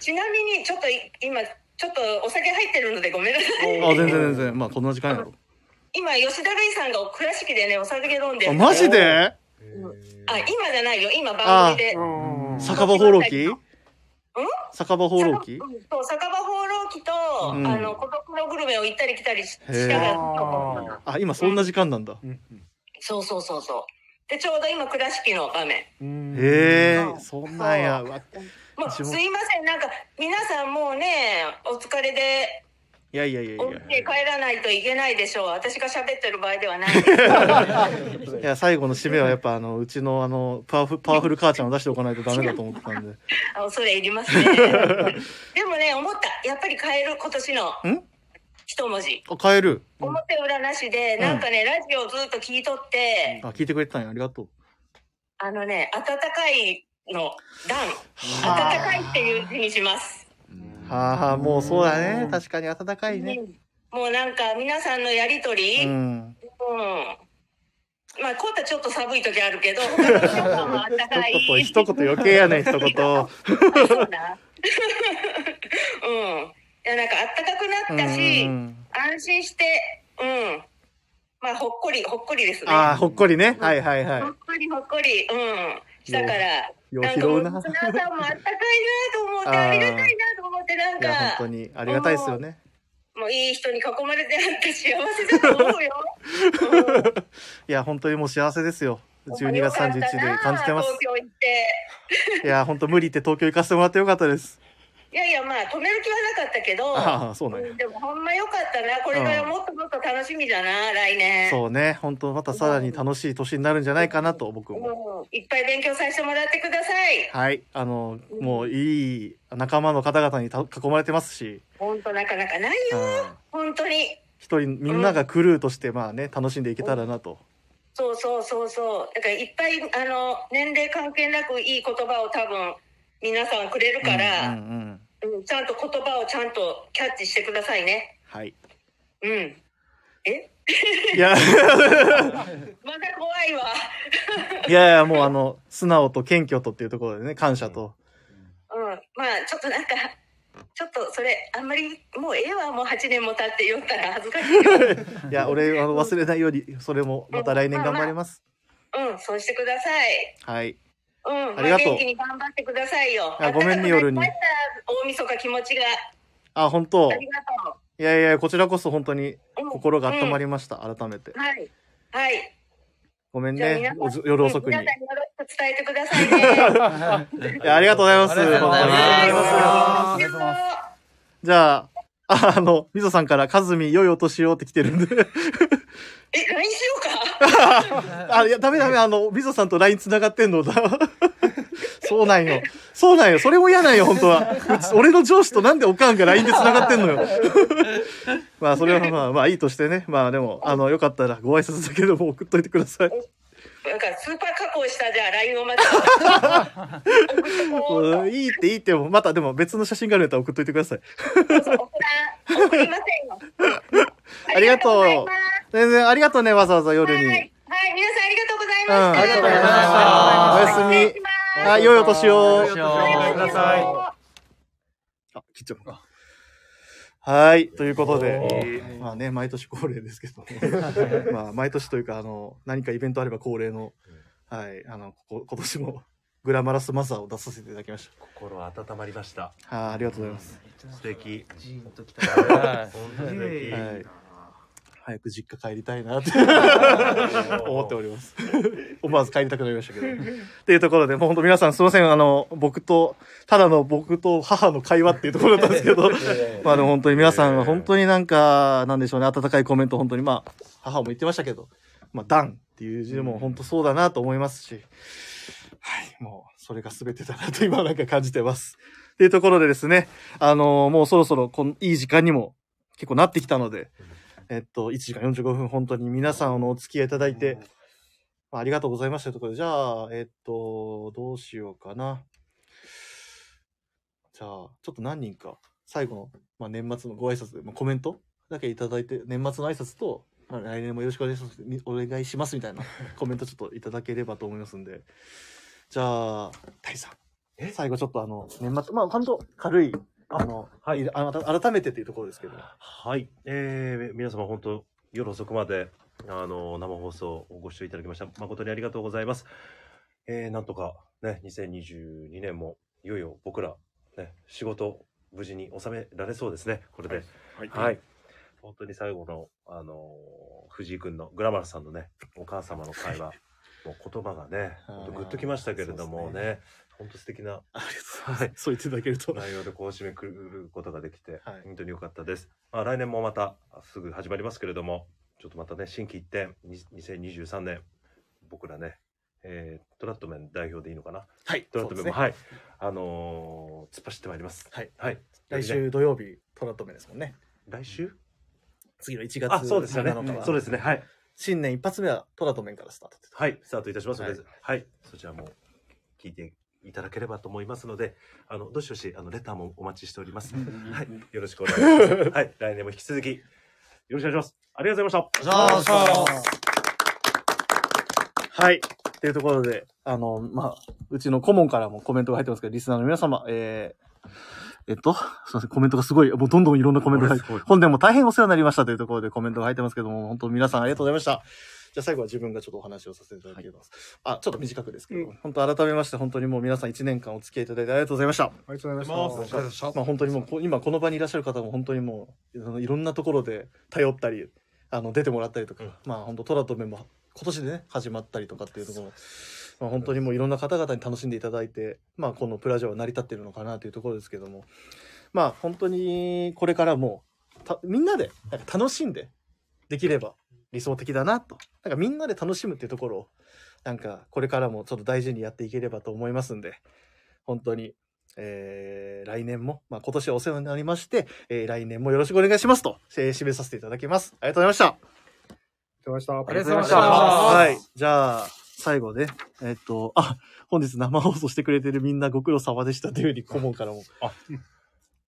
S14: ちなみにちょっとい今ちょっとお酒入ってるのでごめんなさい
S2: あ全然全然まあこんな時間やろ
S14: 今吉田類さんが倉敷でねお酒飲んで
S2: あ
S14: る
S2: マジで
S14: あ今じゃないよ今番
S2: あ
S14: 組でうん
S2: ー酒場放浪記酒場放浪記
S14: そう酒場放浪記と、
S2: うん
S14: あの孤独のグルメを行ったり来たりし
S2: へ
S14: しながら
S2: ーあ今そんな時間なんだ
S14: そうそうそうそう。で、ちょうど今、倉敷の場面。
S2: へえそんなんやうわ
S14: もう、
S2: 一
S14: す
S2: 応
S14: いません、なんか、皆さんもうね、お疲れで、
S2: いやいやいやい
S14: お
S2: や
S14: 家帰らないといけないでしょう。私が喋ってる場合ではない。
S2: いや最後の締めはやっぱあのうちのあのパワフパワフル母ちゃんを出しておかないとダメだと思ってたん で
S14: あ恐れ入りますね。 でもね、思った。やっぱり変える、今年の
S2: ん
S14: 一文字。
S2: あ変える
S14: 表裏なしで、
S2: うん
S14: なんかね、ラジオずっと聞いとって、
S2: あ聞いてくれてたんやありがとう
S14: あのね、暖かいの段。暖かいっていう字にします。
S2: はあもうそうだね確かに暖かいね
S14: もうなんか皆さんのやりとり、
S2: う
S14: うん。
S2: ん
S14: まあ、コータちょっと寒い時ある けど、他の人はあったかい。
S2: 一言一言余計 やねん一言
S14: そうな。うん。いや、なんかあったかくなったし、
S2: うん
S14: 安心して、うん。まあ、ほっこり、ほっこりですね。
S2: ああほっこりねはいはいはい
S14: ほっこり、ほっこり、うん。したから、
S2: よ
S14: なん
S2: 拾
S14: かも
S2: う
S14: う、
S2: な
S14: 綱さんもあった かいなと思って、ありがたいなと思って、なん
S2: いや
S14: か
S2: 本当、にありがたいですよね
S14: もういい人に囲まれてあって幸せだと思う よ。
S2: いや本当にもう幸せですよ12月31日で感じてます
S14: 東京行って。
S2: いや本当無理言って東京行かせてもらってよかったです
S14: いやいや、まあ、止める気はなかったけど。
S2: ああそうなんや
S14: んでも、ほんま良かったな。これからもっともっと楽しみだな、来年。
S2: そうね本当またさらに楽しい年になるんじゃないかなと僕も
S14: うん。いっぱい勉強させてもらってください。
S2: はい、あの、もういい仲間の方々にた囲まれてますし、
S14: ほんと、なかなかないよ。
S2: うん
S14: 本当に。
S2: 一人みんながクルーとして、まあね、楽しんでいけたらなと。
S14: そうそうそうそう。だから、いっぱい、あの、年齢関係なくいい言葉を多分、皆さんくれるから、
S2: うんう
S14: う
S2: ん、
S14: んちゃんと言葉をちゃんとキャッチしてくださいね。
S2: はい。
S14: うん。え
S2: いや
S14: まだ怖いわ。
S2: いやいや、もうあの、素直と謙虚とっていうところでね、感謝と。
S14: うん、まあちょっとなんか ちょっとそれあんまりもうええわもう8年も経って酔ったら恥ずかしいよ
S2: いや、俺、あの、忘れないように、それも、また来年頑張ります。
S14: うんそうしてください
S2: はい。
S14: うんま
S2: ありがとう
S14: 元気に頑張ってくださいよ
S2: いやごめんね夜に
S14: あったかくなりました大晦日気持ちが
S2: あ、本当
S14: ありがと
S2: いやいや、こちらこそ本当に
S14: うん
S2: 心が温まりました、改めて
S14: う。はいはい
S2: ごめん
S14: じゃあ皆
S2: ね
S14: さ、ん
S2: おず夜遅くに。
S14: うん
S2: い
S14: 皆さんよろしく伝えてくださいね
S2: や、ありがとうございます。
S14: ありがとうございます
S2: 本当にありがとうございますじゃあ、ああの、みぞさんから、かずみ、良いお年をって来てるんで。
S14: え LINE しようか
S2: あ、いや、ダメダメ、あの、ビゾさんと LINE 繋がってんのだ。 そうなんよ。そうなんよ。それも嫌なんよ、本当は。うち俺の上司となんでおかんが LINE で繋がってんのよ。 まあ、それはまあ、まあいいとしてね。まあ、でも、あの、よかったらご挨拶だけでも送っといてください。
S14: なんかスーパー加工したじゃあ LINE をまた
S2: うんいいっていいって、またでも別の写真があるんやったら送っといてください。
S14: 送りませんよ。
S2: ありがとう。全然ありがとうね、わざわざ夜に。
S14: はい、皆さんありがとうございま
S2: うん、
S14: した。
S2: ありがとうございました。おやすみ。はい、良いお年を。あ、切っちゃう。はい、ということで、まあね、毎年恒例ですけどね。まあ、毎年というか、あの、何かイベントあれば恒例の、はい、あの、ここ今年もグラマラスマザーを出させていただきまし
S7: 心温まりました。
S2: た。はい、ありがとうございます。
S7: 素敵。
S5: ジーンとき
S7: た。
S2: はい
S7: 本当に素敵。
S2: はい早く実家帰りたいなって思っております。思わず帰りたくなりましたけど。っていうところで、もう本当皆さんすいません、あの、僕と、ただの僕と母の会話っていうところだったんですけど、まあでも本当に皆さんが本当になんか、なんでしょうね、温かいコメント本当にまあ、母も言ってましたけど、まあ、ダンっていう字も本当そうだなと思いますし、はい、もう、それが全てだなと今なんか感じてます。っていうところでですね、あのもうそろそろこん、いい時間にも結構なってきたので、えっと、1時間45分、本当に皆さんあのお付き合いいただいて、まあ、ありがとうございましたということで、じゃあ、えっと、どうしようかな。じゃあ、ちょっと何人か、最後の、まあ、年末のご挨拶で、まあ、コメントだけいただいて、年末の挨拶と、まあ来年もよろしくお願いしますお願いしますみ たいなコメントちょっといただければと思いますんで。じゃあ、タイさん。最後ちょっとあの、年末、まあ、本当軽い、あの、はい、あの改めてっていうところですけど。
S7: はい、えー、皆様本当夜遅くまであの生放送をご視聴いただきました誠にありがとうございます。えー、なんとかね2022年もいよいよ僕らね仕事無事に収められそうですねこれで。
S2: はい
S7: 本当に最後のあのー藤井君のグラマラスさんのねお母様の会話。もう言葉がね、本当グッときましたけれどもね、本当素敵な、はい、
S2: そう言っていただけると
S7: 内容でこう締めくることができて、本当に良かったです。まあ来年もまたすぐ始まりますけれども、ちょっとまたね新規一点に2023年僕らね、えー、トラットメン代表でいいのかな。
S2: はい
S7: トラットメンも、
S2: そうですね
S7: はい、あのー突っ走ってまいります。
S2: はい、
S7: はい、
S2: 来週土曜日、トラットメですもんね。
S7: 来週
S2: 次の1月
S7: あそうですよね
S2: 7日は
S7: そうですねはい。
S2: 新年一発目はトラットメンからスタート。
S7: はい、スタートいたしますので、
S2: はい
S7: はい、そちらも聞いていただければと思いますので、あの、どしどし、あの、レターもお待ちしております。はい、よろしくお願いします。はい、来年も引き続き、よろしくお願いします。ありがとうございました。
S2: はい。というところで、あの、まあ、うちの顧問からもコメントが入ってますけど、リスナーの皆様、えーえっと、すいません、コメントがすごい、もうどんどんいろんなコメントが入って、本年も大変お世話になりましたというところでコメントが入ってますけども、本当皆さんありがとうございました。じゃあ最後は自分がちょっとお話をさせていただきます。あ、ちょっと短くですけど、本当改めまして、本当にもう皆さん1年間お付き合いいただいてありがとうございました。あ
S4: りがとうございましたありがとうございました
S2: まあ本当にもうこ、今この場にいらっしゃる方も本当にもう、あのいろんなところで頼ったり、あの、出てもらったりとか、まあ本当トラとメも今年でね、始まったりとかっていうところも、まあ本当にもういろんな方々に楽しんでいただいて、まあこのプラジオは成り立っているのかなというところですけども、まあ本当にこれからもたみんなでなんか楽しんでできれば理想的だなとなんかみんなで楽しむっていうところをなんかこれからもちょっと大事にやっていければと思いますんで本当に、えー来年も、まあ、今年はお世話になりまして、えー来年もよろしくお願いしますと、えー締めさせていただきますありがとうございました
S4: ありがとうございました。
S2: はい。じゃあ、最後で、えっと、あ、本日生放送してくれてるみんなご苦労様でしたというふうに顧問からも。あ、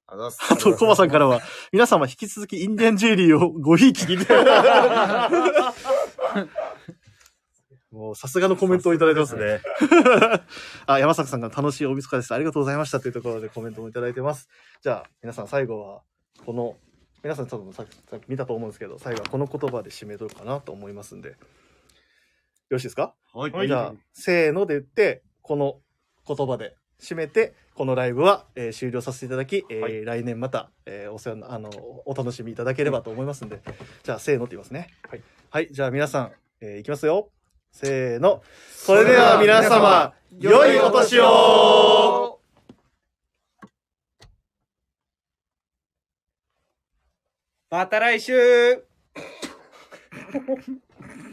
S2: あと、コマさんからは、皆様引き続きインディアンジェリーをごひいきに。もうさすがのコメントをいただいてますね。 あ、山崎さんが楽しい大晦日でした。ありがとうございましたというところでコメントもいただいてます。じゃあ、皆さん最後は、この、皆さんちょっとさっきさっき見たと思うんですけど、最後はこの言葉で締めとるかなと思いますんで。よろしいですか
S18: はい
S2: じゃあ、せーので言って、この言葉で締めて、このライブは、えー終了させていただき、えー来年また、えーお世話の、あの、お楽しみいただければと思いますんで、じゃあ、せーのって言いますね。はい。じゃあ皆さん、えーいきますよ。せーの。それでは皆様、良いお年を
S9: また来週